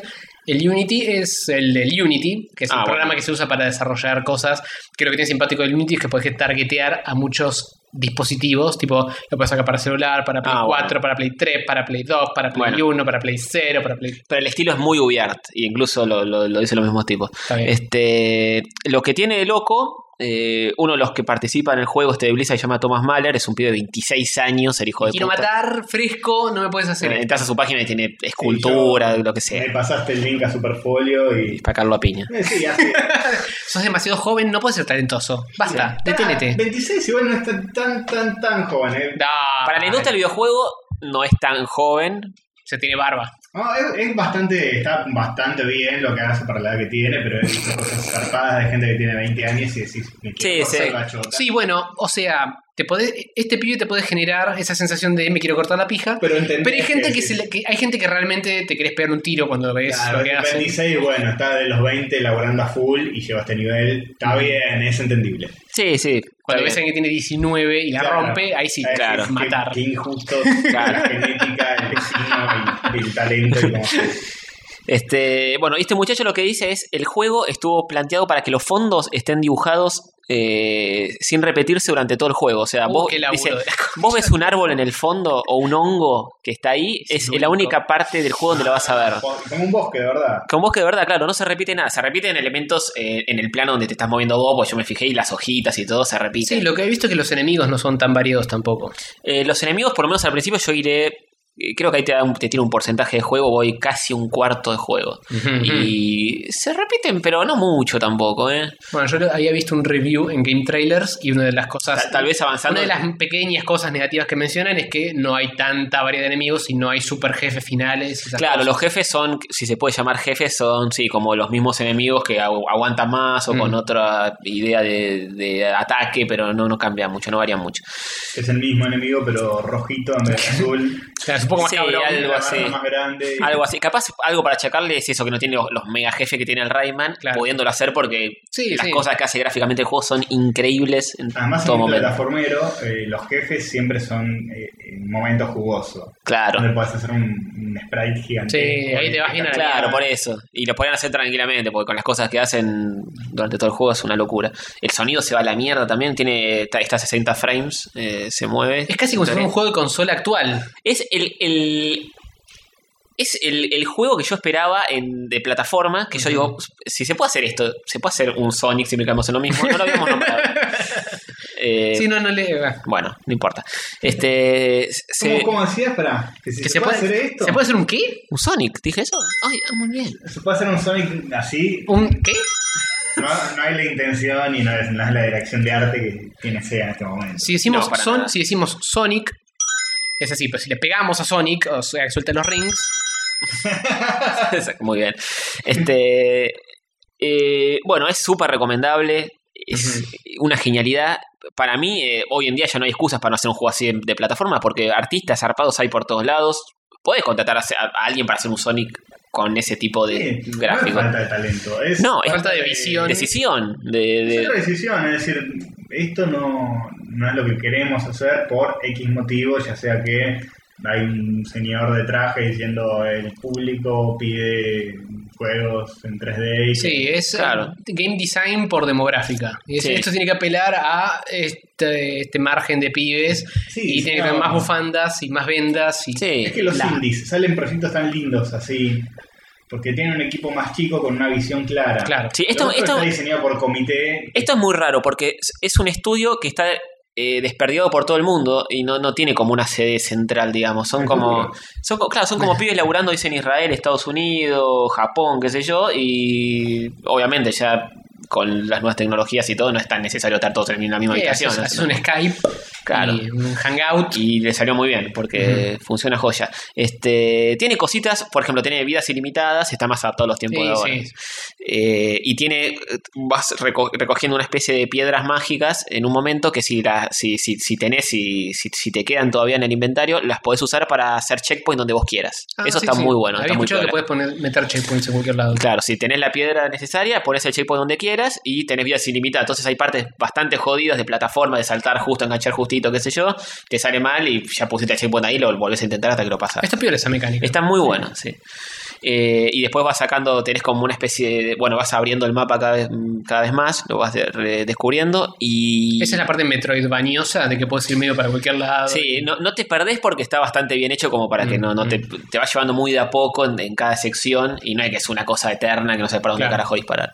S2: El Unity es el del Unity, que es
S4: Ah,
S2: un
S4: bueno.
S2: programa que se usa para desarrollar cosas. Que lo que tiene simpático del Unity es que puedes targetear a muchos dispositivos, tipo lo puedes sacar para celular, para Play
S4: Ah, bueno.
S2: 4, para Play 3, para Play 2, para Play
S4: Bueno.
S2: 1, para Play 0, para Play...
S4: Pero el estilo es muy UbiArt, y incluso lo, lo, lo dicen los mismos tipos.
S2: Está bien.
S4: Este, lo que tiene de loco, eh, uno de los que participa en el juego, este de Blizzard, se llama Thomas Mahler, es un pibe de 26 años, el hijo de
S2: Quiero
S4: puta.
S2: matar, fresco, no me puedes hacer esto.
S4: Entras a su página y tiene escultura,
S3: yo-
S4: lo que
S3: Me
S4: sea.
S3: pasaste el link a Superfolio y.
S4: Y para Carlo a piña.
S3: Eh, Sí, hace.
S2: Sos demasiado joven, no puedes ser talentoso. Basta,
S3: Ah,
S2: deténete.
S3: 26 igual no está tan, tan, tan joven, ¿eh?
S4: Para la industria del videojuego no es tan joven.
S2: se tiene barba.
S3: No, es, es bastante, está bastante bien lo que hace para la edad que tiene, pero he visto cosas zarpadas de gente que tiene 20 años y decís, me quiero
S4: Sí,
S3: cortar
S4: sí.
S3: la chota.
S2: Sí, bueno, o sea, te podés- este pibe te puede generar esa sensación de me quiero cortar la pija. Pero,
S3: Pero, entendés
S2: hay gente que,
S3: sí.
S2: se le- que- hay gente que realmente te querés pegar un tiro cuando ves
S3: Claro,
S2: lo que hace.
S3: 26, bueno, está de los 20 laburando a full y lleva este nivel. Está
S2: Mm.
S3: bien, es entendible.
S4: Sí, sí. Eh,
S2: Cuando ves a
S4: está
S2: alguien
S4: bien.
S2: que tiene 19 y la
S3: Claro.
S2: rompe, ahí sí,
S3: Ahí
S4: claro,
S3: decís, qué-
S2: matar.
S3: Qué, injusto
S4: Claro.
S3: la genética, el destino y el talento y cómo se-
S4: Este, bueno, y este muchacho lo que dice es, el juego estuvo planteado para que los fondos estén dibujados eh, sin repetirse durante todo el juego. O sea,
S2: Uh,
S4: vos,
S2: qué laburo
S4: dice,
S2: de la
S4: vos ves un árbol en el fondo o un hongo que está ahí,
S2: Es
S4: es,
S2: lo
S4: la
S2: único.
S4: única parte del juego donde lo vas a ver.
S3: Como un bosque, de verdad.
S4: Con vos que de verdad, claro, no se repite nada. Se repiten elementos eh, en el plano donde te estás moviendo vos, pues yo me fijé y las hojitas y todo se repite.
S2: Sí, lo que he visto es que los enemigos no son tan variados tampoco.
S4: Eh, los enemigos, por lo menos al principio, yo iré. eh, Creo que ahí te, da un, te tira un porcentaje de juego, voy casi un cuarto de juego. Y se repiten, pero no mucho tampoco, ¿eh?
S2: Bueno, yo lo- había visto un review en Game Trailers y una de las cosas.
S4: Tal- tal vez avanzando-
S2: Una de las pequeñas cosas negativas que mencionan es que no hay tanta variedad de enemigos y no hay super jefes finales. esas
S4: Claro,
S2: cosas.
S4: los jefes son, si se puede llamar jefes, son, sí, como los mismos enemigos que agu- aguantan más o con
S2: Mm.
S4: otra idea de, de ataque, pero no, no cambia mucho, no varía mucho.
S3: Es el mismo enemigo, pero rojito en vez de azul.
S2: Claro, es un poco más
S4: Sí,
S2: cabrón.
S4: algo
S3: la barra
S4: así.
S3: más grande. y-
S4: Algo así, capaz algo para achacarle es eso que no tiene los, los mega jefes que tiene el Rayman,
S2: Claro.
S4: pudiéndolo hacer porque
S2: Sí,
S4: las
S2: sí.
S4: cosas que hace gráficamente el juego son increíbles en
S3: Además,
S4: todo
S3: en el
S4: momento.
S3: plataformero, eh, los jefes siempre son eh, en momentos jugosos.
S4: Claro.
S3: Donde puedes hacer un, un sprite gigante.
S2: Sí, ahí te vas bien a la
S4: Claro, por eso. Y lo podrían hacer tranquilamente, porque con las cosas que hacen durante todo el juego es una locura. El sonido se va a la mierda también, tiene está- está a 60 frames, eh, se mueve.
S2: Es casi como si fuera un juego de consola actual.
S4: Es el, el- es el, el juego que yo esperaba en, de plataforma, que yo digo, si se puede hacer esto, se puede hacer un Sonic, siempre quedamos en lo mismo, no lo habíamos nombrado. Eh,
S2: Sí, no, no le. ah.
S4: Bueno, no importa. Este,
S3: ¿Cómo,
S4: se-
S3: cómo decías? Pará, que si
S2: Que
S3: se, puede, hacer esto.
S2: ¿Se puede hacer un qué?
S4: ¿Un Sonic? ¿Dije eso? Ay, ah, muy bien.
S3: se puede hacer un Sonic así.
S2: ¿Un qué?
S3: No, no hay la intención y no es, no es la dirección de arte que tiene SEA en este momento.
S2: Si decimos,
S4: No, para
S2: son,
S4: nada.
S2: si decimos Sonic, es así, pero si le pegamos a Sonic, o sea, que suelta los rings.
S4: Exacto, Muy bien. Este. Eh, bueno, es súper recomendable. Es una genialidad. Para mí, eh, hoy en día ya no hay excusas para no hacer un juego así de plataforma, porque artistas zarpados hay por todos lados. Puedes contratar a, a alguien para hacer un Sonic con ese tipo de
S3: Sí, No
S4: gráficos.
S3: es falta de talento. Es
S4: No, es
S2: falta de visión.
S4: Decisión. De,
S3: Es
S4: de-
S3: otra decisión, es decir, esto no, no es lo que queremos hacer por X motivo, ya sea que hay un señor de traje diciendo el público pide juegos en 3D y
S2: Sí, es eh,
S4: Claro.
S2: game design por demográfica. Es-
S4: Sí.
S2: Esto tiene que apelar a este, este margen de pibes
S3: Sí,
S2: y tiene que
S3: claro.
S2: tener más bufandas y más vendas. Y...
S4: sí.
S3: Es que los
S2: La-
S3: indies salen proyectos tan lindos así, porque tienen un equipo más chico con una visión clara.
S2: Claro. Eh,
S4: Sí,
S3: Lo
S4: esto,
S3: otro
S4: esto,
S3: está diseñado por comité.
S4: Esto es muy raro porque es- es un estudio que está eh, desperdiado por todo el mundo y no, no tiene como una sede central, digamos. Son como. Son, co- claro, son como pibes laburando, dicen Israel, Estados Unidos, Japón, qué sé yo. Y obviamente ya con las nuevas tecnologías y todo, no es tan necesario estar todos en la misma
S2: Sí,
S4: habitación.
S2: haces,
S4: ¿no?
S2: haces un Skype,
S4: Claro.
S2: y un Hangout.
S4: Y le salió muy bien, porque funciona joya. Este, tiene cositas, por ejemplo, tiene vidas ilimitadas, está más adaptado a los tiempos
S2: Sí,
S4: de ahora.
S2: sí.
S4: Eh, y tiene, eh, vas reco- recogiendo una especie de piedras mágicas en un momento que si, la, si, si, si tenés, si, si, si te quedan todavía en el inventario, las podés usar para hacer checkpoint donde vos quieras.
S2: Ah,
S4: Eso
S2: sí,
S4: está
S2: sí.
S4: muy bueno.
S2: Había
S4: Está muy
S2: escuchado que
S4: piola.
S2: puedes poner, meter checkpoints en cualquier lado.
S4: Claro, si tenés la piedra necesaria, pones el checkpoint donde quieras y tenés vidas ilimitadas. Entonces hay partes bastante jodidas de plataforma, de saltar justo, enganchar justito, qué sé yo. Te sale mal y ya pusiste el checkpoint ahí, lo volvés a intentar hasta que lo pasas.
S2: Está piola esa mecánica.
S4: Está muy bueno, sí. Eh, y después vas sacando, tenés como una especie de. Bueno, vas abriendo el mapa cada vez, cada vez más, lo vas de- re- descubriendo y.
S2: Esa es la parte metroidvaniosa de que puedes ir medio para cualquier lado.
S4: Sí, no, no te perdés porque está bastante bien hecho como para que no, no
S2: Mm,
S4: te, te va llevando muy de a poco en, en cada sección y no hay que es una cosa eterna que no sé para dónde
S2: Claro.
S4: carajo disparar.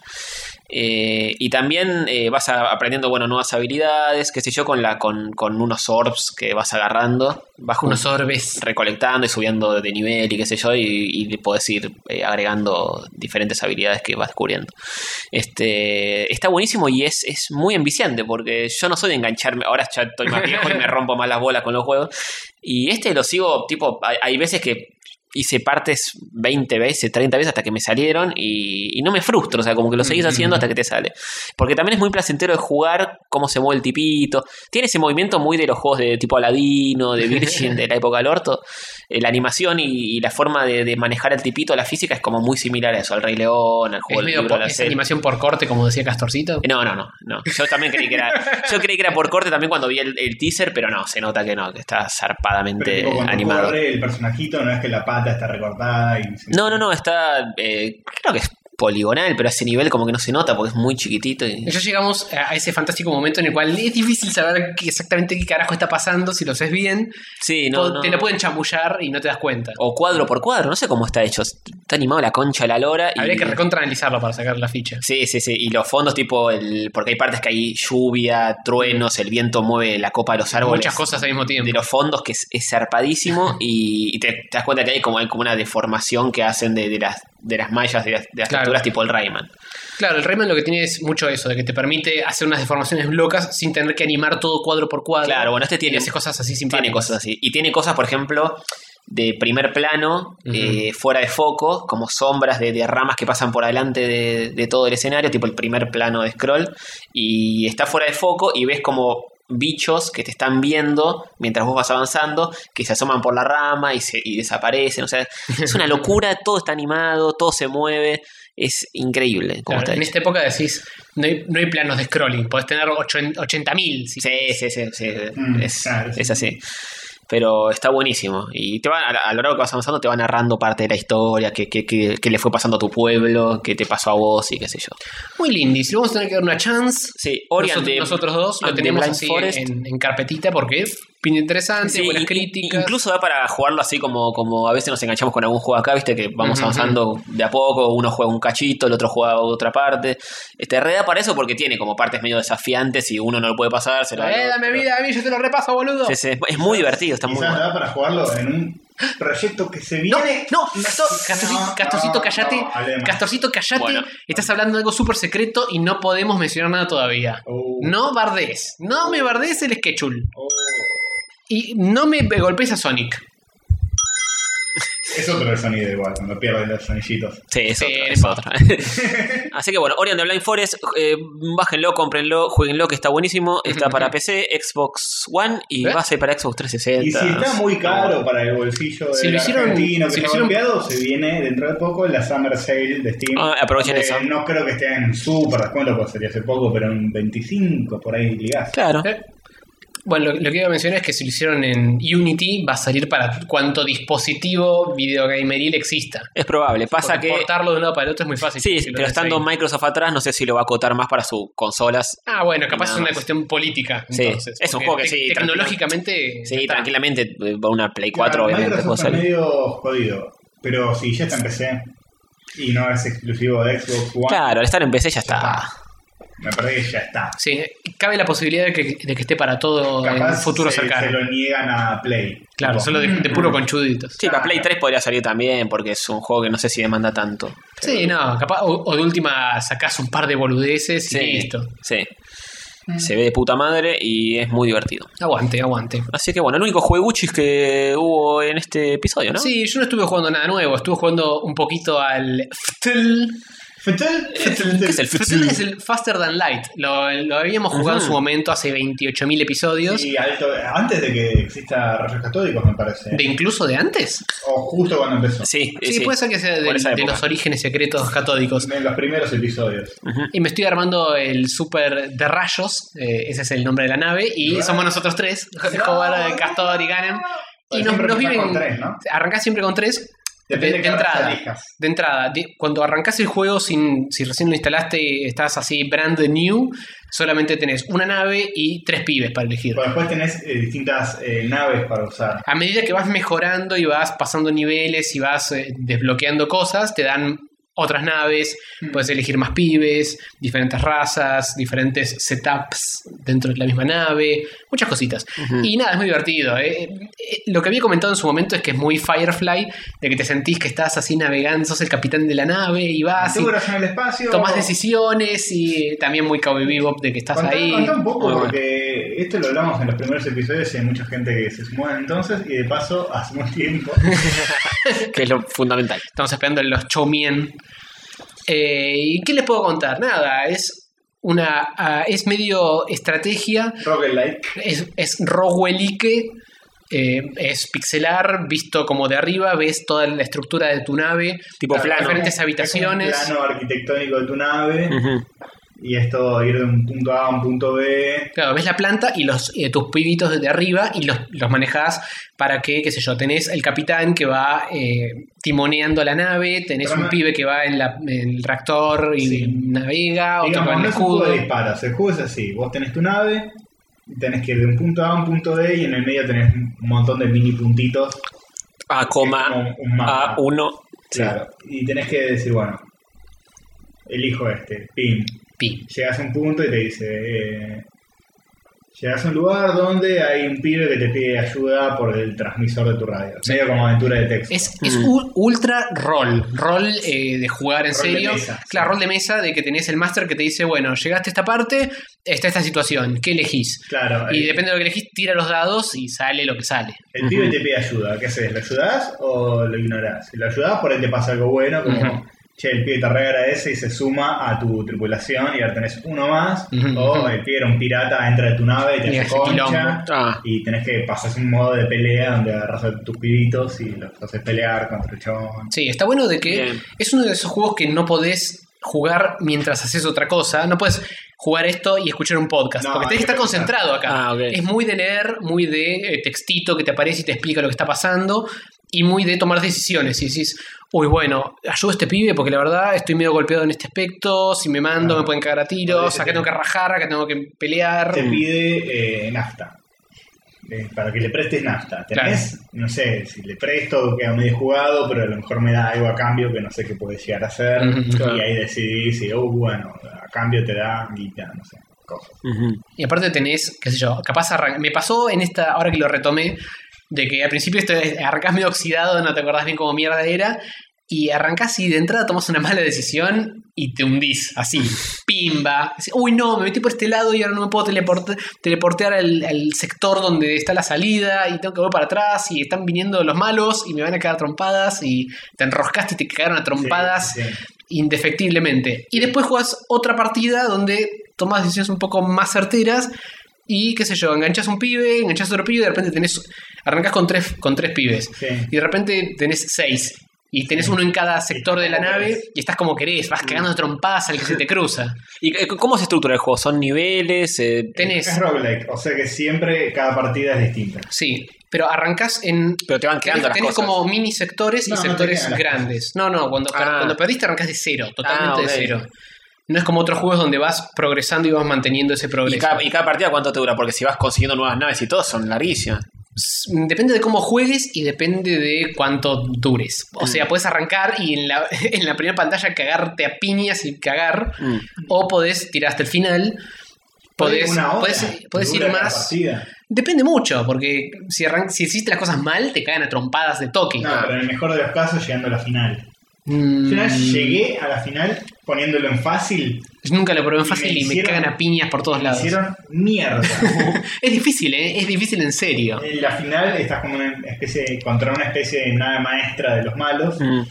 S4: Eh, y también eh, vas a- aprendiendo bueno nuevas habilidades, qué sé yo, con la con, con unos orbs que vas agarrando, vas
S2: Unos orbes.
S4: recolectando y subiendo de nivel y qué sé yo, y, y le podés ir eh, agregando diferentes habilidades que vas descubriendo. Este, está buenísimo y es, es muy enviciante porque yo no soy de engancharme, ahora ya estoy más viejo y me rompo más las bolas con los juegos. Y este lo sigo, tipo, hay, hay veces que hice partes 20 veces, 30 veces hasta que me salieron y, y no me frustro, o sea, como que lo seguís haciendo hasta que te sale. Porque también es muy placentero de jugar cómo se mueve el tipito. Tiene ese movimiento muy de los juegos de tipo Aladino, de Virgin, de la época del orto. Eh, La animación y, y la forma de, de manejar el tipito, la física es como muy similar a eso, al Rey León, al
S2: Es
S4: juego del
S2: medio
S4: libro,
S2: por-
S4: a la
S2: es
S4: serie.
S2: animación por corte, como decía Castorcito.
S4: No, no, no, no. Yo también creí que era. Yo creí que era por corte también cuando vi el, el teaser, pero no, se nota que no, que está
S3: Pero
S4: zarpadamente
S3: tipo, cuando
S4: animado.
S3: corre el personajito, no es que la pata está recortada. Y se-
S4: No, no, no, está. eh, creo que es poligonal, pero a ese nivel como que no se nota porque es muy chiquitito. y-
S2: Ya llegamos a a ese fantástico momento en el cual es difícil saber qué- exactamente qué carajo está pasando si lo haces bien.
S4: Sí, no,
S2: Po-
S4: no.
S2: Te lo pueden chamullar y no te das cuenta.
S4: O cuadro por cuadro, no sé cómo está hecho. Está animado la concha de la lora. y-
S2: Habría que recontraanalizarlo para sacar la ficha.
S4: Sí, sí, sí. Y los fondos, tipo, el, porque hay partes que hay lluvia, truenos, el viento mueve la copa de los árboles.
S2: Muchas cosas al mismo tiempo.
S4: de los fondos que es, es zarpadísimo y, y te, te das cuenta que hay como, hay como una deformación que hacen de, de las, de las mallas, de las, de las
S2: Claro.
S4: texturas tipo el Rayman.
S2: Claro, el Rayman lo que tiene es mucho eso, de que te permite hacer unas deformaciones locas sin tener que animar todo cuadro por cuadro.
S4: Claro, bueno, este
S2: Y
S4: tiene,
S2: hace cosas así
S4: tiene
S2: simpáticas.
S4: cosas así. Y tiene cosas, por ejemplo, de primer plano, eh, fuera de foco, como sombras de, de ramas que pasan por adelante de, de todo el escenario, tipo el primer plano de scroll, y está fuera de foco y ves como bichos que te están viendo mientras vos vas avanzando, que se asoman por la rama y, se, y desaparecen. O sea, es una locura, todo está animado, todo se mueve, es increíble
S2: Claro,
S4: cómo está
S2: en
S3: este-
S2: esta
S4: hecho.
S2: época decís, no hay, no hay planos de scrolling, podés tener ocho- 80.000. si-
S4: Sí, sí, sí, sí,
S3: Mm,
S4: es,
S3: claro,
S4: es
S3: sí.
S4: así. Pero está buenísimo. Y te va, a, la- a lo largo que vas avanzando te va narrando parte de la historia, qué, qué- qué- qué le fue pasando a tu pueblo, qué te pasó a vos y qué sé yo.
S2: Muy lindo, y si le vamos a tener que dar una chance.
S4: Sí, Ori
S2: nosotros,
S4: and the-
S2: nosotros dos lo
S4: and the
S2: tenemos
S4: Blind
S2: así
S4: Forest.
S2: en, en carpetita porque es pinta interesante,
S4: Sí,
S2: buenas
S4: in-
S2: críticas.
S4: Incluso da para jugarlo así como, como a veces nos enganchamos con algún juego acá, viste, que vamos
S2: Ujú,
S4: avanzando de a poco, uno juega un cachito, el otro juega otra parte. Este re da para eso porque tiene como partes medio desafiantes y uno no lo puede pasar, se lo da al
S2: eh,
S4: otro.
S2: dame vida a mí, yo te lo repaso, boludo.
S4: Sí, sí, es muy divertido, está muy
S3: Quizás
S4: bueno.
S3: da para jugarlo en un proyecto que se
S2: No,
S3: viene.
S2: no, Castor- Castorcito,
S3: no,
S2: Castorcito,
S3: no,
S2: callate.
S3: no, hablemos.
S2: Castorcito, callate.
S4: Bueno.
S2: Estás hablando de algo súper secreto y no podemos mencionar nada todavía.
S3: Oh.
S2: No bardees. No me bardees el Sketchul.
S3: Oh.
S2: Y no me golpees a Sonic.
S3: Es otro el sonido igual, cuando pierden los anillitos.
S4: Sí, es
S2: Sí,
S4: otra,
S2: no
S4: es
S2: importa.
S4: otra. Así que bueno, Orion de Blind Forest, eh, bájenlo, cómprenlo, jueguenlo, que está buenísimo. Está para PC, Xbox One y
S2: ¿Eh?
S4: va a ser para Xbox 360.
S3: Y si está muy caro para el bolsillo
S2: Si
S3: del
S2: lo hicieron-
S3: argentino que
S2: si lo
S3: está
S2: hicieron-
S3: golpeado, se viene dentro de poco la Summer Sale de Steam.
S4: Ah, aprovechen
S3: Eh,
S4: eso.
S3: No creo que esté en súper descuento, porque sería hace poco, pero en 25 por ahí ligás.
S4: Claro.
S2: Eh, Bueno, lo, lo que iba a mencionar es que si lo hicieron en Unity, va a salir para cuanto dispositivo videogameril exista.
S4: Es probable. Pasa
S2: Porque
S4: que.
S2: portarlo de un lado para el otro es muy fácil.
S4: Sí,
S2: Si lo
S4: pero
S2: tenés
S4: estando
S2: ahí.
S4: Microsoft atrás, no sé si lo va a acotar más para sus consolas.
S2: Ah, bueno, capaz
S4: Nada
S2: es una
S4: más.
S2: cuestión política.
S4: Sí,
S2: entonces,
S4: es un
S2: porque
S4: juego
S2: tec-
S4: que sí,
S2: Tecnológicamente.
S4: Sí,
S2: está.
S4: tranquilamente eh, va una Play 4,
S3: Claro,
S4: obviamente. puede
S3: Microsoft es
S4: salir.
S3: medio jodido, pero si ya está en PC y no es exclusivo de Xbox One,
S4: Claro, al estar en PC ya está.
S3: me parece que ya está.
S2: Sí, cabe la posibilidad de que, de que esté para todo en un
S3: Capaz
S2: futuro
S3: se,
S2: cercano.
S3: se lo niegan a Play.
S2: Claro,
S3: Tipo,
S2: solo de, de puro conchuditos.
S4: Sí, para Play 3 podría salir también, porque es un juego que no sé si demanda tanto.
S2: Sí, no, capaz. O, o de última sacás un par de boludeces y listo.
S4: Sí. Se ve de puta madre y es muy divertido.
S2: Aguante, aguante.
S4: Así que bueno, el único jueguchis que hubo en este episodio, ¿no?
S2: Sí, yo no estuve jugando nada nuevo, estuve jugando un poquito al FTL.
S3: Fetel, fetel,
S4: ¿Qué es el
S2: FTL
S4: FTL?
S2: es el Faster Than Light. Lo, lo habíamos jugado en
S4: Ajá.
S2: su momento hace 28.000 episodios.
S3: Y alto, antes de que exista Rayos Catódicos, me parece.
S2: ¿De incluso de antes?
S3: O justo cuando empezó.
S4: Sí,
S2: Sí, puede ser que sea del-
S4: Por esa
S2: de
S4: época.
S2: los orígenes secretos catódicos.
S3: En los primeros episodios.
S2: Y me estoy armando el Super de Rayos, eh, ese es el nombre de la nave, y somos nosotros tres, Hobart, Castor y Ganem. Y nos,
S3: Siempre
S2: nos
S3: empezás
S2: viven...
S3: con tres, ¿no?
S2: Arrancás siempre con tres,
S3: Depende
S2: de,
S3: de
S2: de
S3: qué raza
S2: entrada.
S3: elijas.
S2: De entrada, de- cuando arrancas el juego, sin, si recién lo instalaste, estás así brand new, solamente tenés una nave y tres pibes para elegir.
S3: Bueno, después tenés eh, distintas eh, naves para usar.
S2: A medida que vas mejorando y vas pasando niveles y vas eh, desbloqueando cosas, te dan otras naves, puedes elegir más pibes, diferentes razas, diferentes setups dentro de la misma nave, muchas cositas. Y nada, es muy divertido. ¿eh? Eh, eh, Lo que había comentado en su momento es que es muy Firefly, de que te sentís que estás así navegando, sos el capitán de la nave y vas y
S3: Aventuras en el espacio.
S2: Ah, tomás decisiones y eh, también muy Cowboy Bebop de que estás
S3: Contá-
S2: ahí.
S3: contá un poco,
S4: Muy bueno.
S3: porque esto lo hablamos en los primeros episodios y hay mucha gente que se sumó entonces y de paso hacemos tiempo.
S4: que es lo fundamental.
S2: Estamos esperando los Chomien. Eh, ¿Y qué les puedo contar? Nada, es una ah, es medio estrategia,
S3: Rocket Light.
S2: es, es rowelique, eh, es pixelar, visto como de arriba, ves toda la estructura de tu nave,
S4: Tipo
S2: las
S4: plano.
S2: diferentes habitaciones.
S3: Es un plano arquitectónico de tu nave
S4: Ujú.
S3: y es todo ir de un punto A a un punto B.
S2: Claro, ves la planta y los eh, tus pibitos desde arriba y los, los manejás para que, qué sé yo, tenés el capitán que va eh, timoneando la nave, tenés
S3: Pero
S2: un
S3: no-
S2: pibe que va en, la- en el reactor y
S3: Sí.
S2: navega, Ah, otro que va
S3: Digamos,
S2: en
S3: no
S2: el
S3: es un juego
S2: escudo.
S3: de disparos, el juego es así. Vos tenés tu nave, tenés que ir de un punto A a un punto B y en el medio tenés un montón de mini puntitos. que
S4: A
S3: es
S4: coma,
S3: como un mapa.
S4: a uno. sí.
S3: Claro. Y tenés que decir, bueno, elijo este, pin.
S2: Pi.
S3: Llegas a un punto y te dice, eh, llegas a un lugar donde hay un pibe que te pide ayuda por el transmisor de tu radio. Medio como aventura de texto.
S2: Es, es u- ultra rol, rol eh, de jugar en
S3: Rol de
S2: serio.
S3: mesa.
S2: claro, rol de mesa de que tenés el máster que te dice, bueno, llegaste a esta parte, está esta situación, ¿qué elegís?
S3: Claro.
S2: Y
S3: eh,
S2: depende de lo que elegís, tira los dados y sale lo que sale.
S3: El pibe te pide ayuda, ¿qué haces? ¿Lo ayudás o lo ignorás? Si lo ayudás, por ahí te pasa algo bueno, como,
S2: Ujú.
S3: che, el pibe te re agradece y se suma a tu tripulación y ahora tenés uno más,
S2: Ujú, ujú.
S3: o el pibe era un pirata, entra de tu nave y
S2: Y
S3: te hace
S2: hace quilombo.
S3: concha,
S4: Ah.
S3: y tenés que pasar un modo de pelea donde agarras a tus pibitos y los haces pelear contra el chabón.
S2: Sí, está bueno de que
S4: Bien.
S2: es uno de esos juegos que no podés jugar mientras haces otra cosa. No puedes jugar esto y escuchar un podcast.
S3: No,
S2: porque
S3: hay
S2: tenés que
S3: que
S2: estar
S3: pensar.
S2: concentrado acá.
S4: Ah, ok.
S2: Es muy de leer, muy de eh, textito que te aparece y te explica lo que está pasando. Y muy de tomar decisiones. Y decís, uy, bueno, ayudo a este pibe porque la verdad estoy medio golpeado en este aspecto. Si me mando,
S3: Ah.
S2: me pueden cagar a tiros.
S3: Podés
S2: Acá tengo que rajar, acá tengo que pelear.
S3: Te pide eh, nafta. eh, para que le prestes nafta. ¿Tenés? No sé, si le presto queda medio jugado, pero a lo mejor me da algo a cambio que no sé qué puede llegar a ser.
S2: Ujú,
S3: Y ahí decidís si, oh, bueno, a cambio te da guita, no sé, cosas.
S4: Ujú.
S2: Y aparte tenés, qué sé yo, capaz arran- me pasó en esta, ahora que lo retomé, de que al principio esto es- arrancás medio oxidado, no te acordás bien cómo mierda era, y arrancás y de entrada tomás una mala decisión y te hundís, así, pimba. Decís, Uy, no, me metí por este lado y ahora no me puedo teleporte- teleportear al, al sector donde está la salida y tengo que volver para atrás y están viniendo los malos y me van a quedar trompadas y te enroscaste y te cagaron a trompadas
S3: Sí, sí.
S2: indefectiblemente. Y después juegas otra partida donde tomas decisiones un poco más certeras y qué sé yo, enganchas un pibe, enganchas otro pibe y de repente tenés arrancas con tres con tres pibes.
S3: Sí.
S2: Y de repente tenés seis y tenés uno en cada sector de la
S3: como
S2: nave
S3: querés.
S2: y estás como querés, vas cagando a trompadas al que se te cruza.
S4: ¿Y eh, cómo se estructura el juego? ¿Son niveles? Eh,
S2: Tenés
S3: Es roguelike, o sea que siempre cada partida es distinta.
S2: Sí, pero arrancás en
S4: pero te van
S2: Tenés,
S4: creando las
S2: tenés
S4: cosas.
S2: como mini sectores
S3: No,
S2: y
S3: no
S2: sectores
S3: te quedan las
S2: grandes. No, no, cuando, per-
S4: Ah.
S2: cuando perdiste arrancás de cero, totalmente
S4: Ah, ok.
S2: de cero. No es como otros juegos donde vas progresando y vas manteniendo ese
S4: Y
S2: progreso.
S4: cada, y cada partida cuánto te dura, porque si vas consiguiendo nuevas naves y todo, son larguísimas.
S2: S- Depende de cómo juegues y depende de cuánto dures. O sea, puedes arrancar y en la, en la primera pantalla cagarte a piñas y cagar.
S4: Mm.
S2: O podés tirar hasta el final. Podés,
S3: Una hora
S2: podés- podés
S3: dura
S2: ir
S3: cada
S2: más.
S3: partida.
S2: Depende mucho, porque si, arran- si hiciste las cosas mal, te caen a trompadas de toque.
S3: No, pero en el mejor de los casos llegando a la final.
S2: Mm.
S3: Yo una vez llegué a la final poniéndolo en fácil,
S2: Yo nunca lo probé en
S3: Y
S2: fácil
S3: me
S2: y me,
S3: hicieron-
S2: cagan a piñas por todos
S3: me
S2: lados.
S3: hicieron mierda.
S2: Es difícil, ¿eh? Es difícil en serio.
S3: en la final estás como una especie de- contra una especie de nave maestra de los malos
S4: Mm.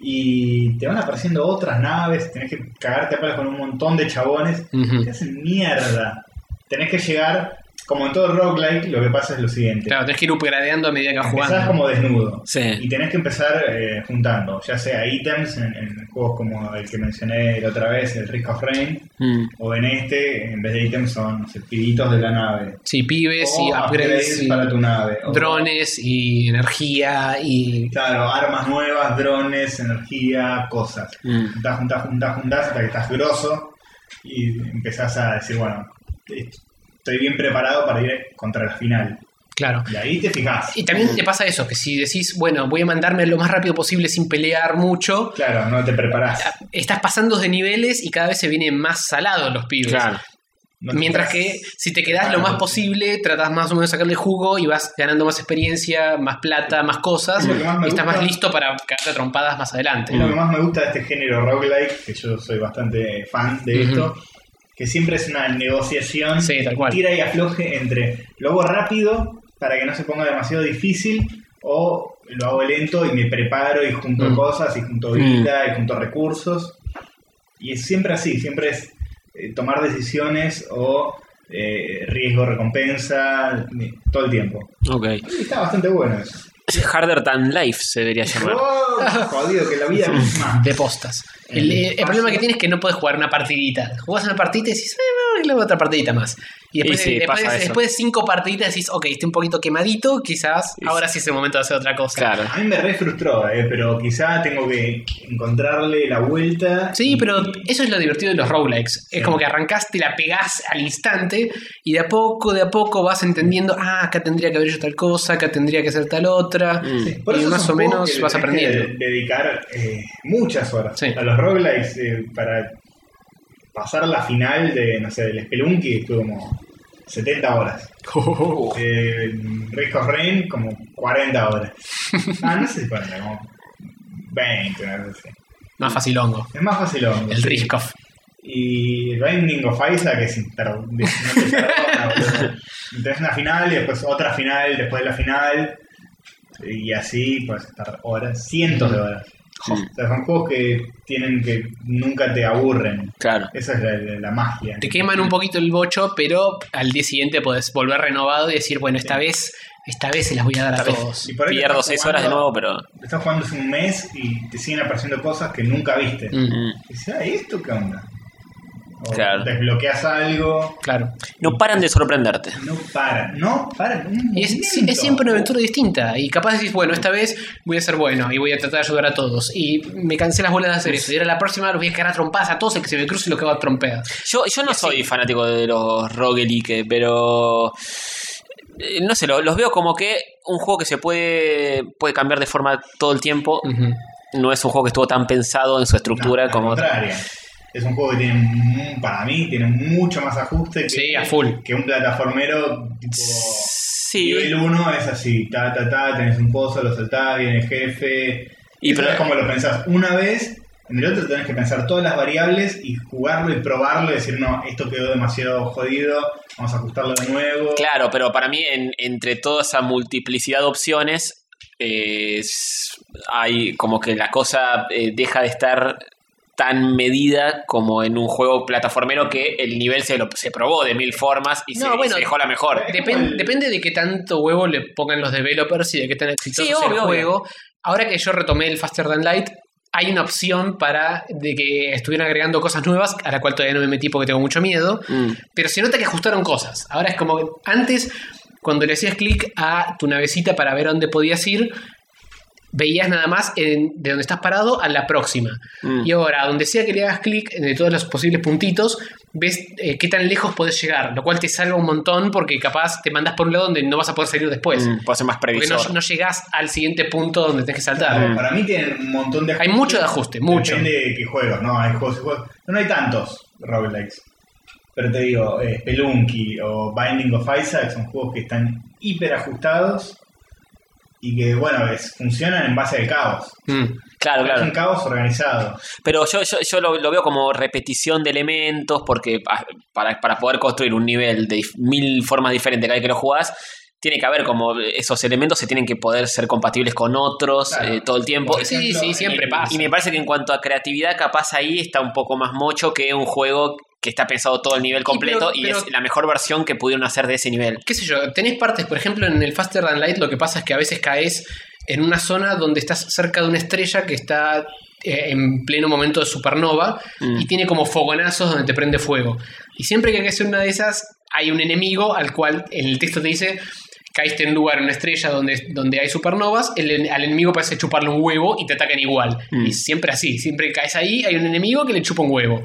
S3: y te van apareciendo otras naves, tenés que cagarte a palos con un montón de chabones,
S2: Ujú.
S3: te hacen mierda. Tenés que llegar, como en todo roguelike, lo que pasa es lo siguiente.
S2: Claro, tenés que ir upgradeando a medida que vas
S3: Empezás
S2: jugando.
S3: como desnudo.
S4: Sí.
S3: Y tenés que empezar eh, juntando, ya sea ítems en, en juegos como el que mencioné la otra vez, el Risk of Rain,
S4: Mm.
S3: o en este, en vez de ítems son no sé, pibitos de la nave.
S2: Sí, pibes y
S3: o
S2: upgrades
S3: Oh, upgrades
S2: y
S3: para tu nave. o-
S2: drones y energía y...
S3: Claro, armas nuevas, drones, energía, cosas.
S4: Mm.
S3: Juntás, juntás, juntás, juntás hasta que estás grosso y empezás a decir, bueno, estoy bien preparado para ir contra la final.
S2: Claro.
S3: Y ahí te fijás.
S2: Y también te pasa eso, que si decís, bueno, voy a mandarme lo más rápido posible sin pelear mucho,
S3: Claro, no te preparás.
S2: estás pasando de niveles y cada vez se vienen más salados los pibes.
S4: Claro.
S3: No te
S2: Mientras que
S3: estás-
S2: si te quedás lo más posible, tratás más o menos de sacarle jugo y vas ganando más experiencia, más plata, más cosas,
S3: Es lo que más me
S2: y estás más
S3: gusta.
S2: listo para cagarte a trompadas más adelante.
S3: Es lo que más me gusta de este género roguelike, que yo soy bastante fan de
S2: Ujú.
S3: esto, que siempre es una negociación
S2: Sí, tal cual.
S3: tira y afloje entre lo hago rápido para que no se ponga demasiado difícil o lo hago lento y me preparo y junto
S2: Mm.
S3: cosas y junto vida y junto recursos. Y es siempre así, siempre es eh, tomar decisiones o eh, riesgo, recompensa, ni- todo el tiempo.
S4: Ok.
S3: Y está bastante bueno eso.
S4: Harder Than Life se debería llamar.
S3: ¡Wow! Jodido que la vida misma.
S2: De postas. El,
S3: Eh,
S2: eh, el
S3: fácil.
S2: problema que tienes es que no puedes jugar una partidita. Jugás una partidita y decís, eh, bueno, le hago otra partidita más. Y después,
S4: Y sí,
S2: después-
S4: pasa eso.
S2: después de cinco partiditas decís, ok, estoy un poquito quemadito, quizás
S4: Y
S2: ahora sí es el momento de hacer otra cosa.
S4: Claro.
S3: A mí me re frustró, eh, pero quizá tengo que encontrarle la vuelta.
S2: Sí,
S3: y-
S2: pero eso es lo divertido de los roguelikes.
S3: Sí.
S2: Es como que arrancaste, la pegás al instante y de a poco, de a poco vas entendiendo, ah, acá tendría que haber hecho tal cosa, acá tendría que hacer tal otra.
S4: Mm.
S3: Sí,
S2: y
S3: eso
S2: más
S3: son
S2: o
S3: juegos
S2: menos
S3: que le
S2: vas
S3: tenés que
S2: aprendiendo.
S3: de- dedicar eh, muchas horas
S2: Sí.
S3: a los roguelikes eh, para pasar la final de, no sé, del Spelunky, estuve como 70 horas. El Risk of Rain, como 40 horas. ah, no sé si 40, como 20, una cosa así.
S2: Más fácil hongo.
S3: Es más fácil hongo,
S2: El
S3: sí.
S2: risk off.
S3: Y Binding of Isaac es inter- no te perdona, boludo. Tenés una final y después otra final, después de la final. Y así puedes estar horas, cientos de horas. O sea, son juegos que tienen que nunca te aburren.
S4: Claro.
S3: Esa es la, la- la magia.
S2: Te queman un poquito el bocho, pero al día siguiente podés volver renovado y decir, bueno, esta vez, esta vez se las voy a dar a todos.
S3: Y por ahí
S4: Pierdo
S3: estás
S4: 6 horas de
S3: jugando-
S4: nuevo, pero.
S3: Estás jugando hace un mes y te siguen apareciendo cosas que nunca viste.
S2: Mm,
S4: Mm.
S3: Y dices, ah, ¿y ¿esto qué onda? O
S4: Claro.
S3: desbloqueas algo.
S2: Claro.
S4: No paran de sorprenderte.
S3: No para, no para. un
S2: Y es,
S3: momento.
S2: es siempre una aventura distinta. Y capaz decís, bueno, esta vez voy a ser bueno y voy a tratar de ayudar a todos. Y me cansé las bolas de hacer eso. Y ahora la próxima los voy a cagar a trompadas a todos el que se me cruce lo que va a trompear.
S4: Yo, yo no soy fanático de los roguelike, pero. eh, No sé, lo- los veo como que un juego que se puede, puede cambiar de forma todo el tiempo. No es un juego que estuvo tan pensado en su estructura
S3: No, al
S4: como otro.
S3: contrario. Es un juego que tiene, mm, para mí, tiene mucho más ajuste que,
S2: Sí, a full.
S3: que un plataformero tipo.
S4: Sí,
S3: Nivel 1 es así, ta ta ta, tenés un pozo, lo saltás, viene el jefe,
S4: Y
S3: Eso
S4: pero-
S3: es como lo pensás una vez, en el otro tenés que pensar todas las variables y jugarlo y probarlo y decir, no, esto quedó demasiado jodido, vamos a ajustarlo de nuevo.
S4: Claro, pero para mí, en- entre toda esa multiplicidad de opciones, eh, es- hay como que la cosa eh, deja de estar tan medida como en un juego plataformero que el nivel se, lo, se probó de mil formas y,
S2: No,
S4: se, y
S2: bueno,
S4: se dejó la mejor.
S3: Es
S2: Depen-
S3: como el-
S2: Depende de qué tanto huevo le pongan los developers y de qué tan exitoso
S4: Sí,
S2: sea el
S4: obvio, obvio.
S2: juego. Ahora que yo retomé el Faster Than Light, hay una opción para de que estuvieran agregando cosas nuevas, a la cual todavía no me metí porque tengo mucho miedo.
S4: Mm.
S2: Pero se nota que ajustaron cosas. Ahora es como que antes, cuando le hacías clic a tu navecita para ver a dónde podías ir, veías nada más en- de donde estás parado a la próxima.
S4: Mm.
S2: Y ahora, donde sea que le hagas clic, de todos los posibles puntitos, ves eh, qué tan lejos podés llegar, lo cual te salva un montón porque capaz te mandas por un lado donde no vas a poder salir después.
S4: Mm, puede ser más
S2: Porque no,
S4: previsor.
S2: no llegás al siguiente punto donde tenés que saltar.
S3: Claro, Para mí tienen un montón de
S2: Mm. Hay mucho de ajuste, mucho.
S3: Depende de qué juegos, ¿no? Hay juegos y juegos. No, no hay tantos roguelikes. Pero te digo, eh, Spelunky o Binding of Isaac son juegos que están hiper ajustados y que, bueno, es- funcionan en base al caos.
S2: Mm.
S4: Claro,
S3: Es
S4: claro.
S3: un caos organizado.
S4: Pero yo, yo, yo lo, lo veo como repetición de elementos, porque pa- para, para poder construir un nivel de dif- mil formas diferentes cada vez que lo jugás, tiene que haber como esos elementos se tienen que poder ser compatibles con otros
S3: Claro.
S4: eh, todo el tiempo.
S3: Por
S2: Sí,
S3: ejemplo,
S2: sí, siempre
S3: en-
S2: pasa.
S4: Y me parece que en cuanto a creatividad, capaz ahí está un poco más mocho que un juego que está pensado todo el nivel completo
S2: pero-
S4: y,
S2: pero-
S4: es la mejor versión que pudieron hacer de ese nivel.
S2: qué sé yo, tenés partes, por ejemplo, en el Faster Than Light lo que pasa es que a veces caes en una zona donde estás cerca de una estrella que está eh, en pleno momento de supernova y tiene como fogonazos donde te prende fuego. Y siempre que caes en una de esas, hay un enemigo al cual en el texto te dice... Caíste en un lugar, en una estrella donde, donde hay supernovas, el en- al enemigo parece chuparle un huevo y te atacan igual.
S4: Mm.
S2: Y siempre así, siempre que caes ahí, hay un enemigo que le chupa un huevo.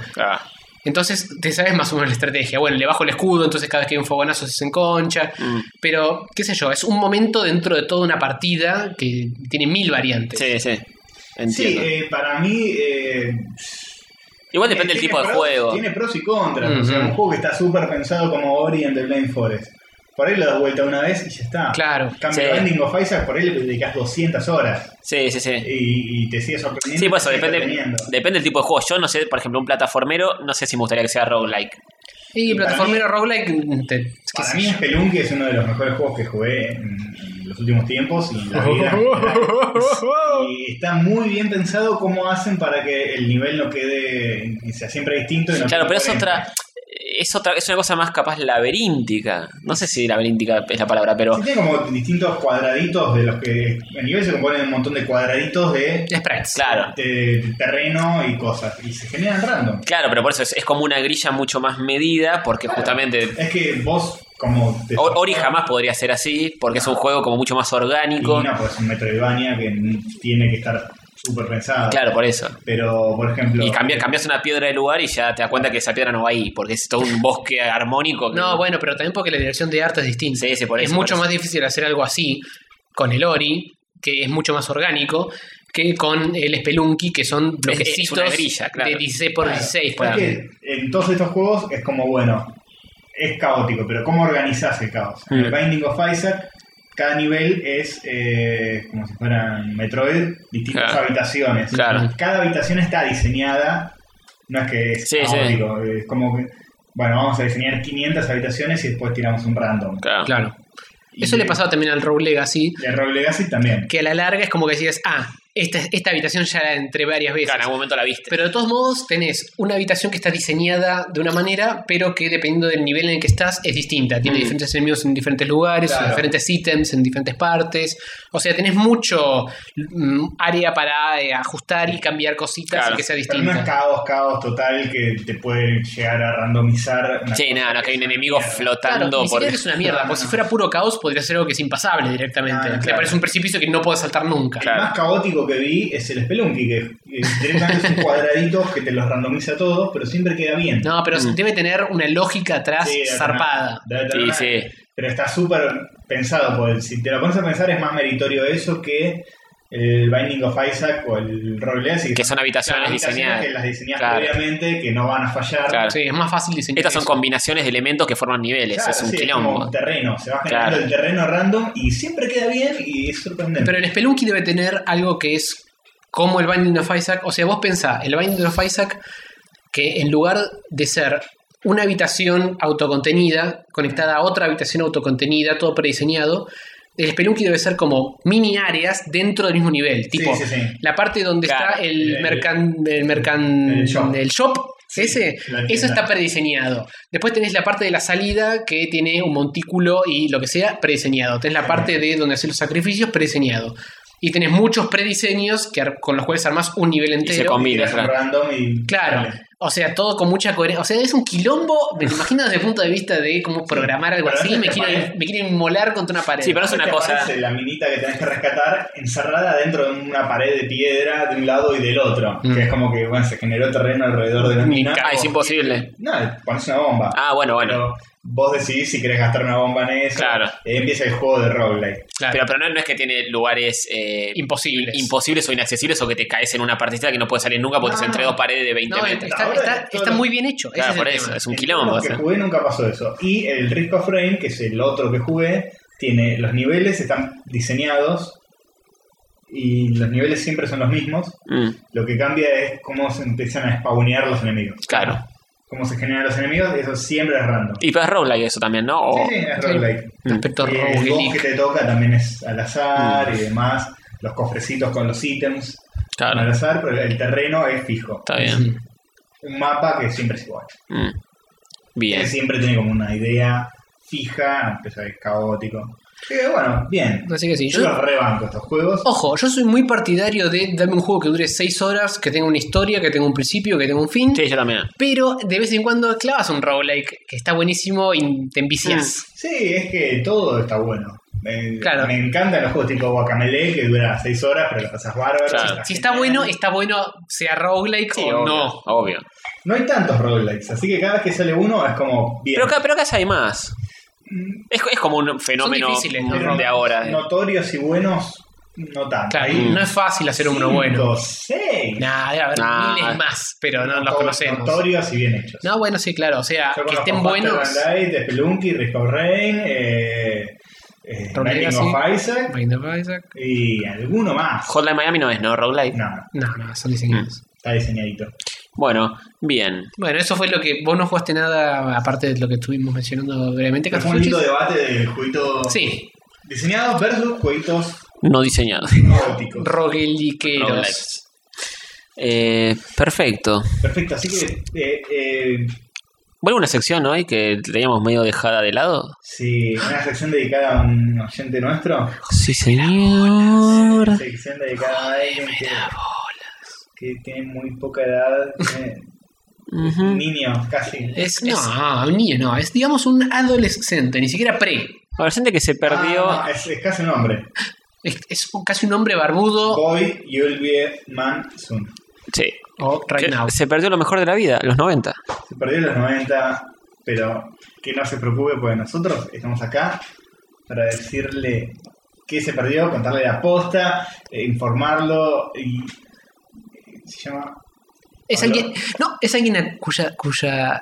S2: Entonces te sabes más o menos la estrategia. Bueno, le bajo el escudo, entonces cada vez que hay un fogonazo se enconcha.
S4: Mm.
S2: Pero, qué sé yo, es un momento dentro de toda una partida que tiene mil variantes.
S4: Sí, sí.
S3: Sí,
S4: Entiendo.
S3: eh, para mí. eh,
S4: Igual depende del
S3: tiene
S4: tipo de
S3: pros-
S4: juego.
S3: Tiene pros y contras. O sea,
S2: Ujú.
S3: un juego que está súper pensado como Ori and the Blind Forest. Por ahí lo das vuelta una vez y ya está.
S2: Claro.
S3: Cambio
S4: Sí.
S3: Binding of Isaac, por ahí le dedicas 200 horas.
S4: Sí, sí, sí.
S3: y, y te sigue sorprendiendo.
S4: Sí, pues eso,
S3: te sigue
S4: depende,
S3: entreteniendo.
S4: depende del tipo de juego. Yo no sé, por ejemplo, un plataformero, no sé si me gustaría que sea roguelike.
S2: Y,
S3: Y
S2: plataformero roguelike, mm, te- qué
S3: Para
S2: sé
S3: mí,
S2: yo.
S3: Spelunky es uno de los mejores juegos que jugué en, en los últimos tiempos y en la vida. y está muy bien pensado cómo hacen para que el nivel no quede sea siempre distinto. Y no
S4: Claro,
S3: quede
S4: pero es
S3: coherente.
S4: otra, es otra, es una cosa más capaz laberíntica. No sé si laberíntica es la palabra, pero
S3: Sí, tiene como distintos cuadraditos de los que. El nivel se compone de un montón de cuadraditos de,
S2: Sprites.
S4: claro.
S3: de terreno y cosas. Y se generan random.
S4: Claro, pero por eso es, es como una grilla mucho más medida, porque justamente
S3: Es que vos, como. te-
S4: O- Ori jamás podría ser así, porque es un juego como mucho más
S3: Y
S4: orgánico.
S3: no, pues un Metroidvania que tiene que estar súper pensado.
S4: Claro, por eso.
S3: Pero, por ejemplo.
S4: Y cambia- cambias una piedra de lugar y ya te das cuenta que esa piedra no va ahí, porque es todo un bosque armónico. que-
S2: No, bueno, pero también porque la dirección de arte es distinta.
S4: Sí, sí, por
S2: es
S4: eso,
S2: mucho
S4: por eso.
S2: más difícil hacer algo así con el Ori, que es mucho más orgánico, que con el Spelunky, que son
S4: es
S2: bloquecitos
S4: una grilla, claro.
S2: de 16 por
S3: Claro,
S2: 16. por ahí.
S3: porque en todos estos juegos es como, bueno, es caótico, pero ¿cómo organizás el caos? En el
S4: Mm.
S3: Binding of Isaac, cada nivel es eh, como si fueran Metroid, distintas
S4: Claro.
S3: habitaciones.
S4: Claro.
S3: Cada habitación está diseñada, no es que es
S4: Sí, sí.
S3: caótico, es como que, bueno, vamos a diseñar 500 habitaciones y después tiramos un random.
S4: Claro.
S2: Claro.
S3: Y
S2: Eso le
S3: de-
S2: pasaba también al Rogue Legacy,
S3: De Rogue Legacy también.
S2: que a la larga es como que decías, ah, esta, esta habitación ya la entré varias veces.
S4: Claro, en algún momento la viste.
S2: Pero de todos modos tenés una habitación que está diseñada de una manera, pero que dependiendo del nivel en el que estás es distinta. Tiene
S4: Mm.
S2: diferentes enemigos en diferentes lugares,
S3: Claro.
S2: diferentes ítems en diferentes partes. O sea, tenés mucho mm, área para eh, ajustar y cambiar cositas
S4: Claro.
S2: y que sea
S3: Pero no
S2: distinta.
S3: es caos, caos total que te puede llegar a randomizar. una
S4: Sí,
S3: cosa
S4: nada, no, que hay un enemigo
S3: mierda.
S4: flotando
S2: Claro, ni
S4: por.
S2: siquiera que es una mierda, porque si fuera puro caos podría ser algo que es impasable directamente.
S3: Ah,
S2: Te
S3: claro.
S2: parece un precipicio que no puedes saltar nunca.
S4: Claro.
S3: El más caótico que vi es el Spelunky, que eh, directamente son cuadraditos que te los randomiza a todos, pero siempre queda bien.
S2: No, pero
S4: Mm.
S2: debe tener una lógica atrás
S3: Sí, debe
S2: zarpada.
S3: tener- debe tener-
S4: Sí, sí.
S3: Pero está súper pensado, pues, si te lo pones a pensar es más meritorio eso que el Binding of Isaac o el Rogue Legacy.
S4: Que son habitaciones
S3: Claro,
S4: diseñadas.
S3: que las diseñaste
S4: Claro.
S3: previamente, que no van a fallar.
S4: Claro.
S2: Sí, es más fácil diseñar.
S4: Estas son
S2: eso.
S4: combinaciones de elementos que forman niveles,
S3: Claro,
S4: es un
S3: sí,
S4: quilombo.
S3: como un terreno, se va generando
S4: Claro.
S3: el terreno random y siempre queda bien y es sorprendente.
S2: Pero el Spelunky debe tener algo que es como el Binding of Isaac. O sea, vos pensá, el Binding of Isaac, que en lugar de ser una habitación autocontenida, conectada a otra habitación autocontenida, todo prediseñado, el Spelunky debe ser como mini áreas dentro del mismo nivel. Tipo,
S3: sí, sí.
S2: la parte donde
S4: Claro,
S2: está el,
S3: el-
S2: mercan, el mercan,
S3: el shop.
S2: el shop,
S3: Sí,
S2: ese,
S3: la tienda.
S2: eso está prediseñado. Después tenés la parte de la salida que tiene un montículo y lo que sea prediseñado. Tenés la parte de donde haces los sacrificios prediseñado. Y tenés muchos prediseños que, ar- con los cuales armás un nivel
S4: Y se
S2: entero.
S4: combina,
S3: Tiras un
S4: Fran.
S3: random y.
S2: Claro.
S3: Vale.
S2: O sea, todo con mucha coherencia. O sea, es un quilombo, me lo imagino desde el punto de vista de cómo programar algo
S3: Pero
S2: así.
S3: no
S2: Me
S3: te
S2: quiero,
S3: parece.
S2: me quiero inmolar contra una pared.
S4: Sí, pero no es una
S3: Te
S4: cosa.
S3: aparece La minita que tenés que rescatar encerrada dentro de una pared de piedra de un lado y del otro.
S2: Mm.
S3: Que es como que bueno, se generó terreno alrededor de la mina.
S4: Ah, es imposible.
S3: No, pones una bomba.
S4: Ah, bueno, bueno.
S3: Pero vos decidís si querés gastar una bomba en eso.
S4: Claro.
S3: Y ahí empieza el juego de roguelike.
S2: Claro.
S4: Pero, pero no, no es que tiene lugares eh,
S2: Imposibles.
S4: imposibles o inaccesibles o que te caes en una partecita que no puedes salir nunca
S3: No,
S4: porque estás entre
S3: no.
S4: dos paredes de 20
S2: No,
S4: metros.
S2: está,
S3: Ahora
S2: está-
S3: todo
S2: está
S3: lo-
S2: muy bien hecho. Ese
S4: Claro,
S2: es
S4: por
S2: el
S4: eso,
S2: tema.
S4: es un
S3: En
S4: quilombo.
S3: todos
S4: o
S3: los que
S4: sea.
S3: jugué nunca pasó eso. Y el Risk of Rain, que es el otro que jugué, tiene los niveles están diseñados y los niveles siempre son los mismos.
S4: Mm,
S3: Lo que cambia es cómo se empiezan a spawnear los enemigos.
S4: claro.
S3: Cómo se generan los enemigos, eso siempre es random.
S4: Y pero es roguelike eso también, ¿no? O-
S3: Sí, sí, es roguelike.
S2: Respecto a
S3: Y el boss que
S2: Roguelike.
S3: te toca también es al azar y demás. Los cofrecitos con los ítems son al
S4: Claro,
S3: azar, pero el terreno es fijo.
S4: está bien.
S3: Un mapa que siempre es igual.
S4: Mm. Bien.
S3: Que siempre tiene como una idea fija, pero es caótico. Pero bueno, bien.
S2: Así que sí,
S3: Yo
S2: Pues, yo,
S3: los rebanco estos juegos.
S2: ojo, yo soy muy partidario de darme un juego que dure 6 horas, que tenga una historia, que tenga un principio, que tenga un fin.
S4: Sí, yo también.
S2: Pero de vez en cuando clavas un roguelike que está buenísimo y te envicias.
S3: Sí, es que todo está bueno. Me,
S2: Claro.
S3: me encantan los juegos tipo Guacamele que dura 6 horas, pero la pasas bárbaro.
S4: Claro.
S3: está
S2: Si está
S3: genial.
S2: bueno, está bueno, sea roguelike
S4: Mm. Sí,
S2: o
S4: obvio,
S2: no.
S4: Obvio.
S3: No hay tantos roguelikes, así que cada vez que sale uno es como bien.
S4: Pero acá, pero acá hay más. Es, es como un fenómeno
S2: difíciles, ¿no?
S4: de ahora. eh.
S3: Notorios y buenos, no tanto.
S2: Claro,
S3: Hay
S2: no es fácil hacer uno
S3: cinco,
S2: bueno.
S3: seis.
S2: Nah, debe haber
S4: Nah.
S2: miles más, pero no los
S3: Todos
S2: conocemos.
S3: Notorios y bien hechos.
S2: No, bueno, sí, claro. O sea,
S3: Yo
S2: que
S3: conozco
S2: estén
S3: Faster
S2: buenos.
S3: Than Light, Spelunky, Risk of Rain, eh, eh,
S2: Rogue
S3: Binding
S2: Legacy.
S3: of Isaac
S2: Binding of Isaac.
S3: y alguno más.
S4: Hotline Miami no es, ¿no? Roguelike.
S3: No,
S2: No, no, son
S4: Mm.
S2: diseñados.
S3: está diseñadito.
S4: Bueno, bien.
S2: Bueno, eso fue lo que vos no jugaste nada aparte de lo que estuvimos mencionando brevemente.
S3: Pero Fue un
S2: Cartuchis.
S3: lindo debate del jueguito
S2: Sí,
S3: diseñados versus jueguitos
S4: No diseñado.
S3: caóticos.
S2: roguelikeros.
S4: Roguelikes. Eh, perfecto.
S3: Perfecto, así que eh, eh,
S4: Vuelve una sección hoy que teníamos medio dejada de lado.
S3: sí, una sección dedicada a un oyente nuestro.
S4: Sí, señor.
S3: Una sección dedicada a alguien que, que tiene muy poca edad. eh,
S4: Ujú.
S3: niño, casi. Ah,
S2: Es, no, un niño no, es digamos un adolescente, ni siquiera pre.
S4: Adolescente que se perdió.
S3: Ah, es, es casi un hombre.
S2: Es, es un- casi un hombre
S4: Oh.
S2: barbudo
S3: Boy, you'll be a man soon.
S4: Sí.
S3: oh,
S2: o Oh, right
S4: Que
S2: now.
S4: Se perdió lo mejor de la vida, los 90.
S3: Se perdió en los 90, pero que no se preocupe, porque nosotros estamos acá para decirle qué se perdió, contarle la posta, eh, informarlo y. eh, Se llama.
S2: Es
S3: Hola.
S2: alguien, no, es alguien a cuya, cuya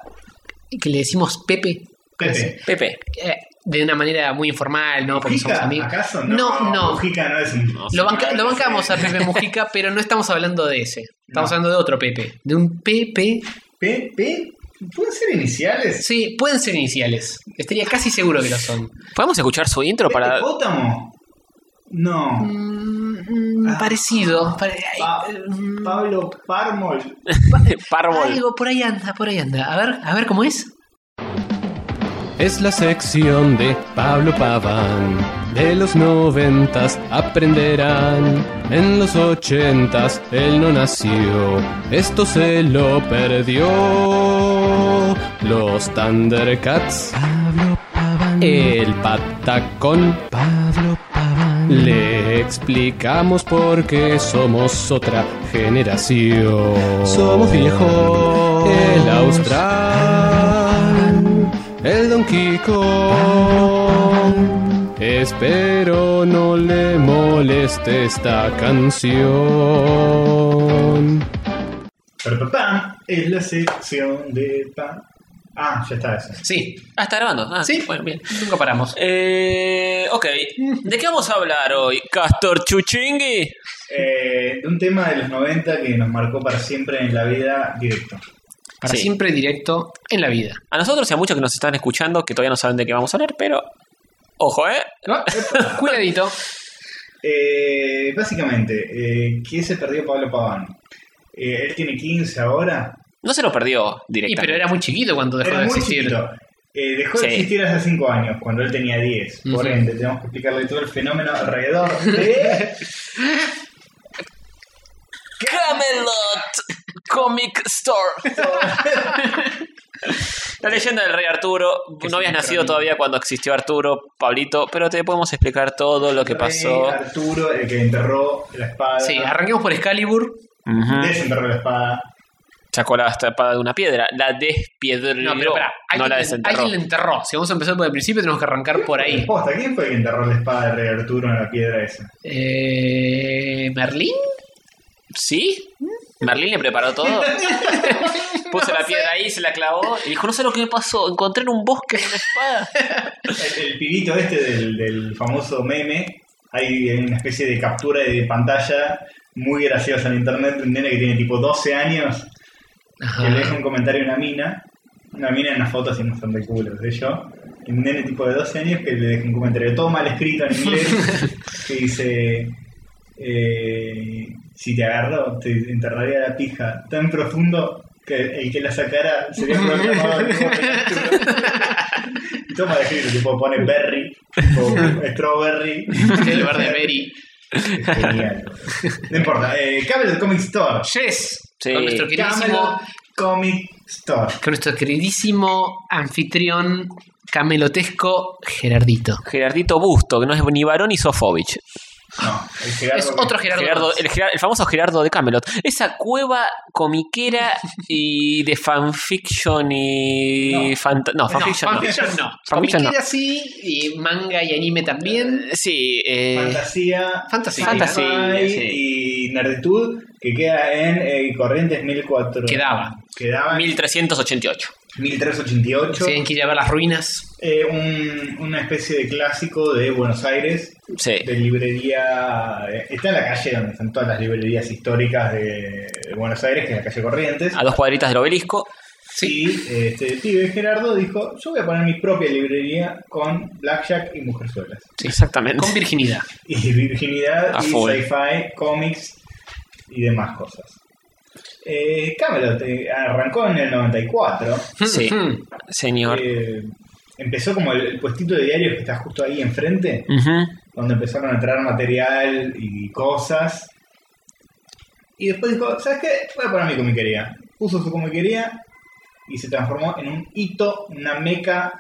S2: que le decimos Pepe.
S3: Pepe.
S4: Pepe.
S2: Eh, de una manera muy informal, ¿no? Porque somos
S3: ¿Mujica?
S2: amigos.
S3: ¿Acaso?
S2: No, no.
S3: Mujica no es un.
S2: Lo, banca- lo
S3: no
S2: bancamos
S3: sé.
S2: a Pepe Mujica, pero no estamos hablando de ese. Estamos
S3: No.
S2: hablando de otro Pepe. De un Pepe.
S3: ¿Pepe? ¿Pueden ser iniciales?
S2: Sí, pueden ser iniciales. Estaría casi seguro que lo son.
S4: ¿Podemos escuchar su intro para.?
S3: ¿Hipopótamo? No.
S2: Mm, mm,
S3: Ah.
S2: parecido. pare- ay,
S3: Pa-
S2: mm,
S3: Pablo Parmol.
S4: Parbol.
S2: algo por ahí anda, por ahí anda. A ver, a ver cómo es.
S1: Es la sección de Pablo Paván. De los noventas aprenderán. En los ochentas él no nació. Esto se lo perdió. Los Thundercats. Pablo Paván.
S2: Eh,
S1: El patacón. Pablo Paván. Le explicamos por qué somos otra generación. Somos viejos. El austral. El Don Kiko. Espero no le moleste esta canción.
S3: Pero pam, es la sección de pan. Ah, ya está eso.
S2: Sí,
S4: Ah, está grabando. Ah,
S2: Sí.
S4: Bueno, bien.
S2: nunca paramos.
S4: Eh, ok. ¿De qué vamos a hablar hoy, Castor Chuchingui?
S3: Eh, un tema de los 90 que nos marcó para siempre en la vida directo.
S2: Para
S4: Sí.
S2: siempre directo en la vida.
S4: A nosotros y a muchos que nos están escuchando que todavía no saben de qué vamos a hablar, pero. Ojo, ¿eh?
S2: Cuidadito.
S3: Eh, básicamente, eh, ¿qué se perdió Pablo Paván? Eh, él tiene 15 ahora.
S4: No se lo perdió
S2: Y,
S4: directamente.
S2: pero era muy chiquito cuando dejó
S3: Era
S2: de
S3: muy
S2: existir.
S3: chiquito. Eh, dejó de
S4: Sí.
S3: existir hace 5 años, cuando él tenía 10. Por
S2: Ujú.
S3: ende, tenemos que explicarle todo el fenómeno alrededor de...
S4: Camelot Comic Store. La leyenda del rey Arturo.
S2: Que
S4: No
S2: es
S4: habías
S2: un
S4: nacido
S2: crónico.
S4: todavía cuando existió Arturo, Pablito, pero te podemos explicar todo lo que
S3: Rey
S4: pasó.
S3: Arturo, el que enterró la espada.
S2: Sí, arranquemos por Excalibur.
S4: Ujú.
S3: Desenterró la espada.
S4: Sacó la espada de una piedra. La despiedró.
S2: No, pero pará,
S4: no
S2: alguien,
S4: la desenterró.
S2: alguien la enterró. Si vamos a empezar por el principio, tenemos que arrancar por ahí.
S3: Posta, ¿quién fue el que enterró la espada de Rey Arturo en la piedra esa?
S2: Eh, ¿Merlín?
S4: ¿Sí? Merlín le preparó todo. Puso la piedra ahí, se la clavó y dijo, no sé lo que me pasó, encontré en un bosque una espada.
S3: El, el pibito este del, del famoso meme, hay una especie de captura de pantalla muy graciosa en internet, un nene que tiene tipo 12 años, que
S2: Ah.
S3: le deja un comentario a una mina, una mina en una foto así mostrando el culo, de yo, y un nene tipo de 12 años que le deja un comentario todo mal escrito en inglés, que dice, eh, si te agarro te enterraría la pija tan profundo que el que la sacara sería proclamado el nuevo Arturo". Y todo mal escrito, tipo pone berry, tipo strawberry.
S2: El verde Berry.
S3: Genial. No importa. Eh, Camelot Comic Store.
S2: Yes.
S4: Sí.
S2: Con nuestro queridísimo,
S3: Camelot Comic Store.
S2: con nuestro queridísimo anfitrión camelotesco Gerardito.
S4: Gerardito Busto, que no es ni varón ni Sofovich.
S3: No, el Gerardo
S2: Es otro Gerardo.
S4: Gerardo,
S2: Gómez.
S4: el, Gerar- el famoso Gerardo de Camelot. Esa cueva comiquera y de fanfiction y...
S3: No.
S4: fanta- No, fanfiction no.
S2: fanfiction no.
S4: Fanfiction no.
S2: Comiquera sí, y manga y anime también.
S4: Sí, eh,
S3: Fantasía.
S2: Fantasía.
S4: Fantasía,
S3: sci-fi
S4: sí.
S3: Y Nerditud, que queda en eh, Corrientes 1400.
S2: Quedaba.
S3: Quedaba en
S4: 1388.
S3: 1388.
S2: Si alguien quiere ver las ruinas.
S3: Eh, un- una especie de clásico de Buenos Aires.
S4: Sí.
S3: de librería. eh, Está en la calle donde están todas las librerías históricas de, de Buenos Aires, que es la calle Corrientes.
S4: A dos cuadritas del obelisco.
S2: Sí.
S3: Y eh, este pibe Gerardo dijo: Yo voy a poner mi propia librería con Blackjack y Mujerzuelas.
S4: Exactamente.
S2: Con virginidad.
S3: Y virginidad,
S4: A
S3: y
S4: full.
S3: sci-fi, cómics y demás cosas. Eh, Camelot eh, arrancó en el 94.
S4: Sí,
S2: Ujú.
S4: señor.
S3: eh, empezó como el, el puestito de diarios que está justo ahí enfrente.
S4: Ujú.
S3: donde empezaron a traer material y cosas. Y después dijo, ¿sabes qué? Voy a poner mi comiquería. Puso su comiquería y se transformó en un hito, una meca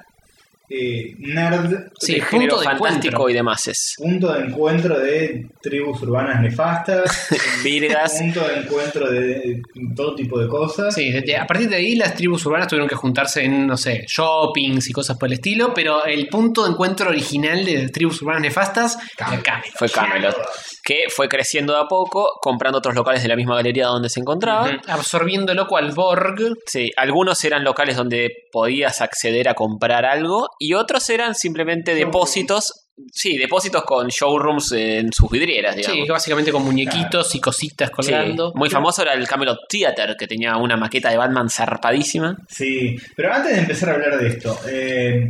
S3: eh, nerd,
S2: Sí,
S4: de
S2: punto
S4: género
S2: de
S4: fantástico
S2: encuentro.
S4: y demás. Es
S3: punto de encuentro de tribus urbanas nefastas,
S4: virgas.
S3: punto de encuentro de todo tipo de cosas.
S2: Sí, de- de- a partir de ahí las tribus urbanas tuvieron que juntarse en, no sé, shoppings y cosas por el estilo, pero el punto de encuentro original de tribus urbanas nefastas era Camelot.
S4: Fue Camelot. Que fue creciendo de a poco, comprando otros locales de la misma galería donde se encontraba.
S2: Ujú. Absorbiéndolo cual Borg.
S4: Sí, algunos eran locales donde podías acceder a comprar algo y otros eran simplemente
S3: Showrooms.
S4: depósitos. Sí, depósitos con showrooms en sus vidrieras,
S2: Sí,
S4: digamos.
S2: básicamente con muñequitos y cositas
S4: Sí,
S2: colgando.
S4: muy famoso era el Camelot Theater, que tenía una maqueta de Batman zarpadísima.
S3: Sí, pero antes de empezar a hablar de esto, eh,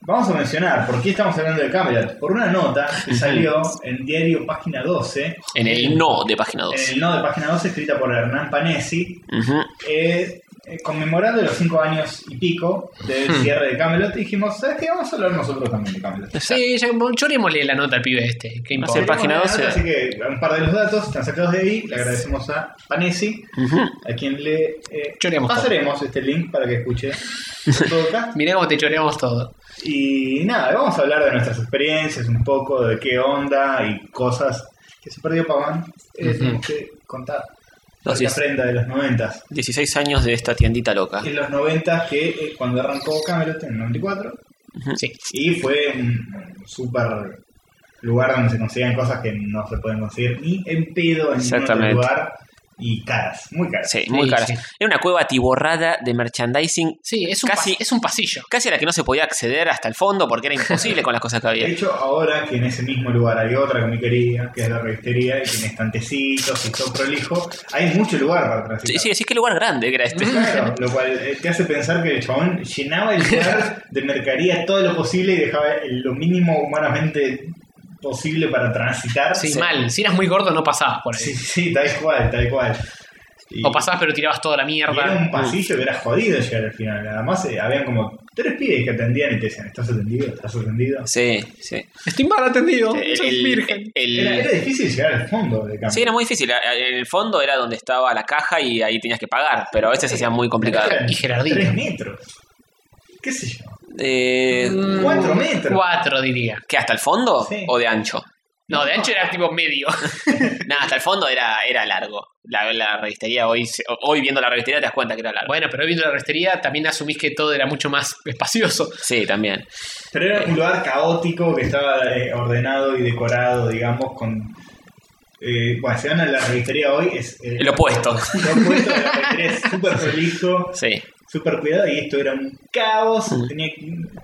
S3: vamos a mencionar por qué estamos hablando de Camelot. Por una nota que salió en diario Página 12,
S4: En el no de página 2.
S3: en el no de Página 12, escrita por Hernán Panesi,
S4: Ujú.
S3: eh, eh, conmemorando los cinco años y pico del cierre de Camelot, dijimos, ¿sabes qué? Vamos a hablar nosotros también de Camelot.
S2: Sí, ya, chorémosle la nota al pibe este. ¿Qué
S4: No sé,
S2: importa?
S4: pa- Página
S3: Tenemos la
S4: 12.
S3: nota, Así que un par de los datos están sacados de ahí, le agradecemos a Panesi, a quien le eh,
S2: Choreamos todo.
S3: pasaremos este link para que escuche el podcast.
S2: Mirá cómo te choreamos todo.
S3: Y nada, vamos a hablar de nuestras experiencias un poco, de qué onda y cosas que se perdió Paván. Eh,
S2: Ujú.
S3: Tenemos que contar. Para
S4: Así
S3: que
S4: es.
S3: aprenda de los noventas.
S4: 16 años de esta tiendita loca.
S3: En los noventas que eh, cuando arrancó Camelot en el 94.
S2: Sí.
S3: Y fue un súper lugar donde se conseguían cosas que no se pueden conseguir ni en pedo en ningún otro
S4: Exactamente.
S3: lugar. y caras, muy caras.
S4: Sí, muy
S2: Sí,
S4: caras.
S2: sí.
S4: Era una cueva atiborrada de merchandising,
S2: Sí, es un,
S4: Casi-
S2: pas- es un pasillo.
S4: casi a la que no se podía acceder hasta el fondo porque era imposible con las cosas que
S3: De
S4: había.
S3: hecho, ahora que en ese mismo lugar hay otra comiquería, que es la revistería, y tiene estantecitos y todo prolijo, hay mucho lugar para
S4: Sí,
S3: transitar.
S4: sí, sí, qué lugar grande que era este.
S3: Claro, lo cual eh, te hace pensar que el chabón llenaba el lugar de mercadería todo lo posible y dejaba el- lo mínimo humanamente posible para transitar.
S2: Sí,
S4: Sí.
S2: mal. Si eras muy gordo, no pasabas por ahí.
S3: sí, sí, tal cual, tal cual. Y-
S2: O pasabas, pero tirabas toda la
S3: y era un
S2: mierda. Mm.
S3: pasillo que era jodido llegar al final. Además, eh, habían como tres pibes que atendían y te decían, ¿estás atendido? ¿Estás atendido?
S4: Sí, sí.
S2: Estoy mal atendido.
S4: El-
S2: soy
S4: el-
S2: virgen.
S4: el-
S3: Era, era difícil llegar al fondo de cambio.
S4: sí, era muy difícil. A- a- En el fondo era donde estaba la caja y ahí tenías que pagar, pero a veces se hacía muy complicado.
S3: Eran
S2: Y Gerardino.
S3: Tres metros. ¿Qué sé yo?
S4: Eh,
S2: Mm.
S3: Cuatro metros.
S2: Cuatro, diría.
S4: ¿Qué? ¿Hasta el fondo
S3: Sí.
S4: o de ancho?
S2: No, de ancho era tipo medio.
S4: Nada, hasta el fondo era, era largo. La, la revistería, hoy, se- hoy viendo la revistería te das cuenta que era largo.
S2: Bueno, pero viendo la restería también asumís que todo era mucho más espacioso.
S4: Sí, también.
S3: Pero era un lugar caótico que estaba eh, ordenado y decorado, digamos, con... eh, bueno, si van a la revistería hoy es... eh,
S4: El opuesto.
S3: Lo opuesto de la revistería es súper prolijo,
S4: Sí.
S3: súper cuidado y esto era un caos. Tenía,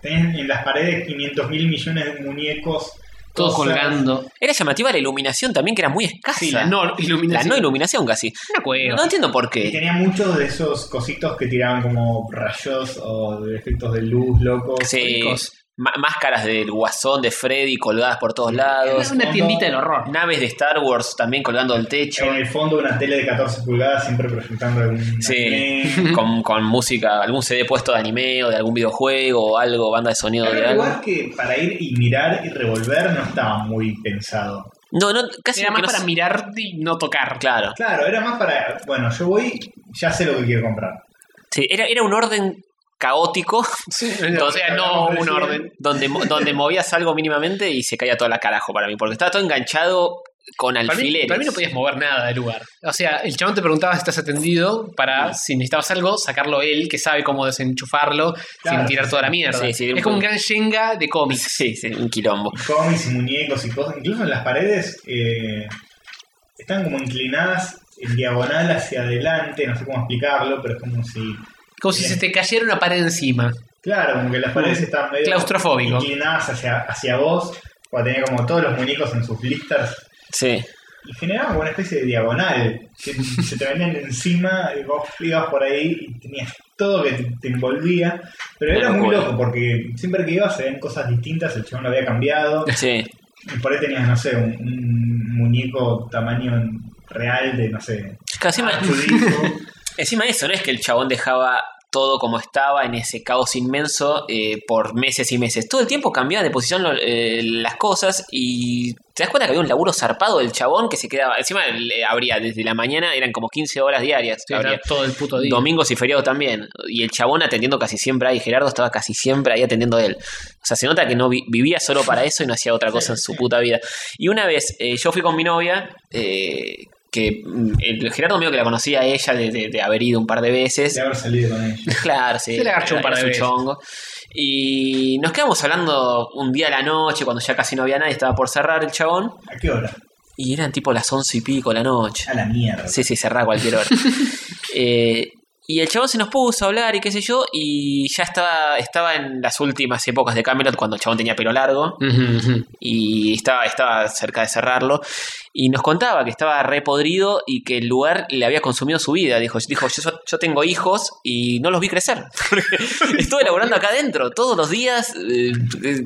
S3: tenían en las paredes 500 mil millones de muñecos.
S2: Todo
S3: cosas.
S2: colgando.
S4: Era llamativa la iluminación también, que era muy escasa.
S2: Sí, la no
S4: La
S2: iluminación.
S4: no iluminación casi.
S2: Una cueva.
S4: No entiendo por
S3: Y
S4: qué.
S3: tenía muchos de esos cositos que tiraban como rayos o de efectos de luz locos.
S4: Sí,
S2: ricos.
S4: ma- máscaras del guasón de Freddy colgadas por todos lados.
S2: Era una tiendita del horror.
S4: Naves de Star Wars también colgando del techo.
S3: En el fondo una tele de 14 pulgadas siempre proyectando algún
S4: Sí.
S3: anime.
S2: Eh.
S4: Con, con música, algún CD puesto de anime o de algún videojuego o algo, banda de sonido de
S3: Era un
S4: algo.
S3: lugar que para ir y mirar y revolver no estaba muy pensado.
S4: No, no, casi
S2: Era
S4: que
S2: más
S4: no
S2: para
S4: se-
S2: mirar y no tocar.
S4: Claro.
S3: Claro, era más para, bueno, yo voy, ya sé lo que quiero comprar.
S4: Sí, era, era un orden caótico
S2: O sea, no
S3: Hablamos
S2: un
S3: recién.
S2: orden.
S4: donde, mo- donde movías algo mínimamente y se caía toda la carajo para mí, porque estaba todo enganchado con
S2: Para mí,
S4: alfileres.
S2: para mí no podías mover nada del lugar. O sea, el chabón te preguntaba si estás atendido para, si necesitabas algo, sacarlo él, que sabe cómo desenchufarlo
S3: Claro,
S2: sin tirar
S3: sí,
S2: toda
S3: sí.
S2: la mierda.
S4: Sí, sí,
S2: es como un gran Jenga de cómics.
S4: Sí, sí, un quilombo.
S3: Cómics y muñecos y cosas, incluso en las paredes eh, están como inclinadas en diagonal hacia adelante, no sé cómo explicarlo, pero es como si,
S2: Como si
S3: Bien.
S2: se te cayera una pared encima.
S3: claro, como que las paredes estaban medio
S2: Claustrofóbico.
S3: inclinadas hacia, hacia vos, o tenía como todos los muñecos en sus blisters
S4: Sí.
S3: y generaban como una especie de diagonal que se te venían encima y vos ibas por ahí y tenías todo que te, te envolvía pero
S4: Una
S3: era muy
S4: locura.
S3: loco porque siempre que ibas se ven cosas distintas el chabón lo había cambiado
S4: Sí.
S3: y por ahí tenías no sé un, un muñeco tamaño real de no sé
S4: Claro,
S2: Ah,
S4: encima,
S3: Artudito.
S4: encima de eso, no es que el chabón dejaba todo como estaba en ese caos inmenso eh, por meses y meses. Todo el tiempo cambiaba de posición lo- eh, las cosas y te das cuenta que había un laburo zarpado del chabón que se quedaba. Encima le habría desde la mañana, eran como 15 horas diarias.
S2: Sí,
S4: habría.
S2: era todo el puto día.
S4: Domingos y feriados también. Y el chabón atendiendo casi siempre ahí. Gerardo estaba casi siempre ahí atendiendo a él. O sea, se nota que no vi- vivía solo para eso y no hacía otra cosa en su puta vida. Y una vez eh, yo fui con mi novia, eh, que mm, el Gerardo mío que la conocía a ella de, de- de haber ido un par de veces.
S3: de haber salido con ella
S4: Claro, sí.
S2: Se le agarchó un
S4: era
S2: par de
S4: su
S2: veces.
S4: chongo. Y nos quedamos hablando un día a la noche, cuando ya casi no había nadie, estaba por cerrar el chabón.
S3: a qué hora
S4: Y eran tipo las once y pico de la noche.
S3: a la mierda
S4: Sí, sí, cerrá a cualquier hora. Eh, y el chabón se nos puso a hablar y qué sé yo, y ya estaba, estaba en las últimas épocas de Camelot cuando el chabón tenía pelo largo
S2: Ujú, ujú.
S4: y estaba, estaba cerca de cerrarlo. Y nos contaba que estaba re podrido y que el lugar le había consumido su vida. Dijo, dijo yo, so- yo tengo hijos y no los vi crecer. Estuve laburando acá adentro todos los días, eh, eh,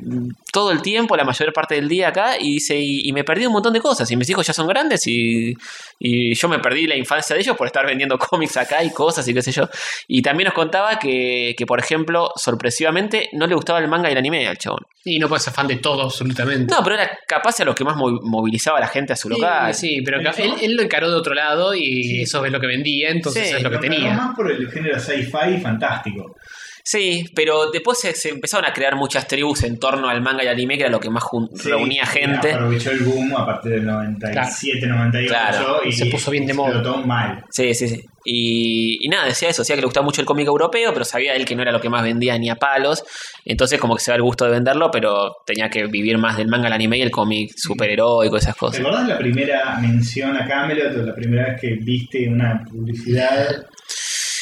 S4: todo el tiempo, la mayor parte del día acá. Y dice, y, y me perdí un montón de cosas. Y mis hijos ya son grandes y, y yo me perdí la infancia de ellos por estar vendiendo cómics acá y cosas y qué sé yo. Y también nos contaba que, que por ejemplo, sorpresivamente, no le gustaba el manga y el anime al chabón.
S2: Y no puedes ser fan de todo, absolutamente.
S4: No, pero era capaz a lo que más mov- movilizaba a la gente a su local.
S2: Sí, sí, pero
S3: El
S2: ca- él,
S3: chabón-
S2: él lo encaró de otro lado y
S3: Sí.
S2: eso es lo que vendía, entonces
S4: Sí,
S2: es lo que
S3: Pero
S2: tenía.
S3: más por el género sci-fi fantástico
S4: Sí, pero después se, se empezaron a crear muchas tribus en torno al manga y anime, que era lo que más jun-
S3: Sí,
S4: reunía
S3: y
S4: gente.
S3: Aprovechó el boom a partir del 97, 98
S4: Claro,
S3: y
S2: se puso bien de moda.
S3: Explotó mal.
S4: Sí, sí, sí. Y, y nada, decía eso, decía que le gustaba mucho el cómic europeo, pero sabía él que no era lo que más vendía ni a palos. Entonces como que se da el gusto de venderlo, pero tenía que vivir más del manga, el anime y el cómic superheroico, esas
S3: ¿Te
S4: cosas.
S3: acordás la primera mención a Camelot o la primera vez que viste una publicidad?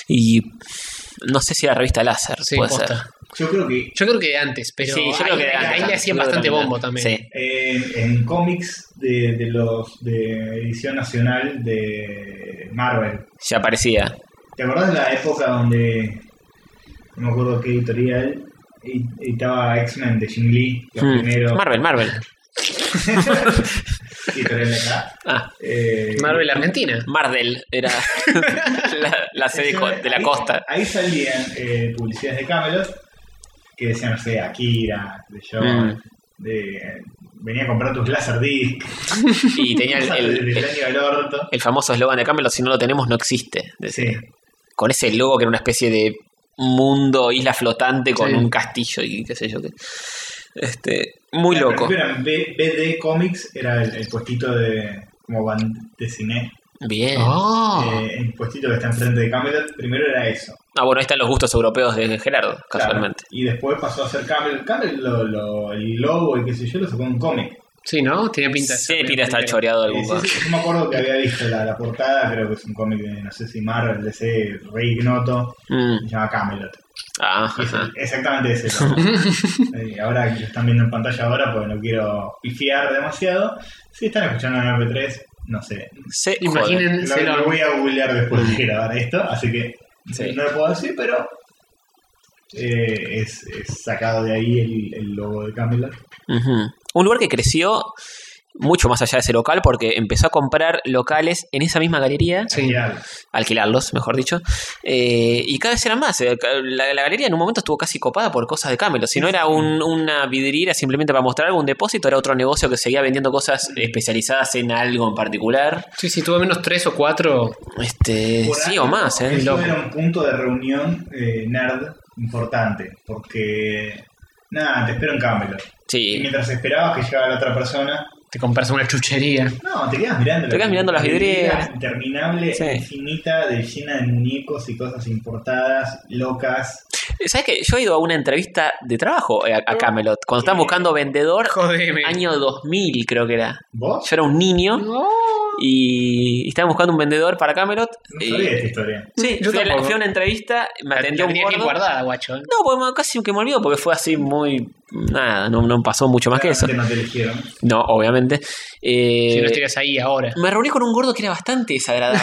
S4: Y no sé si era revista Láser,
S2: Sí,
S4: puede
S2: posta.
S4: ser.
S3: Yo creo que
S2: Yo creo que antes, pero
S4: sí, yo creo
S2: ahí,
S4: que era
S2: ahí
S4: antes,
S2: le hacían
S4: yo creo
S2: bastante
S4: que era
S2: bombo
S4: antes.
S2: también.
S4: Sí.
S3: en, eh, en cómics de, de los de edición nacional de Marvel.
S4: Ya aparecía.
S3: ¿Te acordás de la época donde no me acuerdo qué editorial ed- editaba X-Men de Jim Lee, los
S4: Hmm.
S3: primeros
S4: Marvel, Marvel.
S3: editorial de acá?
S4: Ah,
S3: Eh,
S2: Marvel Argentina.
S4: Marvel era la, la sede
S3: Eso,
S4: co- de la
S3: ahí-
S4: costa.
S3: Ahí salían eh, publicidades de Camelot que decían, no sé, Akira, de yo,
S4: Mm.
S3: de, venía a comprar tus Laserdisc,
S4: Y tenía el, el-
S3: del
S4: el-
S3: año del orto.
S4: el famoso eslogan de Camelot, si no lo tenemos no existe.
S3: Sí.
S4: Con ese logo que era una especie de mundo, isla flotante con
S2: Sí.
S4: un castillo y qué sé yo qué. Este, muy
S3: Al
S4: loco.
S3: principio Eran B- BD Comics, era el, el puestito de como van de cine.
S4: Bien.
S2: Oh.
S3: eh, el puestito que está enfrente de Camelot, primero era eso.
S4: Ah, bueno, ahí están los gustos europeos de Gerardo,
S3: Claro.
S4: casualmente.
S3: Y después pasó a ser Camelot. Camelot, lo- lo- el logo y qué sé yo, lo sacó en un cómic.
S2: Sí, ¿no? Tenía pinta de
S4: Sí,
S2: ser
S4: pinta estar
S2: primero.
S4: choreado
S3: Eh,
S4: de algún
S3: sí,
S4: modo.
S3: sí, yo me acuerdo que había visto la, la portada, creo que es un cómic de, no sé si Marvel, DC, Rey Ignoto,
S4: Mm.
S3: se llama Camelot.
S4: Ah,
S3: Y es
S4: ajá.
S3: exactamente ese. ¿no? Eh, ahora que lo están viendo en pantalla ahora, porque no quiero pifiar demasiado. Si están escuchando en MP3, no sé.
S4: Se joden.
S2: Imagínense
S3: Lo, lo voy a googlear después de grabar esto, así que
S4: Sí.
S3: no lo puedo decir, pero eh, es, es sacado de ahí el, el logo de Camelot.
S4: Ujú. Un lugar que creció mucho más allá de ese local porque empezó a comprar locales en esa misma galería.
S2: Sí.
S3: Genial.
S4: alquilarlos, mejor dicho, eh, y cada vez eran más. Eh, ca- La, la galería en un momento estuvo casi copada por cosas de Camelot. Si no era un- una vidriera simplemente para mostrar algún depósito, era otro negocio que seguía vendiendo cosas especializadas en algo en particular.
S2: Sí, sí, tuve menos tres o cuatro.
S4: Este,
S3: Por
S4: sí
S3: algo,
S4: o más, ¿eh?
S3: Eso
S4: Loco.
S3: era un punto de reunión eh, nerd importante, porque nada, te espero en Camelot.
S4: Eh.
S3: Y
S4: Sí.
S3: mientras esperabas que llegara la otra persona,
S2: Te compras una chuchería.
S3: no, te quedas mirando.
S4: Te quedas mirando las vidrieras.
S3: Interminable,
S4: Sí.
S3: infinita, de llena de muñecos y cosas importadas, locas.
S4: ¿Sabes qué? Yo he ido a una entrevista de trabajo eh, a,
S3: Oh.
S4: a Camelot. Cuando
S3: Eh,
S4: estaban buscando vendedor,
S2: Jodeme.
S4: año 2000 creo que era.
S3: ¿Vos?
S4: Yo era un niño y, y estaban buscando un vendedor para Camelot. eh,
S3: No
S4: y-
S3: sabía esta historia.
S4: Sí,
S2: Yo
S4: fui a, la-
S2: tampoco.
S4: fui a una entrevista, me
S2: La-
S4: atendió
S2: la
S4: un
S2: tenías bien
S4: gordo.
S2: guardada, guacho. ¿eh?
S4: No, pues me- casi que me olvido porque fue así muy. Nada, no, no pasó mucho más que eso.
S3: Claramente No te eligieron.
S4: No, obviamente. Eh,
S2: si no estuvieras ahí ahora.
S4: me reuní con un gordo que era bastante desagradable,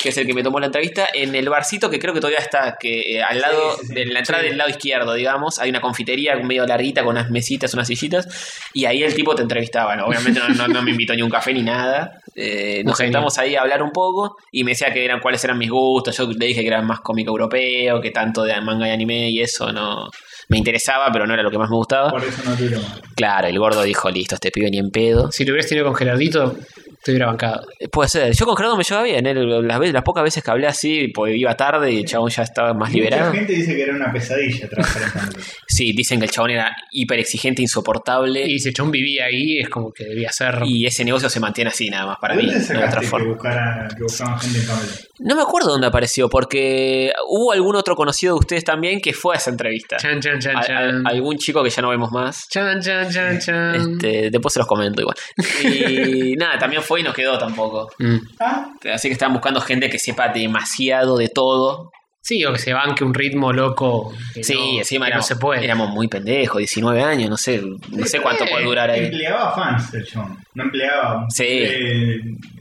S4: que es el que me tomó la entrevista, en el barcito que creo que todavía está, que eh, al lado,
S3: sí, sí.
S4: de la entrada
S2: Sí.
S4: del lado izquierdo, digamos, hay una confitería medio larguita con unas mesitas, unas sillitas, y ahí el tipo te entrevistaba. ¿no? Obviamente no, no- no me invitó ni un café ni nada. Eh,
S2: Un
S4: nos
S2: genio.
S4: sentamos ahí a hablar un poco y me decía que eran cuáles eran mis gustos. Yo le dije que era más cómico europeo, que tanto de manga y anime y eso no me interesaba, pero no era lo que más me gustaba.
S3: Por eso no te lo mal.
S4: Claro, el gordo dijo, listo, este pibe ni en pedo.
S2: Si lo hubieras tenido con Gerardito, te hubiera bancado.
S4: Eh, Puede ser. Yo con Gerardo me llevaba bien. ¿eh? Las, veces- las pocas veces que hablé así, pues iba tarde y el chabón ya estaba más
S3: Mucha
S4: liberado.
S3: gente dice que era una pesadilla trabajar en Camelot.
S4: Sí, dicen que el chabón era hiper exigente, insoportable.
S2: Y
S4: Y,
S2: si Chon vivía ahí, es como que debía ser.
S4: ese negocio se mantiene así nada más para
S3: ¿De
S4: mí.
S3: dónde
S4: No, hay otra
S3: sacaste que,
S4: forma.
S3: buscaran- que buscaban gente en Camelot?
S4: No me acuerdo dónde apareció, porque hubo algún otro conocido de ustedes también que fue a esa entrevista.
S2: Chan, chan, chan,
S4: A- a-
S2: chan.
S4: algún chico que ya no vemos más.
S2: Chan, chan, chan, chan.
S4: Este, después se los comento igual. Y nada, también fue y nos quedó tampoco.
S2: Mm.
S3: Ah,
S4: Así que estaban buscando gente que sepa demasiado de todo.
S2: Sí, o que se banque un ritmo loco. que
S4: Sí,
S2: no-
S4: encima
S2: que no
S4: éramos,
S2: se puede.
S4: éramos muy pendejos, 19 años, no sé, no sé cuánto puede durar ahí.
S3: Empleaba fans el John, no empleaba.
S4: Sí.
S3: eh,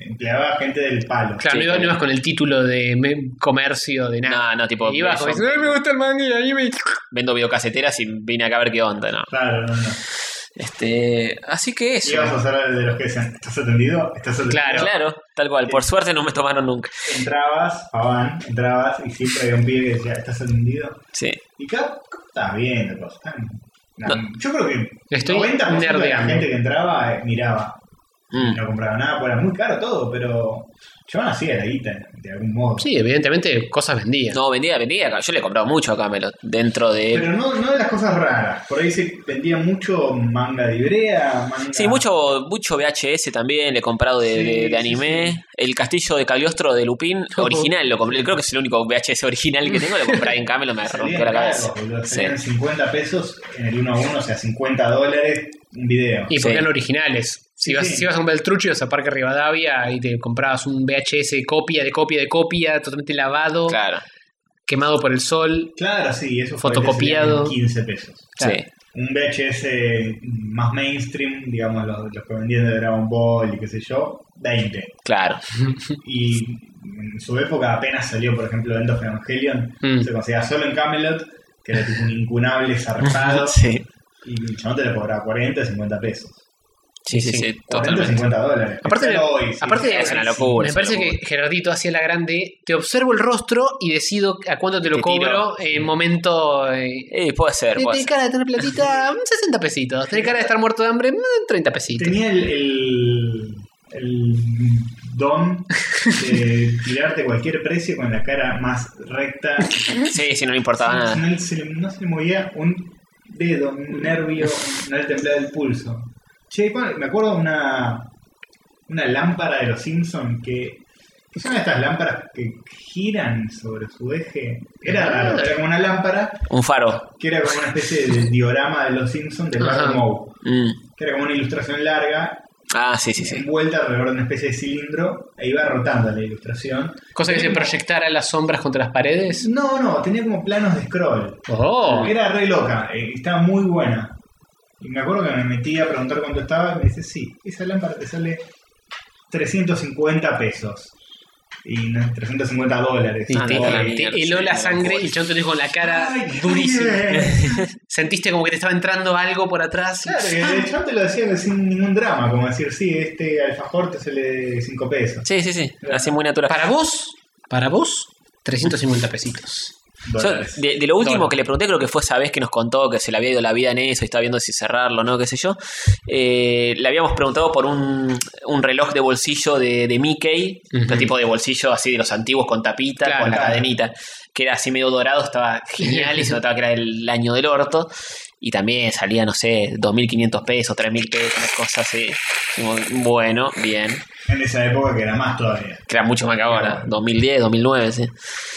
S3: empleaba gente del palo.
S2: Claro,
S4: Sí,
S2: no,
S4: claro.
S2: ibas con el título de me- comercio, de nada.
S4: No, pues, no, tipo,
S2: Ibas como
S4: yo
S2: diciendo, "Ay, me gusta el manga y ahí me.
S4: vendo videocaseteras y vine acá a ver qué onda, ¿no?
S3: Claro, no, no.
S4: Este, así que eso.
S3: Ibas a ser el de los que decían, ¿estás atendido? ¿Estás atendido?
S2: Claro.
S4: Claro, tal cual. Por suerte no me tomaron nunca.
S3: Entrabas, Paván, entrabas y siempre había un pibe que decía, ¿estás atendido?
S4: Sí.
S3: Y cada estás viendo cosas. tan-
S4: No.
S3: Yo creo que
S2: Estoy
S3: 90% de la
S2: nerdeando.
S3: gente que entraba eh, miraba.
S4: Mm.
S3: No compraba nada, pues era muy caro todo, pero llevaban así a la guita, de algún modo.
S2: Sí, evidentemente cosas vendían.
S4: No, vendía, vendía. acá. Yo le he comprado mucho a Camelot. Dentro de.
S3: Pero no, no de las cosas raras. Por ahí se vendía mucho manga de Ibrea, manga...
S4: Sí, mucho, mucho VHS también, le he comprado de,
S3: Sí,
S4: de- de
S3: sí,
S4: anime. El castillo de Cagliostro de Lupin, original, lo compré. Creo que es el único VHS original que tengo, lo compré en Camelot, me
S3: Salían
S4: rompió la
S3: caros,
S4: cabeza.
S3: boludo.
S4: Sí.
S3: Salían 50 pesos en el 1 a 1, o sea, 50 dólares un video.
S2: Y porque
S4: Sí.
S2: eran originales. Si,
S3: Sí,
S2: vas,
S3: sí.
S2: si vas a un Beltrucci, vas a Parque Rivadavia y te comprabas un VHS copia de copia de copia, totalmente lavado,
S4: Claro,
S2: quemado por el sol.
S3: Claro, sí, eso fue
S2: Fotocopiado.
S3: 15 pesos.
S2: Claro.
S4: sí.
S3: Un VHS más mainstream, digamos, los, los que vendían de Dragon Ball y qué sé yo, 20.
S4: Claro.
S2: Mm.
S3: Y en su época apenas salió, por ejemplo, End of Evangelion,
S2: Mm.
S3: se conseguía solo en Camelot, que era tipo un incunable zarpado,
S4: Sí.
S3: y el chabón te lo cobraba 40, 50 pesos.
S4: Sí, sí,
S2: Sí.
S4: sí,
S3: 40,
S4: totalmente.
S3: 50 dólares.
S2: Aparte,
S3: Pensalo
S2: me-
S3: hoy, sí,
S2: aparte
S3: sí,
S2: de-
S4: es una
S3: sí.
S4: locura.
S2: Me parece que Gerardito hacía la grande. Te observo el rostro y decido a cuánto te lo
S4: Te tiro. Mm.
S2: cobro en momento. eh,
S4: Eh, puede ser, puede
S2: Tenés
S4: ser.
S2: cara de tener platita, mm, 60 pesitos. Tenés cara de estar muerto de hambre, mm, 30 pesitos.
S3: Tenía el, el, el don de tirarte cualquier precio con la cara más recta.
S4: Sí, sí, no le importaba nada.
S3: No se, le, no se le movía un dedo, un nervio, no le temblaba el pulso. Che, ¿cuál- me acuerdo de una, una lámpara de los Simpsons que, que son estas lámparas que giran sobre su eje. Era raro, era como una lámpara
S4: Un faro.
S3: que era como una especie de diorama de los Simpsons de Black
S2: Ajá.
S3: Moe,
S4: Mm.
S3: que era como una ilustración larga
S4: Ah, sí, sí, sí.
S3: envuelta alrededor de una especie de cilindro e iba rotando la ilustración.
S2: Cosa que se proyectara las sombras contra las paredes.
S3: No, no, tenía como planos de scroll.
S2: Oh,
S3: Era re loca, eh, estaba muy buena. Y me acuerdo que me metí a preguntar cuánto estaba y me dice, sí, esa lámpara te sale 350 pesos. Y no, 350 dólares.
S2: Y
S4: Ah,
S2: te,
S4: no, la
S2: te
S4: mierda,
S2: heló la
S4: sí,
S2: sangre
S4: no.
S2: y el chabón te lo dijo con la cara
S3: Ay,
S2: durísima.
S3: ay,
S2: Sentiste como que te estaba entrando algo por atrás.
S3: Claro, y el chabón te lo decía sin ningún drama, como decir, sí, este alfajor te sale 5 pesos.
S4: Sí, sí, sí. Así muy natural.
S2: Para vos, para vos, 350 pesitos.
S4: Yo,
S3: Dólares.
S4: de, de lo último
S2: Dólares.
S4: que le pregunté, creo que fue esa vez que nos contó que se le había ido la vida en eso y estaba viendo si cerrarlo, ¿no? Qué sé yo. Eh, le habíamos preguntado por un, un reloj de bolsillo de, de Mickey,
S2: Ujú.
S4: un tipo de bolsillo así de los antiguos con tapita,
S2: Claro,
S4: con la
S3: claro.
S4: cadenita, que era así medio dorado, estaba genial y se notaba que era el año del orto. Y también salía, no sé, 2.500 pesos, 3.000 pesos, unas cosas así. Como, Bueno, bien.
S3: En esa época que era más todavía.
S4: Que era mucho más que ahora. 2010, 2009, sí.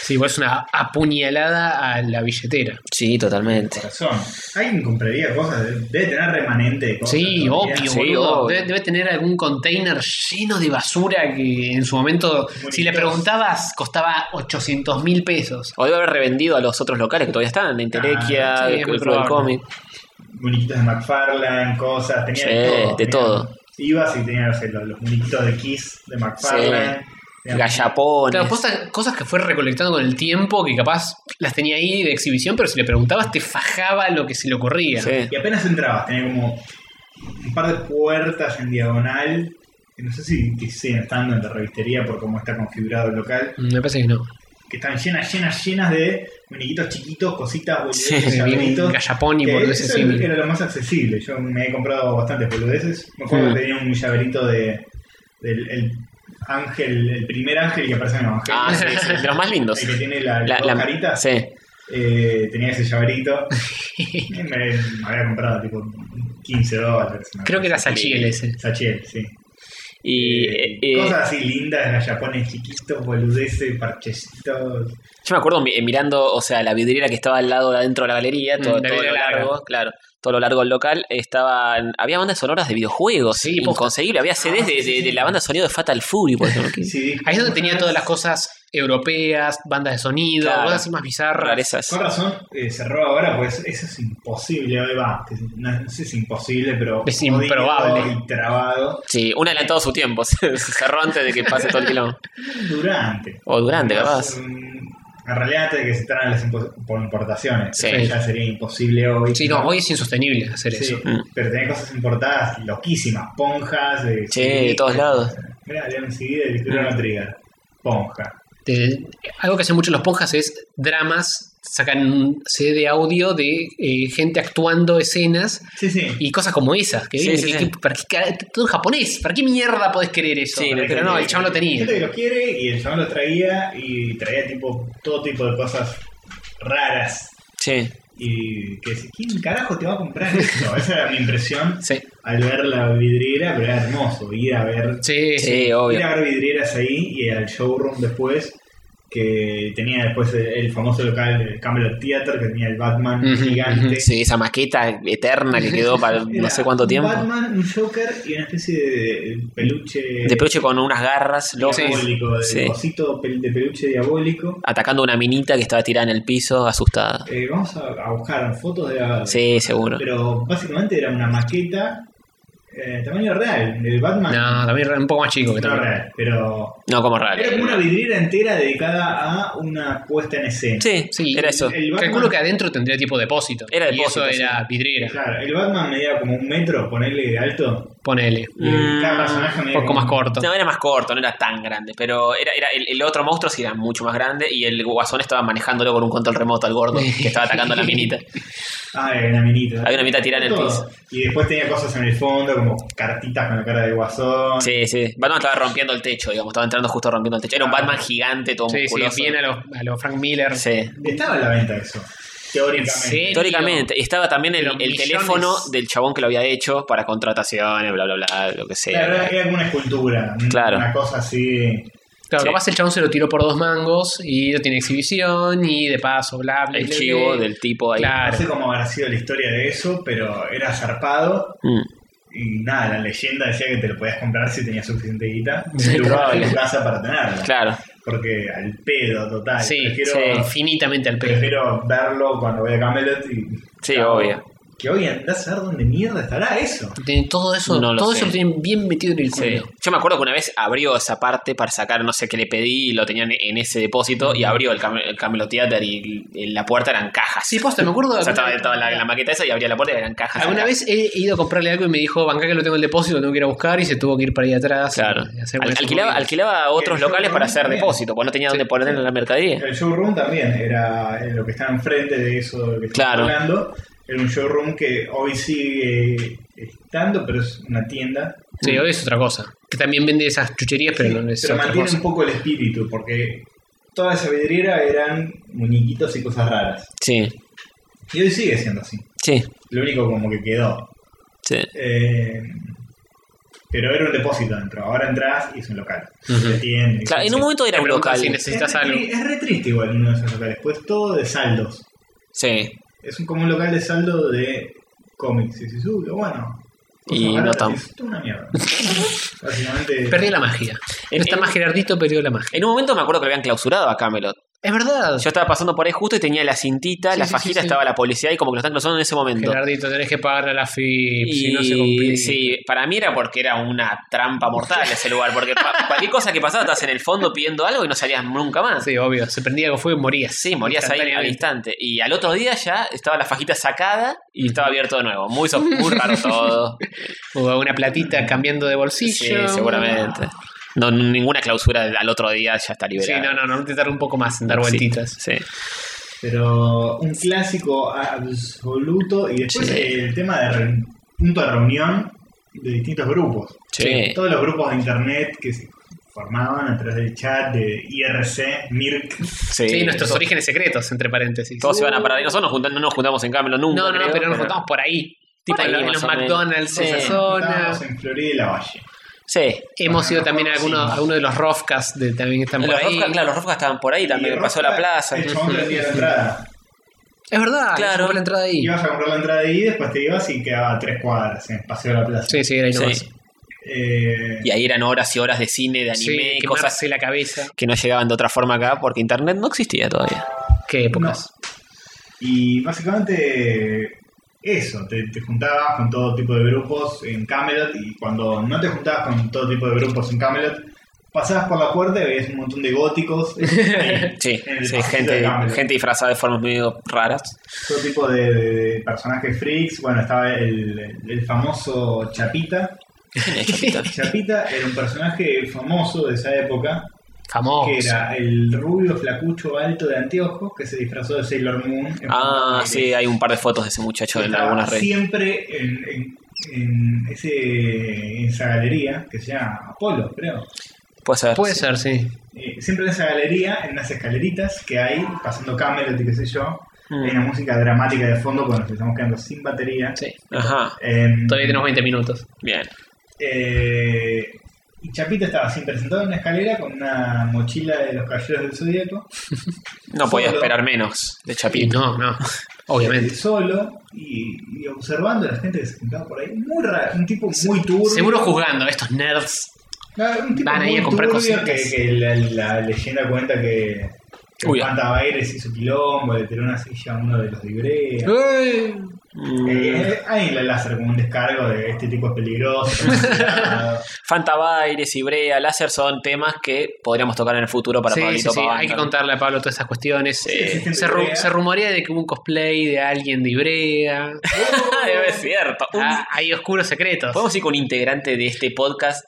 S2: Sí, vos es una apuñalada a la billetera.
S4: Sí, totalmente.
S3: Corazón. ¿Alguien compraría cosas? Debe tener remanente de cosas.
S2: Sí,
S3: todavía.
S2: obvio,
S4: Sí,
S2: boludo.
S4: obvio.
S2: Debe, debe tener algún container lleno de basura que en su momento, si le preguntabas, costaba 800 mil pesos.
S4: O debe haber revendido a los otros locales que todavía están, de Intelequia,
S2: Ah, sí,
S4: el
S2: es
S4: Club
S2: muy
S4: del
S2: probable.
S4: Cómic.
S3: Muñequitos de McFarlane, cosas. Tenía
S4: Sí,
S3: de todo.
S4: de
S3: Tenía-
S4: todo.
S3: Ibas y tenías no sé, los, los muñequitos de Kiss de McFarlane. Tenías-
S4: Gallapones.
S2: Claro, pues, posta- cosas que fue recolectando con el tiempo, que capaz las tenía ahí de exhibición, pero si le preguntabas te fajaba lo que se le ocurría.
S4: Sí.
S3: Y apenas entrabas, tenía como un par de puertas en diagonal. que No sé si que siguen estando en la revistería por cómo está configurado el local.
S2: Mm, Me parece que no.
S3: Que están llenas, llenas, llenas de muñequitos chiquitos, cositas, boludeces,
S2: Que vi un
S3: llaveritos.
S2: Gallapón y
S3: Que
S2: boludeces
S3: eso
S2: así.
S3: era lo más accesible. Yo me he comprado bastantes boludeces. Me acuerdo
S4: Mm.
S3: que tenía un llaverito de del el ángel, el primer ángel que aparece en el Evangelio.
S4: Ah, sí, sí, de los más lindos.
S3: El que tiene la,
S4: La-
S3: las dos
S4: la-
S3: caritas.
S4: Sí.
S3: Eh, tenía ese llaverito. Y me, me había comprado tipo 15 dólares. una
S2: Creo que
S3: cosa
S2: era
S3: así.
S2: Sachiel ese.
S3: Sachiel, sí.
S4: Y
S3: Eh,
S4: eh,
S3: cosas así lindas, gallapones chiquitos, boludeces, parchecitos.
S4: yo me acuerdo mi- eh, mirando, o sea, la vidriera que estaba al lado adentro de la galería,
S2: Mm,
S4: todo,
S2: la
S4: todo lo
S2: vidriera larga.
S4: largo, claro, todo lo largo del local, estaban, había bandas sonoras de videojuegos,
S2: Sí, posta. Ah,
S4: inconcebible, había CDs de, de- de la banda de sonido de Fatal Fury, por ejemplo. que-
S3: Sí,
S2: Ahí es donde tenía todas las cosas europeas, bandas de sonido,
S4: Claro.
S2: cosas así más bizarras.
S4: rarezas.
S3: Con razón, eh, cerró ahora, pues eso es imposible, ahí va. No, sé si es imposible, pero.
S2: Es
S3: jodido
S2: improbable.
S3: Y trabado
S4: Sí, un adelantado a su tiempo, se cerró antes de que pase todo el quilombo.
S3: durante.
S4: O durante,
S3: Además,
S4: capaz.
S3: mm, En realidad, antes de que se traen las impo- por importaciones.
S4: Sí.
S3: Eso ya sería imposible hoy.
S2: Sí, no, hoy es insostenible hacer
S3: Sí,
S2: eso.
S4: Mm.
S3: Pero tenía cosas importadas loquísimas, ponjas. Eh,
S4: Sí, de todos lados.
S3: Mira, le un CD
S2: Mm.
S3: del Chrono Trigger. Ponja.
S2: Te- algo que hacen mucho los ponjas es dramas sacan un CD de audio de eh, gente actuando escenas
S3: Sí, sí.
S2: y cosas como esas. Que
S4: Sí,
S2: vienen,
S4: sí,
S2: que-
S4: sí.
S2: que- ¿para qué cara- todo en japonés, ¿para qué mierda podés querer eso?
S4: Sí,
S2: pero no, el chabón lo
S3: Hay
S2: tenía.
S3: Gente que lo quiere y el chabón lo traía y traía tipo todo tipo de cosas raras.
S4: Sí.
S3: Y que decís, ¿quién carajo te va a comprar esto? Esa era mi impresión
S2: Sí,
S3: al ver la vidriera, pero era hermoso. Ir a ver,
S2: sí, sí.
S4: Sí,
S3: ir
S4: obvio.
S3: a ver vidrieras ahí y al showroom después, que tenía después el, el famoso local el Camelot Theater, que tenía el Batman
S2: Ujú,
S3: gigante.
S4: Sí, esa maqueta eterna que quedó para no
S3: Era
S4: sé cuánto
S3: un
S4: tiempo.
S3: Batman, un Joker y una especie de peluche
S4: De peluche con unas garras, locas,
S3: diabólico, de
S4: Sí.
S3: cosito pel- de peluche diabólico.
S4: atacando a una minita que estaba tirada en el piso, asustada.
S3: Eh, vamos a, a buscar fotos de la-
S4: Sí, seguro.
S3: Pero básicamente era una maqueta eh, tamaño real, del Batman.
S2: No, también era un poco más chico que
S3: No
S2: también.
S3: real, pero
S4: No, como raro.
S3: era como una vidriera entera dedicada a una puesta en escena.
S4: Sí,
S2: Sí,
S4: era eso.
S3: el Batman-
S2: Calculo que adentro tendría tipo depósito.
S4: Era
S2: y
S4: depósito,
S2: eso era vidriera.
S3: Claro, el Batman medía como un metro, ponerle de alto.
S2: Ponele.
S3: y
S4: Mm,
S3: cada personaje
S2: Un
S3: medía
S2: poco
S3: como-
S2: más corto.
S4: No, era más corto, no era tan grande. Pero era, era el, el otro monstruo sí era mucho más grande y el guasón estaba manejándolo con un control remoto al gordo que estaba atacando a la minita.
S3: Ah, era una minita.
S4: Había una minita tirada en el
S3: Todo.
S4: piso.
S3: Y después tenía cosas en el fondo, como cartitas con la cara de guasón.
S4: Sí, sí. Batman estaba rompiendo el techo, digamos. Estaba entrando justo rompiendo el techo. Era un Batman gigante, todo
S2: Sí, sí,
S4: musculoso.
S2: bien a los a los Frank Miller.
S4: Sí.
S3: Estaba a la venta eso, teóricamente.
S2: Sí.
S4: Históricamente, estaba también el,
S2: Pero
S4: el
S2: millones.
S4: teléfono del chabón que lo había hecho para contrataciones, bla, bla, bla, lo que sea.
S3: Claro, era, era como una escultura, un-
S4: Claro.
S3: una cosa así.
S2: Claro,
S4: Sí.
S2: capaz el chabón se lo tiró por dos mangos y lo tiene exhibición y de paso, bla, bla,
S4: el
S2: bla,
S4: chivo
S2: bla.
S4: del tipo ahí.
S2: Claro.
S3: No sé cómo habrá sido la historia de eso, pero era zarpado.
S4: Mm.
S3: Y nada, la leyenda decía que te lo podías comprar si tenías suficiente guita.
S2: Sí,
S3: Y lo guardabas en
S4: probable.
S3: tu casa para tenerlo.
S4: Claro.
S3: Porque al pedo total.
S2: Sí,
S3: prefiero,
S2: sí, infinitamente al pedo.
S3: prefiero verlo cuando voy a Camelot y.
S4: Sí,
S3: Claro.
S4: obvio.
S3: Que hoy andás a ver dónde mierda estará eso.
S2: Tienen todo eso,
S4: No lo
S2: todo
S4: sé.
S2: eso lo tienen bien metido en el
S4: Sí.
S2: culo.
S4: Yo me acuerdo que una vez abrió esa parte para sacar no sé qué le pedí y lo tenían en ese depósito y abrió el, cam- el Camelot Theater y en la puerta eran cajas.
S2: Sí, posta, me acuerdo.
S4: o sea, estaba,
S2: alguna-
S4: estaba la, la maqueta esa y abría la puerta y eran cajas.
S2: Alguna
S4: acá.
S2: vez he ido a comprarle algo y me dijo, banca que lo tengo en el depósito, lo tengo que ir a buscar y se tuvo que ir para allá atrás.
S4: Claro.
S2: y hacer
S4: Al-
S2: buenas
S4: alquilaba,
S2: movidas.
S4: alquilaba a otros
S3: El show
S4: locales para hacer
S3: también.
S4: depósito, porque no tenía dónde poner en la mercadería.
S3: El showroom también era eh, lo que está enfrente de eso de lo que estamos
S4: Claro.
S3: hablando. Era un showroom que hoy sigue estando, pero es una tienda.
S2: Sí, hoy es otra cosa. Que también vende esas chucherías, pero no es
S3: pero
S2: otra
S3: mantiene
S2: cosa.
S3: un poco el espíritu, porque toda esa vidriera eran muñequitos y cosas raras.
S4: Sí,
S3: Y hoy sigue siendo así.
S4: sí,
S3: Lo único como que quedó.
S4: sí.
S3: Eh, pero era un depósito dentro. Ahora entras y es un local.
S2: Ujú.
S3: Te atienden.
S4: Claro, en un
S3: Sí.
S4: momento era
S2: Te
S4: un
S2: preguntan
S4: local.
S2: si
S3: es,
S2: necesitas
S3: re,
S2: algo.
S3: es re triste igual uno de esos locales. Pues todo de saldos.
S4: Sí,
S3: Es un, como un local de saldo de cómics. Y dices, "Uh, qué bueno. Cosas
S4: Y no
S3: baratas".
S4: tan-
S3: Es toda una mierda. Básicamente.
S2: Perdió la magia.
S4: En-
S2: No está
S4: en-
S2: más Gerardito, perdió la magia.
S4: En un momento me acuerdo que lo habían clausurado a Camelot.
S2: Es verdad.
S4: Yo estaba pasando por ahí justo y tenía la cintita,
S2: Sí,
S4: la
S2: sí,
S4: fajita,
S2: sí, sí.
S4: estaba la policía y como que lo están clausurando en ese momento.
S2: Gerardito, tenés que pagar a la FIP si no se
S4: Y
S2: complica.
S4: sí, para mí era porque era una trampa mortal ese lugar, porque pa- cualquier cosa que pasaba estabas en el fondo pidiendo algo y no salías nunca más. Sí,
S2: Sí, obvio. Se prendía con fuego y morías.
S4: morías ahí al
S2: Instantáneamente.
S4: instante. Y al otro día ya estaba la fajita sacada y estaba abierto de nuevo. Muy, so- muy raro todo.
S2: O una platita cambiando de bolsillo.
S4: Sí, seguramente. No, ninguna clausura al otro día ya está
S2: Sí,
S4: liberada.
S2: no, no, no te tarda un poco más en dar
S4: Sí,
S2: vueltitas.
S4: Sí,
S3: Pero un clásico absoluto. Y después
S4: Sí.
S3: el tema de re- punto de reunión de distintos grupos.
S4: sí.
S3: Todos los grupos de internet que se formaban a través del chat de IRC, MIRC.
S4: sí.
S2: Sí, nuestros
S4: Todos-
S2: orígenes secretos, entre paréntesis.
S4: Todos se van a parar. Nosotros nos juntan- no nos juntamos en Camelot nunca.
S2: Uh. No, no,
S4: creo,
S2: pero nos juntamos por ahí. Tipo
S4: Por
S2: en
S4: ahí,
S2: los- en
S4: más
S2: los
S4: o menos.
S2: McDonald's,
S4: Sí.
S2: esa
S3: Estábamos
S2: zona.
S3: en Florida y la Valle.
S4: Sí.
S2: Hemos ido también a algunos
S3: Sí.
S2: a uno de los Rofcas de, también que están por
S4: Los
S2: ahí.
S4: Rofka, claro, los Rofka estaban por ahí también.
S3: Y
S4: Pasó la
S3: Roca,
S4: plaza.
S3: El chabón te vendía la entrada.
S2: Es verdad,
S4: Claro.
S2: claro. Ah, la entrada ahí.
S3: Ibas a comprar la entrada ahí, después te ibas y quedaba a tres cuadras en el paseo de la plaza.
S2: Sí, sí, era ahí
S4: Sí.
S2: nomás.
S3: Eh,
S4: Y ahí eran horas y horas de cine, de
S2: Sí,
S4: anime,
S2: quemarse
S4: cosas
S2: la cabeza.
S4: que no llegaban de otra forma acá porque internet no existía todavía.
S2: Qué épocas.
S3: Y básicamente eso, te, te juntabas con todo tipo de grupos en Camelot y cuando no te juntabas con todo tipo de grupos en Camelot, pasabas por la puerta y veías un montón de góticos. ahí,
S4: Sí,
S3: en el
S4: sí,
S3: pasillo de
S4: gente,
S3: Camelot.
S4: gente disfrazada de formas medio raras.
S3: Todo tipo de, de- de personajes freaks. Bueno, estaba el, el famoso Chapita.
S4: Chapita.
S3: Chapita era un personaje famoso de esa época.
S2: Jamón.
S3: que era el rubio flacucho alto de anteojos que se disfrazó de Sailor Moon. en Buenos
S4: Ah,
S3: Aires.
S4: sí, hay un par de fotos de ese muchacho en
S3: Estaba
S4: algunas redes.
S3: Siempre en, en- en ese, en esa galería que se llama Apolo, creo.
S4: Puede ser.
S2: Puede
S4: sí.
S2: ser, sí.
S3: Eh, siempre en esa galería, en las escaleritas que hay, pasando Camelot y qué sé yo,
S4: Mm.
S3: hay una música dramática de fondo cuando nos estamos quedando sin batería.
S2: sí.
S4: Ajá,
S3: Em,
S2: Todavía tenemos 20 minutos.
S4: bien.
S3: Eh, y Chapito estaba siempre sentado en una escalera con una mochila de los caballeros del zodíaco,
S4: No podía
S3: Solo.
S4: esperar menos de
S2: Y
S4: Chapito.
S2: no, no.
S3: eh,
S2: Obviamente.
S3: solo y, y observando a la gente que se sentaba por ahí. Muy raro, un tipo muy turbio.
S2: Seguro juzgando a estos nerds.
S3: Claro, un tipo
S2: Van ahí
S3: muy
S2: a comprar
S3: turbio que,
S2: cositas.
S3: que la, la leyenda cuenta que. que
S4: Uy,
S3: Manta Baires hizo quilombo, le tiró una silla a uno de los de Ibrea.
S4: Mm,
S3: Eh, ahí la láser como un descargo de este tipo es peligroso. cuidado.
S4: Fantabaires, Ibrea, Láser son temas que podríamos tocar en el futuro para
S2: sí,
S4: Pablito
S2: sí, sí.
S4: Paván.
S2: Hay que contarle a Pablo todas esas cuestiones.
S3: existen
S2: se,
S3: de
S2: ru-
S3: Ibrea.
S2: se rumorea de que hubo un cosplay de alguien de Ibrea.
S4: Debe ser cierto. Un-
S2: Ah, hay oscuros secretos.
S4: Podemos ir con un integrante de este podcast.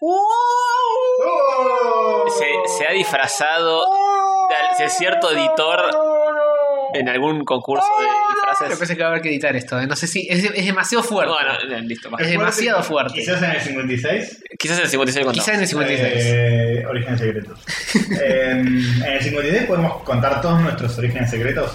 S3: ¡Oh!
S4: Se, se ha disfrazado de, al- de cierto editor en algún concurso de
S2: Pero
S4: disfraces.
S2: pensé que va a haber que editar esto. eh. No sé si. Es, es demasiado fuerte.
S4: Bueno, eh, listo. basta.
S2: es demasiado fuerte.
S3: Quizás en el 56.
S4: Quizás en el 56 contamos.
S2: Quizás en el 56.
S3: Eh, orígenes secretos. Eh, en el 56 podemos contar todos nuestros orígenes secretos.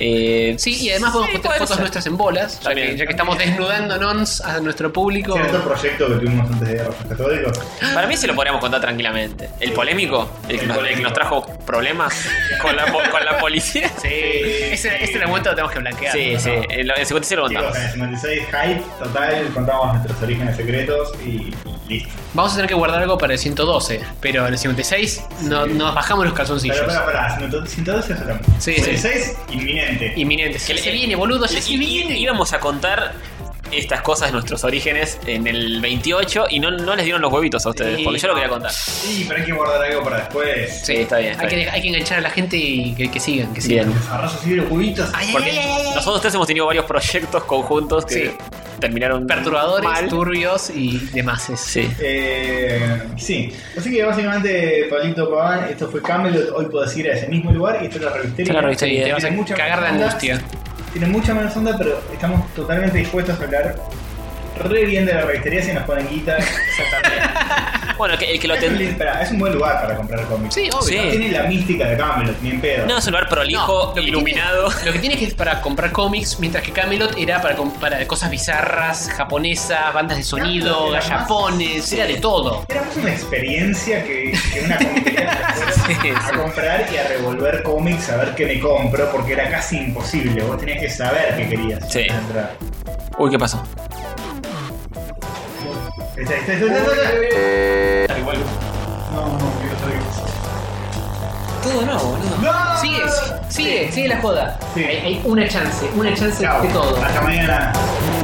S4: Eh,
S2: Sí, y además podemos
S4: Sí,
S2: poner
S4: puede
S2: fotos
S4: ser.
S2: nuestras en bolas, ya
S4: También.
S2: que, ya que estamos desnudándonos a nuestro público.
S3: Cierto proyecto que tuvimos antes de Rojos Católicos.
S4: Para mí se lo podríamos contar tranquilamente. El polémico, el
S3: El
S4: que, nos, el que
S3: polémico.
S4: nos trajo problemas con la, po- con la policía.
S2: Sí, ese, ese es el momento que tenemos que blanquear.
S4: Sí,
S2: ¿no?
S4: sí, el, el 56 lo
S3: Chicos,
S4: contamos.
S3: en el 56 hype total, contamos nuestros orígenes secretos y listo.
S2: Vamos a tener que guardar algo para el 112, pero en el 56 no, nos bajamos los calzoncillos.
S3: Pero pará, pará, 112 es otra.
S2: Sí, sí.
S3: 56 inminente.
S2: Inminentes. Ya se viene, boludo, ya se
S4: Y- y-
S2: viene.
S4: íbamos a contar estas cosas, nuestros orígenes, en el 28 y no, no les dieron los huevitos a ustedes,
S2: Sí,
S4: porque yo lo
S2: no.
S4: quería contar.
S3: Sí, pero hay que guardar algo para después.
S4: Sí, está bien. está
S2: Hay que,
S4: bien.
S2: hay que enganchar a la gente y que, que sigan, que sigan.
S4: Bien.
S3: Agarras así de los cubitos.
S2: Ay,
S4: Porque
S2: ay, ay, ay, ay.
S4: nosotros tres hemos tenido varios proyectos conjuntos que
S2: Sí.
S4: terminaron
S2: Perturbadores,
S4: mal.
S2: turbios y demás.
S4: Sí.
S3: Eh, sí, así que básicamente, Pablito Paván, esto fue Camelot. Hoy podés ir a ese mismo lugar y esto es la
S4: Esto es la
S3: revistería.
S4: revista eh.
S2: te
S4: Vida.
S2: vas a
S3: mucha
S2: cagar de
S3: onda.
S2: angustia.
S3: Tiene mucha menos onda, pero estamos totalmente dispuestos a hablar re bien de la revistería si nos ponen guita. Exactamente.
S4: Bueno, que- el que lo
S3: es, un,
S4: ten...
S3: li- pará, es un buen lugar para comprar cómics.
S2: Sí, obvio.
S4: Sí.
S3: No tiene la mística de Camelot, ni en pedo.
S4: No, es un lugar prolijo,
S2: No, lo que
S4: iluminado.
S2: Lo que tiene es que es para comprar cómics, mientras que Camelot era para, com- para cosas bizarras, japonesas, bandas de sonido,
S3: Claro, era
S2: gallapones, era de todo.
S3: Era más una experiencia que, que una comiquera que fuera
S4: Sí,
S3: a
S4: sí.
S3: comprar y a revolver cómics a ver qué me compro, porque era casi imposible. Vos tenías que saber qué querías
S4: Sí.
S3: para entrar.
S4: Uy, ¿qué pasó?
S3: Ahí está, ahí está, ahí está, ahí está, ahí está. este, No, no, quiero saber qué pasó.
S4: Todo no, boludo.
S3: ¡No!
S2: Sigue, sigue, sigue la joda.
S3: Sí.
S2: Hay, hay una chance, una chance
S3: Chao.
S2: de todo.
S3: Hasta mañana.
S4: Chao.